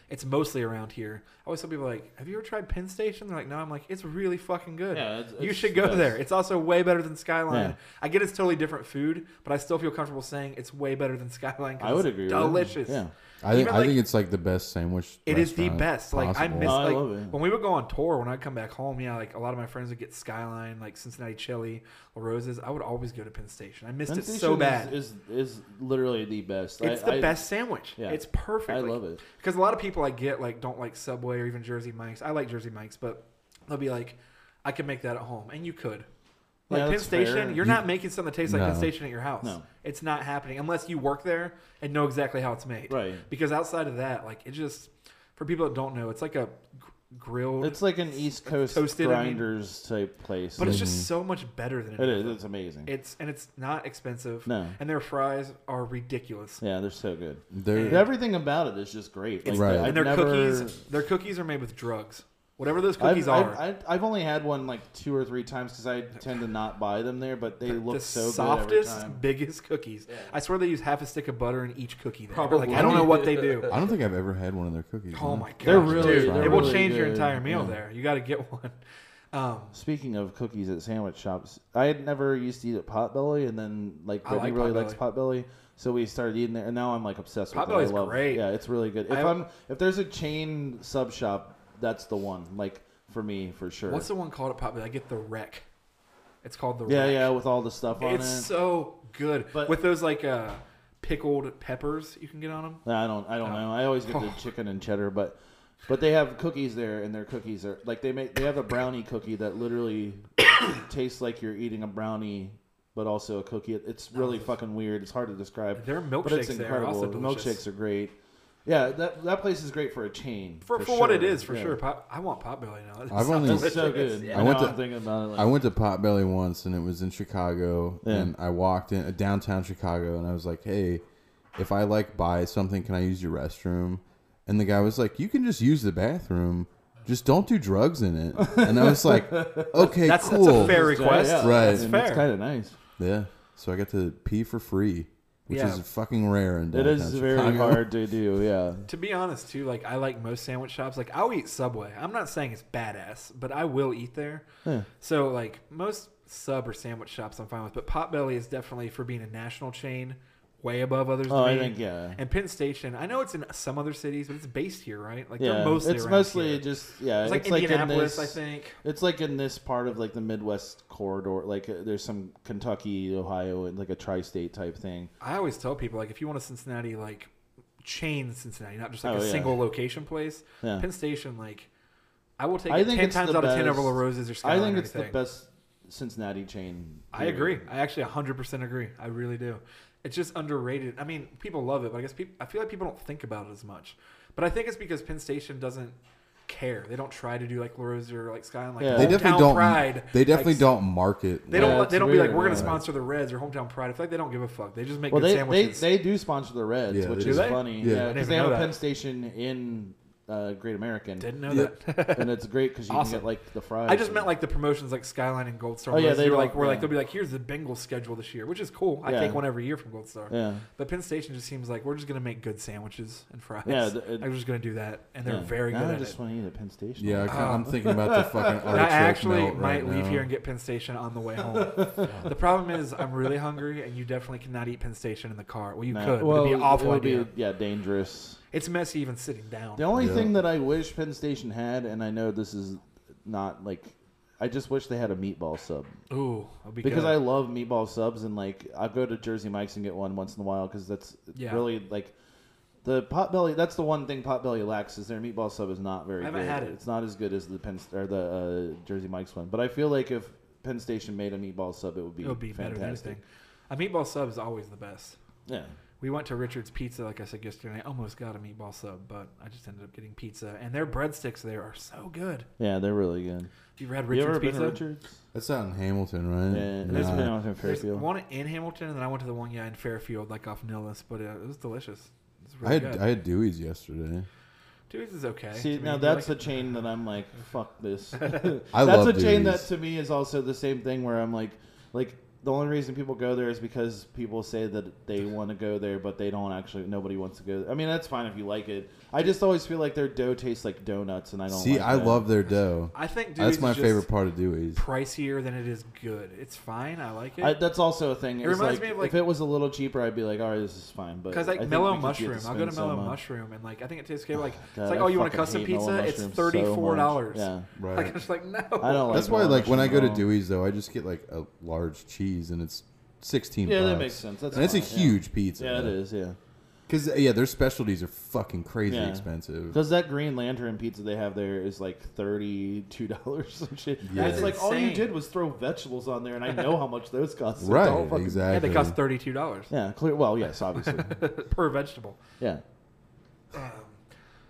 S3: it's mostly around here. I always tell people like, "Have you ever tried Penn Station?" They're like, "No." I'm like, "It's really fucking good.
S7: Yeah, it's-
S3: you
S7: it's
S3: should
S7: the
S3: go
S7: best.
S3: there. It's also way better than Skyline."
S1: Yeah.
S3: I get it's totally different food, but I still feel comfortable saying it's way better than Skyline. 'cause
S1: I would
S3: it's
S1: agree.
S3: Delicious.
S1: With you. Yeah.
S4: I think
S3: Even,
S4: I
S3: like-
S4: think it's like the best sandwich.
S3: It is the
S4: restaurant
S3: best. Like I
S4: possible.
S3: miss
S1: Oh, I
S3: like
S1: love it.
S3: when we would go on tour. When I'd come back home, yeah, like a lot of my friends would get Skyline, like Cincinnati Chili, La Rosa's. I would always go to Penn Station. I missed
S1: Penn
S3: it
S1: Station
S3: so
S1: is-
S3: bad.
S1: Is, is literally the best.
S3: it's
S1: I-
S3: the
S1: I-
S3: best sandwich.
S1: Yeah.
S3: It's perfect.
S1: I love it.
S3: because a lot of people I get like don't like Subway or even Jersey Mike's. I like Jersey Mike's, but they'll be like, I could make that at home, and you could.
S1: Yeah,
S3: Like Penn
S1: that's
S3: Station,
S1: fair.
S3: you're not making something that tastes like Penn
S4: No.
S3: Station at your house.
S1: No.
S3: It's not happening unless you work there and know exactly how it's made.
S1: Right.
S3: Because outside of that, like it just for people that don't know, it's like a gr- grilled
S1: It's like an East Coast
S3: Toasted, I mean.
S1: grinders type place.
S3: but it's just so much better than
S1: it
S3: it
S1: is. It's amazing.
S3: It's and it's not expensive.
S1: No.
S3: And their fries are ridiculous.
S1: yeah, they're so good.
S4: They're-
S1: Everything about it is just great. Like,
S4: Right.
S1: I've
S3: And their
S1: never-
S3: cookies, their cookies are made with drugs. Whatever those
S1: I've,
S3: cookies are.
S1: I've, I've, I've only had one like two or three times because I tend to not buy them there, but they look
S3: the
S1: so good every
S3: softest,
S1: time.
S3: biggest cookies. I swear they use half a stick of butter in each cookie. There.
S2: Probably.
S3: Like I don't know what they
S4: [LAUGHS]
S3: do.
S4: I don't think I've ever had one of their cookies.
S3: oh
S4: no.
S3: my god,
S1: They're really-
S3: dude,
S4: they're
S3: it will
S1: really
S3: change your
S1: good.
S3: entire meal
S1: Yeah.
S3: there. You got to get one. Um,
S1: Speaking of cookies at sandwich shops, I had never used to eat at Potbelly, and then like
S3: I
S1: Brittany
S3: like
S1: really
S3: Potbelly.
S1: lik's Potbelly, so we started eating there, and now I'm like obsessed with it. I
S3: Potbelly's
S1: love it.
S3: great.
S1: Yeah, it's really good. If
S3: I-
S1: I, am if there's a chain sub shop, that's the one. Like for me, for sure.
S3: what's the one called at Pop? I get the wreck. It's called the
S1: yeah,
S3: wreck.
S1: yeah, with all the stuff on
S3: It's
S1: it.
S3: so good
S1: But-
S3: with those like uh, pickled peppers you can get on them.
S1: Nah, I don't, I don't know. I always get
S3: [LAUGHS]
S1: the chicken and cheddar, but but they have cookies there, and their cookies are like they make they have a brownie cookie that literally [COUGHS] tastes like you're eating a brownie. But also a cookie. It's really fucking weird. It's hard to describe.
S3: Their
S1: but it's
S3: milkshakes there are
S1: incredible.
S3: also
S1: The
S3: delicious.
S1: milkshakes are great. Yeah, that that place is great for a chain.
S3: For, for, what it
S1: sure.
S3: is, for
S1: Yeah.
S3: sure. Pop, I want Potbelly now. That
S4: I've
S3: sounds
S4: only-
S1: It's so
S3: delicious.
S1: good.
S4: I
S1: I
S4: went
S1: went
S4: to-
S1: I'm thinking about it. Like,
S4: I went to Potbelly once, and it was in Chicago,
S1: Yeah.
S4: and I walked in uh, downtown Chicago, and I was like, "Hey, if I like buy something, can I use your restroom?" And the guy was like, "You can just use the bathroom, just don't do drugs in it." And I
S3: [LAUGHS]
S4: was like, "Okay,
S3: That's,
S4: cool,
S3: that's a fair
S1: Yeah,
S3: request.
S1: uh, yeah.
S4: Right.
S3: That's
S1: And
S3: fair.
S1: It's kind of nice.
S4: yeah." So I got to pee for free, which
S3: Yeah.
S4: is fucking rare in
S1: It
S4: downtown
S1: is very
S4: Chicago.
S1: hard to do. Yeah.
S3: To be honest, too, like I like most sandwich shops. Like I'll eat Subway. I'm not saying it's badass, but I will eat there. So like most sub or sandwich shops, I'm fine with. But Potbelly is definitely for being a national chain, way above others.
S1: Oh,
S3: to
S1: I
S3: me.
S1: think, yeah.
S3: And Penn Station, I know it's in some other cities, but it's based here, right? Like
S1: Yeah.
S3: they're mostly.
S1: it's
S3: around
S1: mostly
S3: here.
S1: just yeah.
S3: It's like
S1: in
S3: Indianapolis,
S1: this-
S3: I think.
S1: It's like in this part of like the Midwest corridor. Like uh, there's some Kentucky, Ohio, and like a tri-state type thing.
S3: I always tell people like if you want a Cincinnati like chain Cincinnati, not just like
S1: Oh,
S3: a
S1: yeah.
S3: single location place.
S1: Yeah.
S3: Penn Station, like I will take
S1: I
S3: it
S1: think
S3: ten
S1: it's
S3: times
S1: the
S3: out of ten
S1: best-
S3: over La Rose's or
S1: I
S3: Skyline.
S1: think
S3: or
S1: it's the
S3: anything.
S1: best Cincinnati chain.
S3: I
S1: period.
S3: agree. I actually 100% agree. I really do. It's just underrated. I mean, people love it, but I guess people, I feel like people don't think about it as much. But I think it's because Penn Station doesn't care. They don't try to do like LaRosa or like Skyline. Like
S1: Yeah.
S4: [LAUGHS] They
S3: hometown
S4: definitely don't.
S3: pride.
S4: They definitely
S3: like,
S4: don't market.
S3: They
S4: like-
S3: don't. [LAUGHS]
S1: Yeah,
S3: let-
S1: it's
S3: they don't be
S1: weird,
S3: like we're going
S1: yeah.
S3: to sponsor the Reds or hometown pride. I feel like they don't give a fuck. They just make
S1: Well,
S3: good
S1: they, they
S3: sandwiches.
S1: they do sponsor the Reds,
S4: Yeah,
S1: which
S4: they
S1: is
S3: do. Do they?
S1: funny.
S4: Yeah.
S1: Yeah, because
S4: I
S3: didn't
S1: they
S3: know
S1: have a
S3: that.
S1: Penn Station in uh, Great American,
S3: Didn't know
S4: Yep.
S3: that. [LAUGHS]
S1: and it's great because you
S3: Awesome.
S1: can get like the fries.
S3: I just meant like the promotions like Skyline and Gold Star.
S1: Oh, yeah,
S3: Those
S1: they
S3: who are
S1: don't-
S3: like we're
S1: yeah.
S3: like they'll be like here's the Bengals schedule this year, which is cool. I
S1: Yeah.
S3: take one every year from Gold Star.
S1: yeah,
S3: But Penn Station just seems like we're just gonna make good sandwiches and fries. [LAUGHS]
S1: Yeah, th- it-
S3: I'm just gonna do that, and they're
S1: yeah.
S3: very
S1: Now
S3: good
S1: I
S3: at
S1: just
S3: it.
S1: want to eat at Penn Station.
S4: Yeah, I kinda- I'm thinking about the fucking
S3: And [LAUGHS] I
S4: artichoke
S3: actually
S4: melt
S3: might
S4: right
S3: leave
S4: now.
S3: here and get Penn Station on the way home. [LAUGHS] the problem is I'm really hungry, and you definitely cannot eat Penn Station in the car. Well, you
S1: No.
S3: could.
S1: Well,
S3: but it'd be an awful
S1: it would
S3: idea.
S1: Be, yeah, dangerous.
S3: It's messy even sitting down.
S1: The only
S4: Yeah.
S1: thing that I wish Penn Station had, and I know this is not like, I just wish they had a meatball sub
S3: Ooh, I'll be
S1: because
S3: good.
S1: I love meatball subs and like I go to Jersey Mike's and get one once in a while because that's
S3: Yeah.
S1: really like the potbelly. That's the one thing potbelly lacks is their meatball sub is not very.
S3: I haven't
S1: good.
S3: had it.
S1: It's not as good as the Penn or the uh, Jersey Mike's one. But I feel like if Penn Station made a meatball sub, it would be
S3: it would be better than
S1: fantastic.
S3: anything. A meatball sub is always the best.
S1: Yeah.
S3: We went to Richard's Pizza, like I said yesterday. and I almost got a meatball sub, but I just ended up getting pizza. And their breadsticks there are so good.
S1: Yeah, they're really good.
S3: You ever had
S1: you
S3: Richard's
S1: ever been
S3: Pizza?
S1: to Richards?
S4: That's out in Hamilton, right?
S1: Yeah,
S4: Uh, Nah.
S1: there's been out in
S3: There's
S1: Fairfield.
S3: one in Hamilton, and then I went to the one yeah in Fairfield, like off Nillis, but uh, it was delicious. It's
S4: I
S3: really
S4: had
S3: good.
S4: I had Dewey's yesterday.
S3: Dewey's is okay.
S1: See,
S3: to me.
S1: now
S3: You
S1: that's
S3: like
S1: a chain that I'm like, fuck this.
S4: [LAUGHS] I
S1: [LAUGHS] that's
S4: love
S1: a chain that
S4: Dewey's.
S1: to me is also the same thing where I'm like, like the only reason people go there is because people say that they want to go there, but they don't actually. Nobody wants to go. there. I mean, that's fine if you like it. I just always feel like their dough tastes like donuts, and I don't.
S4: See,
S1: like
S4: I
S1: that.
S4: love their dough.
S3: I think Dewey's
S4: That's my
S3: is just
S4: favorite part of Dewey's.
S3: Pricier than it is good. It's fine. I like
S1: I,
S3: it.
S1: that's also a thing. It
S3: reminds
S1: like,
S3: me of, like-
S1: if it was a little cheaper, I'd be like, all right, this is fine. But
S3: Because
S1: I
S3: like
S1: think we
S3: mellow
S1: could get
S3: mushroom, I'll go
S1: spend
S3: to
S1: so
S3: mellow
S1: much.
S3: mushroom and like I think it
S1: [SIGHS]
S3: tastes good. Like
S1: God,
S3: it's like
S1: I
S3: oh you want a
S1: fucking
S3: custom
S1: hate mellow
S3: pizza? It's
S1: mushroom so
S3: thirty four dollars.
S1: much. Yeah.
S4: Right.
S3: [LAUGHS] Like I'm just like no.
S1: I don't like
S4: That's why,
S1: mellow
S4: like when I
S1: mushroom
S4: go to
S1: at all.
S4: Dewey's, though, I just get like a large cheese, and it's sixteen.
S1: Yeah, that
S4: bucks.
S1: makes sense. That's
S4: and it's a
S1: fine, yeah.
S4: huge pizza.
S1: Yeah, it is. Yeah.
S4: Because yeah, their specialties are fucking crazy
S1: Yeah.
S4: expensive.
S1: Because that Green Lantern pizza they have there is like thirty-two [LAUGHS] dollars some shit.
S4: Yeah.
S1: And it's like all you
S3: Insane.
S1: did was throw vegetables on there, and I know how much those cost. So
S4: [LAUGHS] Right,
S1: don't fucking-
S4: exactly.
S3: Yeah, they cost thirty two dollars
S1: Yeah, clear. Well, yes,
S4: [LAUGHS]
S1: obviously.
S3: [LAUGHS] per vegetable.
S1: yeah.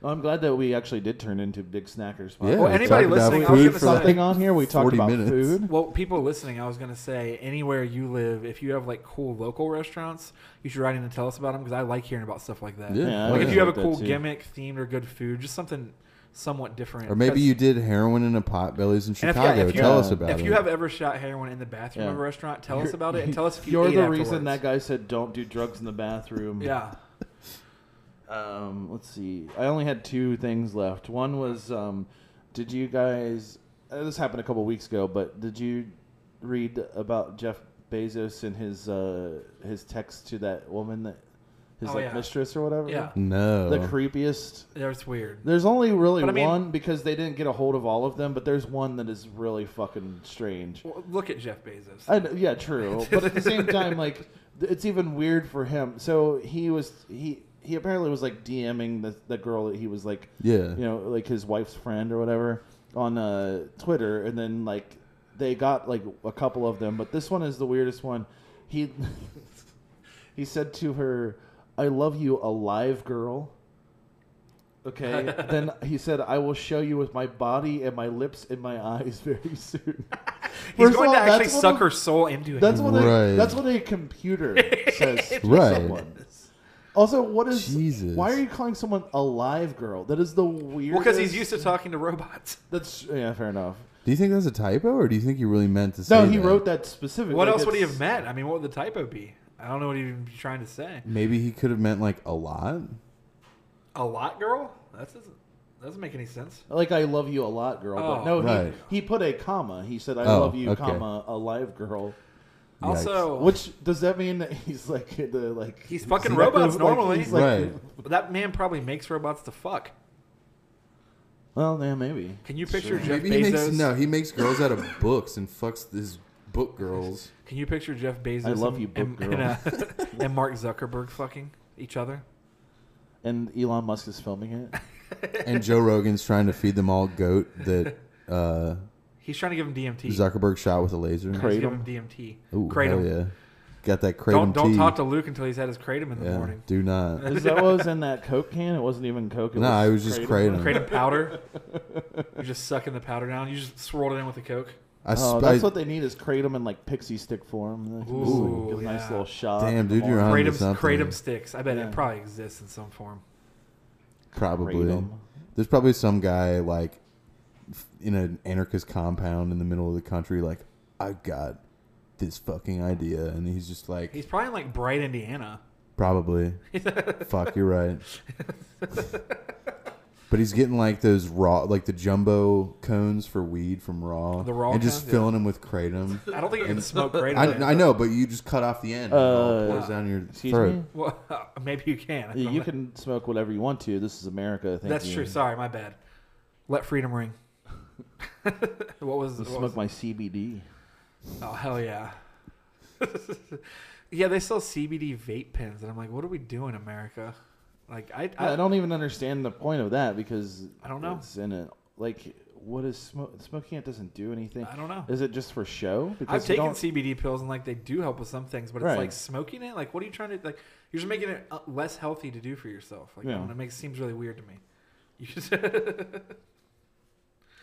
S1: Well, I'm glad that we actually did turn into big snackers.
S4: Yeah,
S3: Well,
S4: we
S3: anybody
S4: talked about
S3: listening, I was
S4: food
S3: gonna
S4: for
S3: say-
S4: like
S1: something on here. We talked
S4: 40
S1: about
S4: minutes.
S1: food.
S3: Well, people listening, I was gonna say anywhere you live, if you have like cool local restaurants, you should write in and tell us about them because I like hearing about stuff like that.
S4: Yeah.
S1: Yeah, I
S3: Like
S1: really
S3: if you have a
S1: that
S3: cool
S1: too.
S3: gimmick, themed or good food, just something somewhat different.
S4: Or maybe
S3: Because-
S4: you did heroin in a pot bellies in
S3: And if- yeah,
S4: Chicago.
S3: if you-
S4: Tell
S1: yeah.
S4: us about
S3: If
S4: it.
S3: you have ever shot heroin in the bathroom
S1: Yeah.
S3: of a restaurant, tell us about it and tell us if you
S1: You're
S3: ate
S1: the
S3: afterwards.
S1: reason that guy said don't do drugs in the bathroom.
S3: Yeah.
S1: Um, let's see. I only had two things left. One was, um, did you guys? Uh, this happened a couple weeks ago, but did you read about Jeff Bezos and his uh, his text to that woman that his
S3: Oh,
S1: like
S3: yeah.
S1: mistress or whatever?
S3: Yeah.
S4: no,
S1: The creepiest.
S3: That's weird.
S1: There's only really
S3: But I mean-
S1: one because they didn't get a hold of all of them, but there's one that is really fucking strange.
S3: Well, look at Jeff Bezos.
S1: I know, yeah,
S3: [LAUGHS]
S1: true. But at the same time, like th- it's even weird for him. So he was he he apparently was like DMing the the girl that he was like
S4: Yeah.
S1: you know like his wife's friend or whatever on uh, Twitter, and then like they got like a couple of them, but this one is the weirdest one. He [LAUGHS] he said to her, "I love you, alive girl." Okay.
S3: [LAUGHS]
S1: then he said, "I will show you with my body and my lips and my eyes very soon."
S3: He's
S1: First of
S3: going to
S1: all,
S3: actually
S1: that's what
S3: suck
S1: a-
S3: her soul into it.
S1: that's what a
S4: Right.
S1: that's what a computer
S4: [LAUGHS]
S1: says to
S4: Right.
S1: someone. Also, what is
S4: Jesus.
S1: Why are you calling someone a live girl? That is the weirdest.
S3: well, because he's used to talking to robots.
S1: That's yeah, fair enough.
S4: do you think that's a typo, or do you think he really meant to say?
S1: No, he
S4: that?
S1: wrote that specifically.
S3: What
S1: like,
S3: else would he
S1: it's-
S3: have meant? I mean, what would the typo be? I don't know what he'd even be trying to say.
S4: Maybe he could have meant like a lot.
S3: A lot, girl? That doesn't, doesn't make any sense.
S1: Like I love you a lot, girl. But
S3: Oh.
S1: no, he,
S4: Right.
S1: he put a comma. He said I
S4: Oh,
S1: love you,
S4: okay.
S1: comma a live girl.
S3: Also,
S1: Which does that mean that he's like [LAUGHS] the like
S3: He's fucking
S1: like the-
S3: robots
S1: like,
S3: normally.
S1: he's like-
S4: Right.
S3: that man probably makes robots to fuck.
S1: Well, yeah, maybe.
S3: Can you picture Jeff
S4: Maybe he makes
S3: Bezos?
S4: no. He makes girls out of books and fucks these book girls.
S3: Can you picture Jeff Bezos?
S1: I love
S3: and,
S1: you, book
S3: and,
S1: girl.
S3: and, uh, [LAUGHS] and Mark Zuckerberg fucking each other.
S1: And Elon Musk is filming
S3: [LAUGHS]
S1: it.
S4: and Joe Rogan's trying to feed them all goat that uh,
S3: He's trying to give him DMT.
S4: Zuckerberg shot with a laser.
S3: He's
S1: Kratom.
S3: giving him DMT.
S4: Ooh,
S3: Kratom.
S4: hell yeah. got that kratom
S3: Don't don't
S4: tea.
S3: talk to Luke until he's had his kratom in the
S4: yeah,
S3: morning.
S4: do not.
S1: Is that what was in that Coke can? It wasn't even Coke. It
S4: no,
S1: was
S4: I was just kratom. [LAUGHS]
S3: Kratom powder. You're just sucking the powder down. You just swirled it in with a coke.
S4: I,
S1: Oh,
S4: sp-
S1: that's
S4: I-
S1: what they need is kratom in like pixie stick form. They can just, like,
S3: Ooh,
S1: give a
S3: yeah.
S1: nice little shot.
S4: Damn,
S1: in the
S4: dude, you're
S1: morning.
S4: on-
S3: Kratom,
S4: something.
S3: kratom sticks. I bet
S1: Yeah.
S3: it probably exists in some form.
S4: probably.
S1: Kratom.
S4: There's probably some guy like f- in an anarchist compound in the middle of the country. Like, I got this fucking idea, and he's just like,
S3: He's probably in like Bright,
S4: [LAUGHS]
S3: Indiana. [LAUGHS]
S4: Probably. Fuck, you're right. but he's getting like those raw, like the jumbo cones for weed from raw,
S3: The raw
S4: and just
S3: cones,
S4: filling them with kratom.
S3: I don't think [LAUGHS] you can
S1: [LAUGHS]
S3: smoke kratom.
S4: I,
S3: in-
S4: I know, but you just cut off the end. and it all
S1: Uh,
S4: pours down your
S1: Excuse
S4: throat.
S1: me.
S3: Well, [LAUGHS] maybe you can. I
S1: Yeah,
S3: don't
S1: You
S3: know.
S1: can smoke whatever you want to. This is America. Thank
S3: That's
S1: you.
S3: true. Sorry, my bad. Let freedom ring. [LAUGHS] what was?
S1: I'll
S3: What
S1: smoke
S3: was
S1: my CBD.
S3: oh hell yeah. [LAUGHS] yeah, they sell CBD vape pens, and I'm like, what are we doing, America? Like, I, I,
S1: I, don't even understand the point of that because
S3: I don't know.
S1: It's in it. Like, what is smo- smoking? It doesn't do anything.
S3: I don't know.
S1: Is it just for show? Because
S3: I've
S1: you
S3: taken
S1: don't-
S3: CBD pills, and like they do help with some things, but it's
S1: Right.
S3: like smoking it. Like, what are you trying to like? You're just making it uh, less healthy to do for yourself. Like, I
S1: Yeah.
S3: don't know, it makes seems really weird to me. You just [LAUGHS]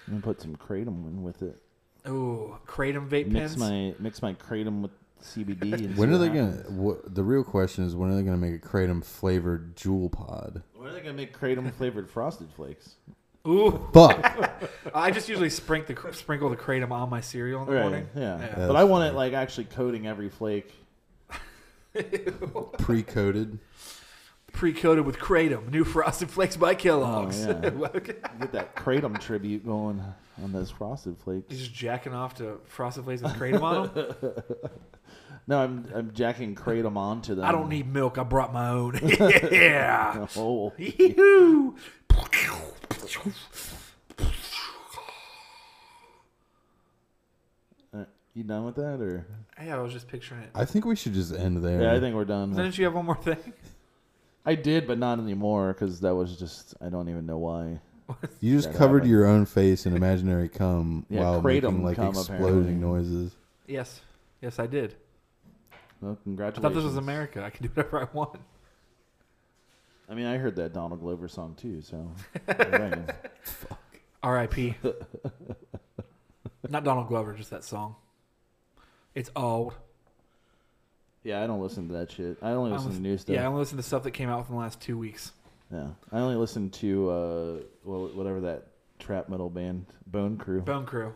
S1: I'm gonna put some kratom in with it.
S3: oh kratom vape
S1: Mix
S3: pens.
S1: my mix my kratom with
S4: [LAUGHS]
S1: CBD. And
S4: When
S1: see what
S4: are they
S1: happens.
S4: gonna? What, the real question is, when are they gonna make a kratom flavored jewel pod?
S1: When are they gonna make kratom flavored frosted flakes?
S3: Ooh, [LAUGHS]
S4: Fuck.
S3: I just usually sprinkle the sprinkle the kratom on my cereal in the
S1: Right.
S3: morning.
S1: Yeah.
S3: Yeah.
S1: But I want it like actually coating every flake.
S4: Pre coated.
S3: Pre-coated with kratom, new frosted flakes by Kellogg's. [LAUGHS]
S1: Oh,
S3: You're
S1: Get that kratom tribute going on those frosted flakes.
S3: just jacking off to frosted flakes with kratom on 'em?
S1: No, I'm I'm jacking kratom onto them.
S3: I don't need milk. I brought my own. [LAUGHS] yeah.
S1: Oh,
S3: Yee-hoo.
S1: Uh, you done with that or?
S3: yeah, I was just picturing it.
S4: I think we should just end there.
S1: Yeah, I think we're done.
S3: Didn't you have one more thing?
S1: I did, but not anymore because that was just I don't even know why.
S4: You just
S1: That
S4: covered
S1: happened.
S4: your own face in imaginary cum
S1: Yeah,
S4: while
S1: kratom
S4: making like
S1: cum, apparently.
S4: exploding noises.
S3: Yes. Yes, I did.
S1: Well,
S3: I
S1: congratulations.
S3: thought this was America. I can do whatever I want.
S1: I mean, I heard that Donald Glover song too.
S3: [LAUGHS]
S1: So, Right. [LAUGHS]
S3: R.I.P. Not Donald Glover, just that song. It's old.
S1: yeah, I don't listen to that shit. I only
S3: I
S1: listen to
S3: only-
S1: new stuff.
S3: Yeah, I
S1: Yeah,
S3: only listen to stuff that came out within the last two weeks.
S1: I only listen to uh, well, whatever that trap metal band Bone Crew.
S3: Bone Crew.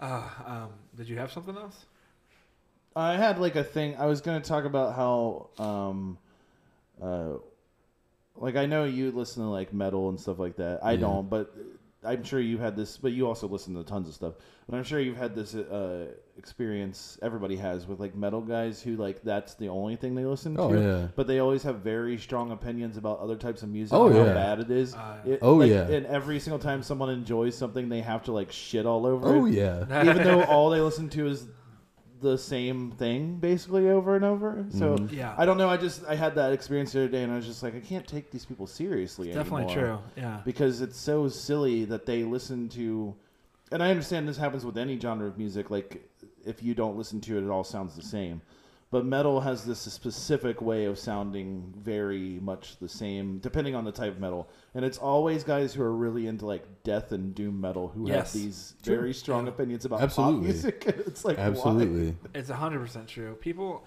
S3: Uh, um, did you have something else?
S1: I had like a thing. I was going to talk about how, um, uh, like I know you listen to like metal and stuff like that. I don't, but I'm sure you had this. But you also listen to tons of stuff. And I'm sure you've had this uh, experience. Everybody has with like metal guys who like that's the only thing they listen
S4: Oh,
S1: to.
S4: yeah.
S1: But they always have very strong opinions about other types of music.
S4: Oh,
S1: and
S4: yeah.
S1: How bad it is. It-
S4: Oh,
S1: like,
S4: yeah.
S1: And every single time someone enjoys something, they have to like shit all over.
S4: Oh
S1: it
S4: yeah.
S1: even though all they listen to is the same thing basically over and over. So
S3: Yeah.
S1: I don't know. I just I had that experience the other day, and I was just like, I can't take these people seriously.
S3: [LAUGHS] Definitely true.
S1: anymore.
S3: Yeah.
S1: because it's so silly that they listen to. And I understand this happens with any genre of music. Like if you don't listen to it, it all sounds the same. But metal has this specific way of sounding very much the same, depending on the type of metal. And it's always guys who are really into like death and doom metal who
S3: Yes.
S1: have these very strong opinions about
S4: Absolutely.
S1: pop music. [LAUGHS] It's like why?
S4: Absolutely.
S3: It's 100% true. People,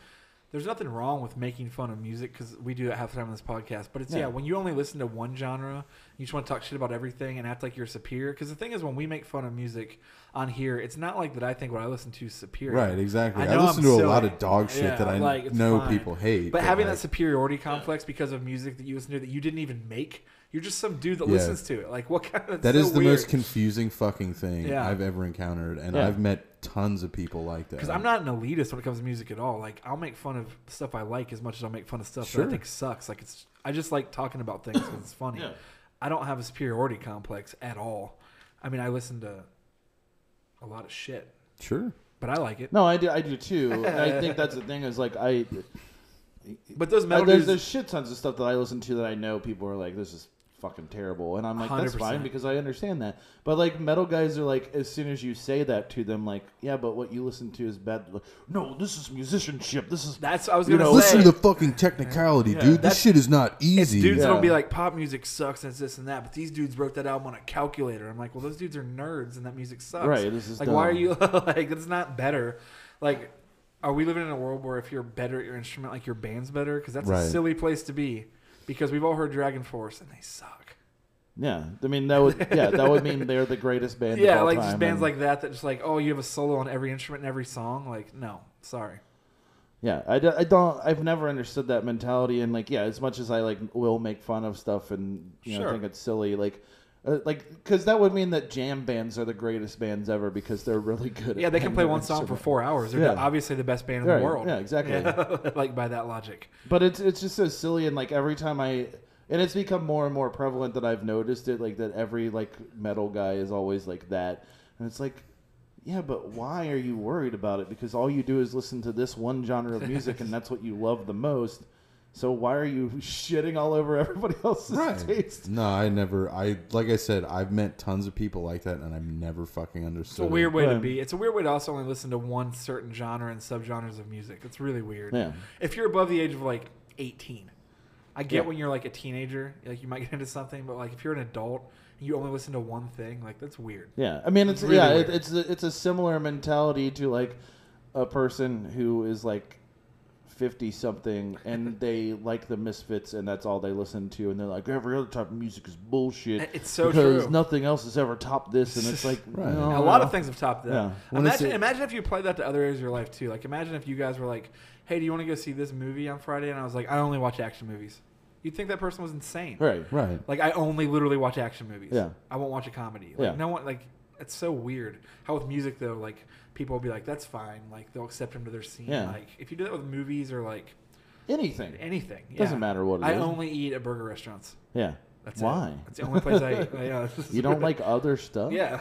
S3: there's nothing wrong with making fun of music because we do it half the time on this podcast. But it's, yeah.
S1: Yeah.
S3: when you only listen to one genre, you just want to talk shit about everything and act like you're superior. Because the thing is, when we make fun of music on here, it's not like that I think what I listen to is superior.
S4: Right, exactly. I,
S3: know
S4: listen
S3: I'm
S4: to
S3: silly.
S4: a lot of dog shit
S3: Yeah,
S4: that I
S3: like, it's
S4: know
S3: fine.
S4: people hate.
S3: But having
S4: like,
S3: that superiority complex because of music that you listen to that you didn't even make, you're just some dude that
S4: Yeah.
S3: listens to it. Like, what kind of.
S4: that
S3: so
S4: is the most
S3: weird.
S4: confusing fucking thing
S3: Yeah.
S4: I've ever encountered, and
S1: Yeah.
S4: I've met tons of people like that.
S3: Because I'm not an elitist when it comes to music at all. Like I'll make fun of stuff I like as much as I'll make fun of stuff that I
S4: Sure.
S3: think sucks. Like it's I just like talking about things 'cause it's funny. I don't have a superiority complex at all. I mean, I listen to a lot of shit,
S4: sure.
S3: but I like it.
S1: No, I do. I do too. And I think that's the thing is like I.
S3: But those
S1: I
S3: metal
S1: Uh, there's,
S3: dudes,
S1: there's shit tons of stuff that I listen to that I know people are like, this is fucking terrible. And I'm like, that's fine
S3: 100%.
S1: because I understand that. But like metal guys are like, as soon as you say that to them, like, yeah, but what you listen to is bad. Like, no, this is musicianship. This is
S3: That's I was
S1: You
S3: gonna
S1: know,
S3: say.
S4: Listen to the fucking technicality, dude. This
S3: that's-
S4: shit is not
S3: It's
S4: easy.
S3: dudes that'll be
S1: Yeah.
S3: like, pop music sucks and it's this and that, but these dudes wrote that album on a calculator. I'm like, well, those dudes are nerds and that music sucks.
S1: Right, this is
S3: like, why are
S1: dumb.
S3: you [LAUGHS] like? It's not better. Like, are we living in a world where if you're better at your instrument, like your band's better? Because that's
S4: Right.
S3: a silly place to be. Because we've all heard Dragon Force and they suck.
S1: yeah. I mean, that would yeah, that would mean they're the greatest
S3: [LAUGHS]
S1: band. of
S3: yeah,
S1: all
S3: like
S1: time,
S3: just bands
S1: and-
S3: like that that just like, oh, you have a solo on every instrument and every song. Like, no, sorry.
S1: Yeah, I, do, not I've never understood that mentality, and like, yeah, as much as I like will make fun of stuff and you know
S3: Sure.
S1: think it's silly, like, uh, like because that would mean that jam bands are the greatest bands ever because they're really good.
S3: Yeah,
S1: at
S3: they can
S1: playing
S3: play
S1: their
S3: one song for
S1: instrument.
S3: four hours. They're
S1: Yeah.
S3: obviously the best band in
S1: Right,
S3: the world.
S1: yeah, exactly.
S3: [LAUGHS] like by that logic.
S1: But it's it's just so silly, and like every time I, and it's become more and more prevalent that I've noticed it, like that every like metal guy is always like that, and it's like. Yeah, but why are you worried about it? Because all you do is listen to this one genre of music, and that's what you love the most. So why are you [LAUGHS] shitting all over everybody else's taste?
S4: No, I never. I like I said, I've met tons of people like that, and I've never fucking
S3: It's a
S4: understood.
S3: weird way to
S1: Right.
S3: be. It's a weird way to also only listen to one certain genre and subgenres of music. It's really weird.
S1: Yeah.
S3: If you're above the age of like 18, I get
S1: Yeah.
S3: when you're like a teenager, like you might get into something, but like if you're an adult and you only listen to one thing, like that's weird.
S1: Yeah, I mean it's,
S3: It's really
S1: yeah
S3: weird.
S1: it, it's a, it's a similar mentality to like a person who is like fifty something
S3: [LAUGHS]
S1: and they like the Misfits and that's all they listen to and they're like every other type of music is bullshit.
S3: It's so
S1: because
S3: true.
S1: nothing else has ever topped this and it's like
S3: [LAUGHS]
S4: Right.
S1: no,
S3: a lot
S1: no.
S3: of things have topped that.
S1: Uh-huh. Yeah.
S4: When it's
S3: Imagine,
S4: a-
S3: imagine if you applied that to other areas of your life too. Like imagine if you guys were like, "Hey, do you want to go see this movie on Friday?" And I was like, "I only watch action movies." You'd think that person was insane.
S1: Right.
S4: Right.
S3: Like I only literally watch action movies.
S1: Yeah.
S3: I won't watch a comedy. Like
S1: Yeah.
S3: no one like it's so weird. How with music though, like people will be like, That's fine, like they'll accept him to their scene.
S1: Yeah.
S3: Like if you do that with movies or like
S1: Anything.
S3: anything. Yeah.
S1: Doesn't matter what it
S3: I
S1: is.
S3: only eat at burger restaurants.
S1: Yeah.
S3: That's it.
S1: Why?
S3: That's the only place
S1: [LAUGHS]
S3: I eat. Yeah.
S1: You don't like other stuff?
S3: [LAUGHS] Yeah.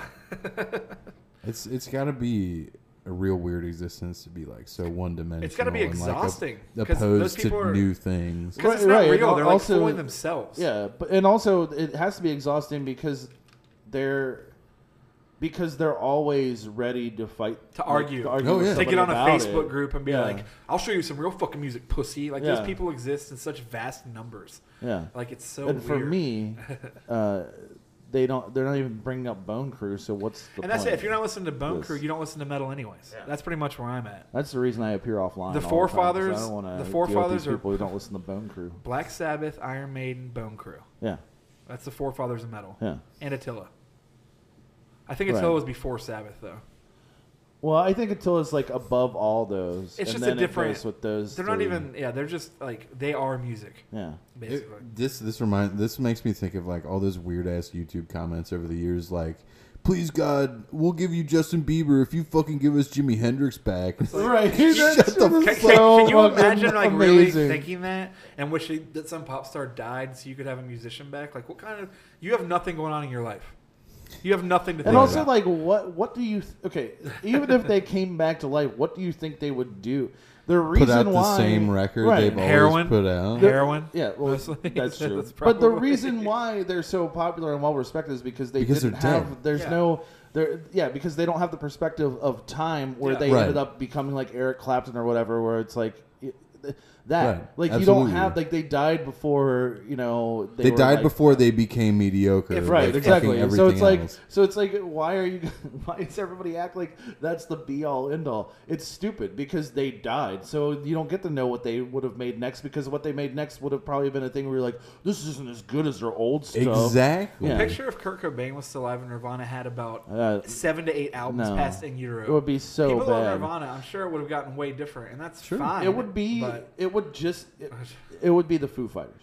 S4: It's it's got to be a real weird existence to be like so one dimensional.
S3: It's gotta be
S4: and, like, op-
S3: exhausting, 'cause those
S4: opposed to
S3: people are-
S4: new things.
S3: Because it's
S1: Right,
S3: not
S1: right,
S3: real.
S1: and
S3: They're
S1: also-
S3: like fooling themselves.
S1: Yeah, but and also it has to be exhausting because they're because they're always ready to fight
S3: To argue.
S1: Like,
S4: Oh,
S1: with
S4: yeah.
S3: They
S1: somebody
S3: get on a
S1: about
S3: Facebook
S1: it.
S3: group and be
S1: Yeah.
S3: like, I'll show you some real fucking music, pussy. Like
S1: Yeah.
S3: those people exist in such vast numbers.
S1: yeah.
S3: Like it's so
S1: and for
S3: weird. [LAUGHS]
S1: me, uh, they don't. They're not even bringing up Bone Crew. So what's the
S3: and that's
S1: point?
S3: it. If you're not listening to Bone
S1: Yes.
S3: Crew, you don't listen to metal anyways. That's pretty much where I'm at.
S1: That's the reason I appear offline.
S3: The
S1: all time, 'cause
S3: forefathers-
S1: I don't wanna
S3: the
S1: deal with
S3: forefathers
S1: these
S3: are-
S1: people who don't listen to Bone Crew.
S3: Black Sabbath, Iron Maiden, Bone Crew.
S1: Yeah,
S3: That's the forefathers of metal.
S1: yeah.
S3: And Attila. I think
S1: Right.
S3: Attila was before Sabbath though.
S1: Well, I think until it's like above all those,
S3: It's
S1: and
S3: just a
S1: then it
S3: different-
S1: goes with those.
S3: They're not
S1: three.
S3: even yeah, they're just like they are music,
S1: Yeah,
S4: It-
S3: basically.
S4: this this remind this makes me think of like all those weird ass YouTube comments over the years, like, "Please God, we'll give you Justin Bieber if you fucking give us Jimi Hendrix back."
S1: right.
S4: [LAUGHS] Shut the
S1: That shit
S3: Can,
S1: is
S3: can-
S1: so
S3: can you
S1: fucking
S3: imagine like really
S1: amazing.
S3: thinking that and wishing that some pop star died so you could have a musician back? Like what kind of you have nothing going on in your life. You have nothing to think
S1: And also,
S3: about.
S1: like, what what do you th- okay? Even if they came back to life, what do you think they would do? The reason
S4: put out the
S1: why
S4: same record
S1: right?
S4: they've
S3: Heroin.
S4: always put out.
S3: heroin.
S1: yeah, well,
S3: Mostly.
S1: that's true.
S3: That's
S1: but the
S3: probably-
S1: reason why they're so popular and well respected is because they
S4: Because
S1: didn't
S4: they're
S1: have.
S4: dead.
S1: There's
S3: Yeah.
S1: no. They're, yeah, because they don't have the perspective of time where
S3: Yeah.
S1: they
S4: Right.
S1: ended up becoming like Eric Clapton or whatever, where it's like y- th- that.
S4: Right.
S1: Like you don't
S4: Absolutely.
S1: have like they died before you know
S4: They
S1: were,
S4: died
S1: like-
S4: before they became mediocre.
S3: If-
S1: Right,
S4: like,
S1: exactly.
S4: fucking
S1: So it's
S4: everything
S1: like,
S4: else.
S1: so it's like, why are you? [LAUGHS] Why does everybody act like that's the be all end all? It's stupid because they died, so you don't get to know what they would have made next because what they made next would have probably been a thing where you're like, this isn't as good as their old stuff.
S4: exactly.
S1: Yeah.
S3: Picture if Kurt Cobain was still alive and Nirvana had about
S1: Uh,
S3: seven to eight albums
S1: no.
S3: past in utero.
S1: It would be so
S3: People on
S1: bad.
S3: Nirvana, I'm sure it would have gotten way different, and that's fine.
S1: It would be.
S3: but
S1: It would just.
S3: [LAUGHS]
S1: It, it would be the Foo Fighters.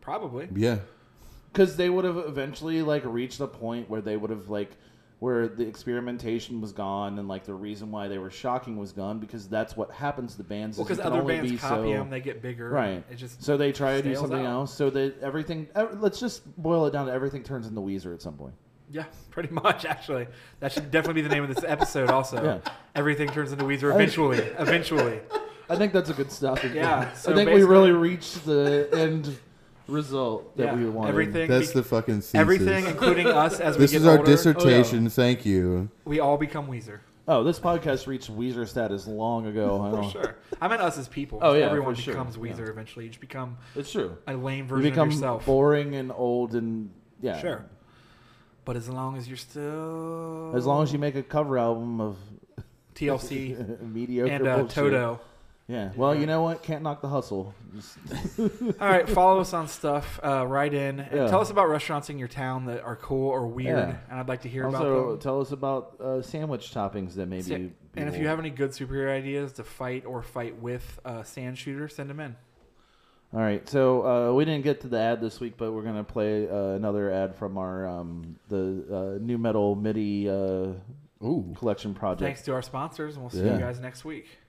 S3: probably.
S4: Yeah.
S1: because they would have eventually like reached the point where they would have like where the experimentation was gone and like the reason why they were shocking was gone because that's what happens to bands.
S3: Well,
S1: is you
S3: because
S1: can
S3: other
S1: only
S3: bands
S1: be
S3: copy
S1: so-
S3: them, they get bigger.
S1: right.
S3: It just
S1: so they try to do
S3: stales
S1: something
S3: out.
S1: else so that everything. ev- Let's just boil it down to everything turns into Weezer at some point.
S3: yeah, [LAUGHS] pretty much actually. That should definitely be the name
S1: [LAUGHS]
S3: of this episode. Also,
S1: Yeah.
S3: everything turns into Weezer eventually. eventually.
S1: [LAUGHS] I think that's a good stopping
S3: [LAUGHS] Yeah,
S1: point.
S3: so
S1: I think we really
S3: basically-
S1: reached the end.
S7: result that
S3: Yeah.
S7: we wanted.
S3: Everything.
S4: That's
S3: be-
S4: the fucking thesis.
S3: Everything, including us, as
S4: This
S3: we get
S4: is our
S3: older,
S4: dissertation. Thank you.
S3: we all become Weezer.
S1: Oh, this podcast reached Weezer status long ago. I
S3: [LAUGHS] For
S1: don't.
S3: sure. I meant us as people.
S7: Oh, yeah,
S3: Everyone
S7: for sure.
S3: becomes Weezer eventually. You just become
S7: It's true.
S3: a
S1: You
S3: lame version
S1: become
S3: of yourself.
S1: boring and old and yeah.
S3: Sure. But as long as you're still
S1: As long as you make a cover album of [LAUGHS]
S3: TLC
S1: mediocre
S3: and uh,
S1: bullshit. [LAUGHS]
S3: Toto.
S1: Yeah. Well, you know what? Can't knock the hustle. Just-
S3: All right, follow us on stuff. Uh, write in. And
S1: Yeah.
S3: Tell us about restaurants in your town that are cool or weird,
S1: Yeah.
S3: and I'd like to hear
S1: also,
S3: about them.
S1: tell us about uh, sandwich toppings that maybe.
S3: Sa- and if
S1: people-
S3: you have any good superhero ideas to fight or fight with uh, Sand Shooter, send them in.
S1: All right, so uh, we didn't get to the ad this week, but we're gonna play uh, another ad from our um, the uh, new metal MIDI uh,
S4: Ooh.
S1: collection project.
S3: Thanks to our sponsors, and we'll see
S1: Yeah.
S3: you guys next week.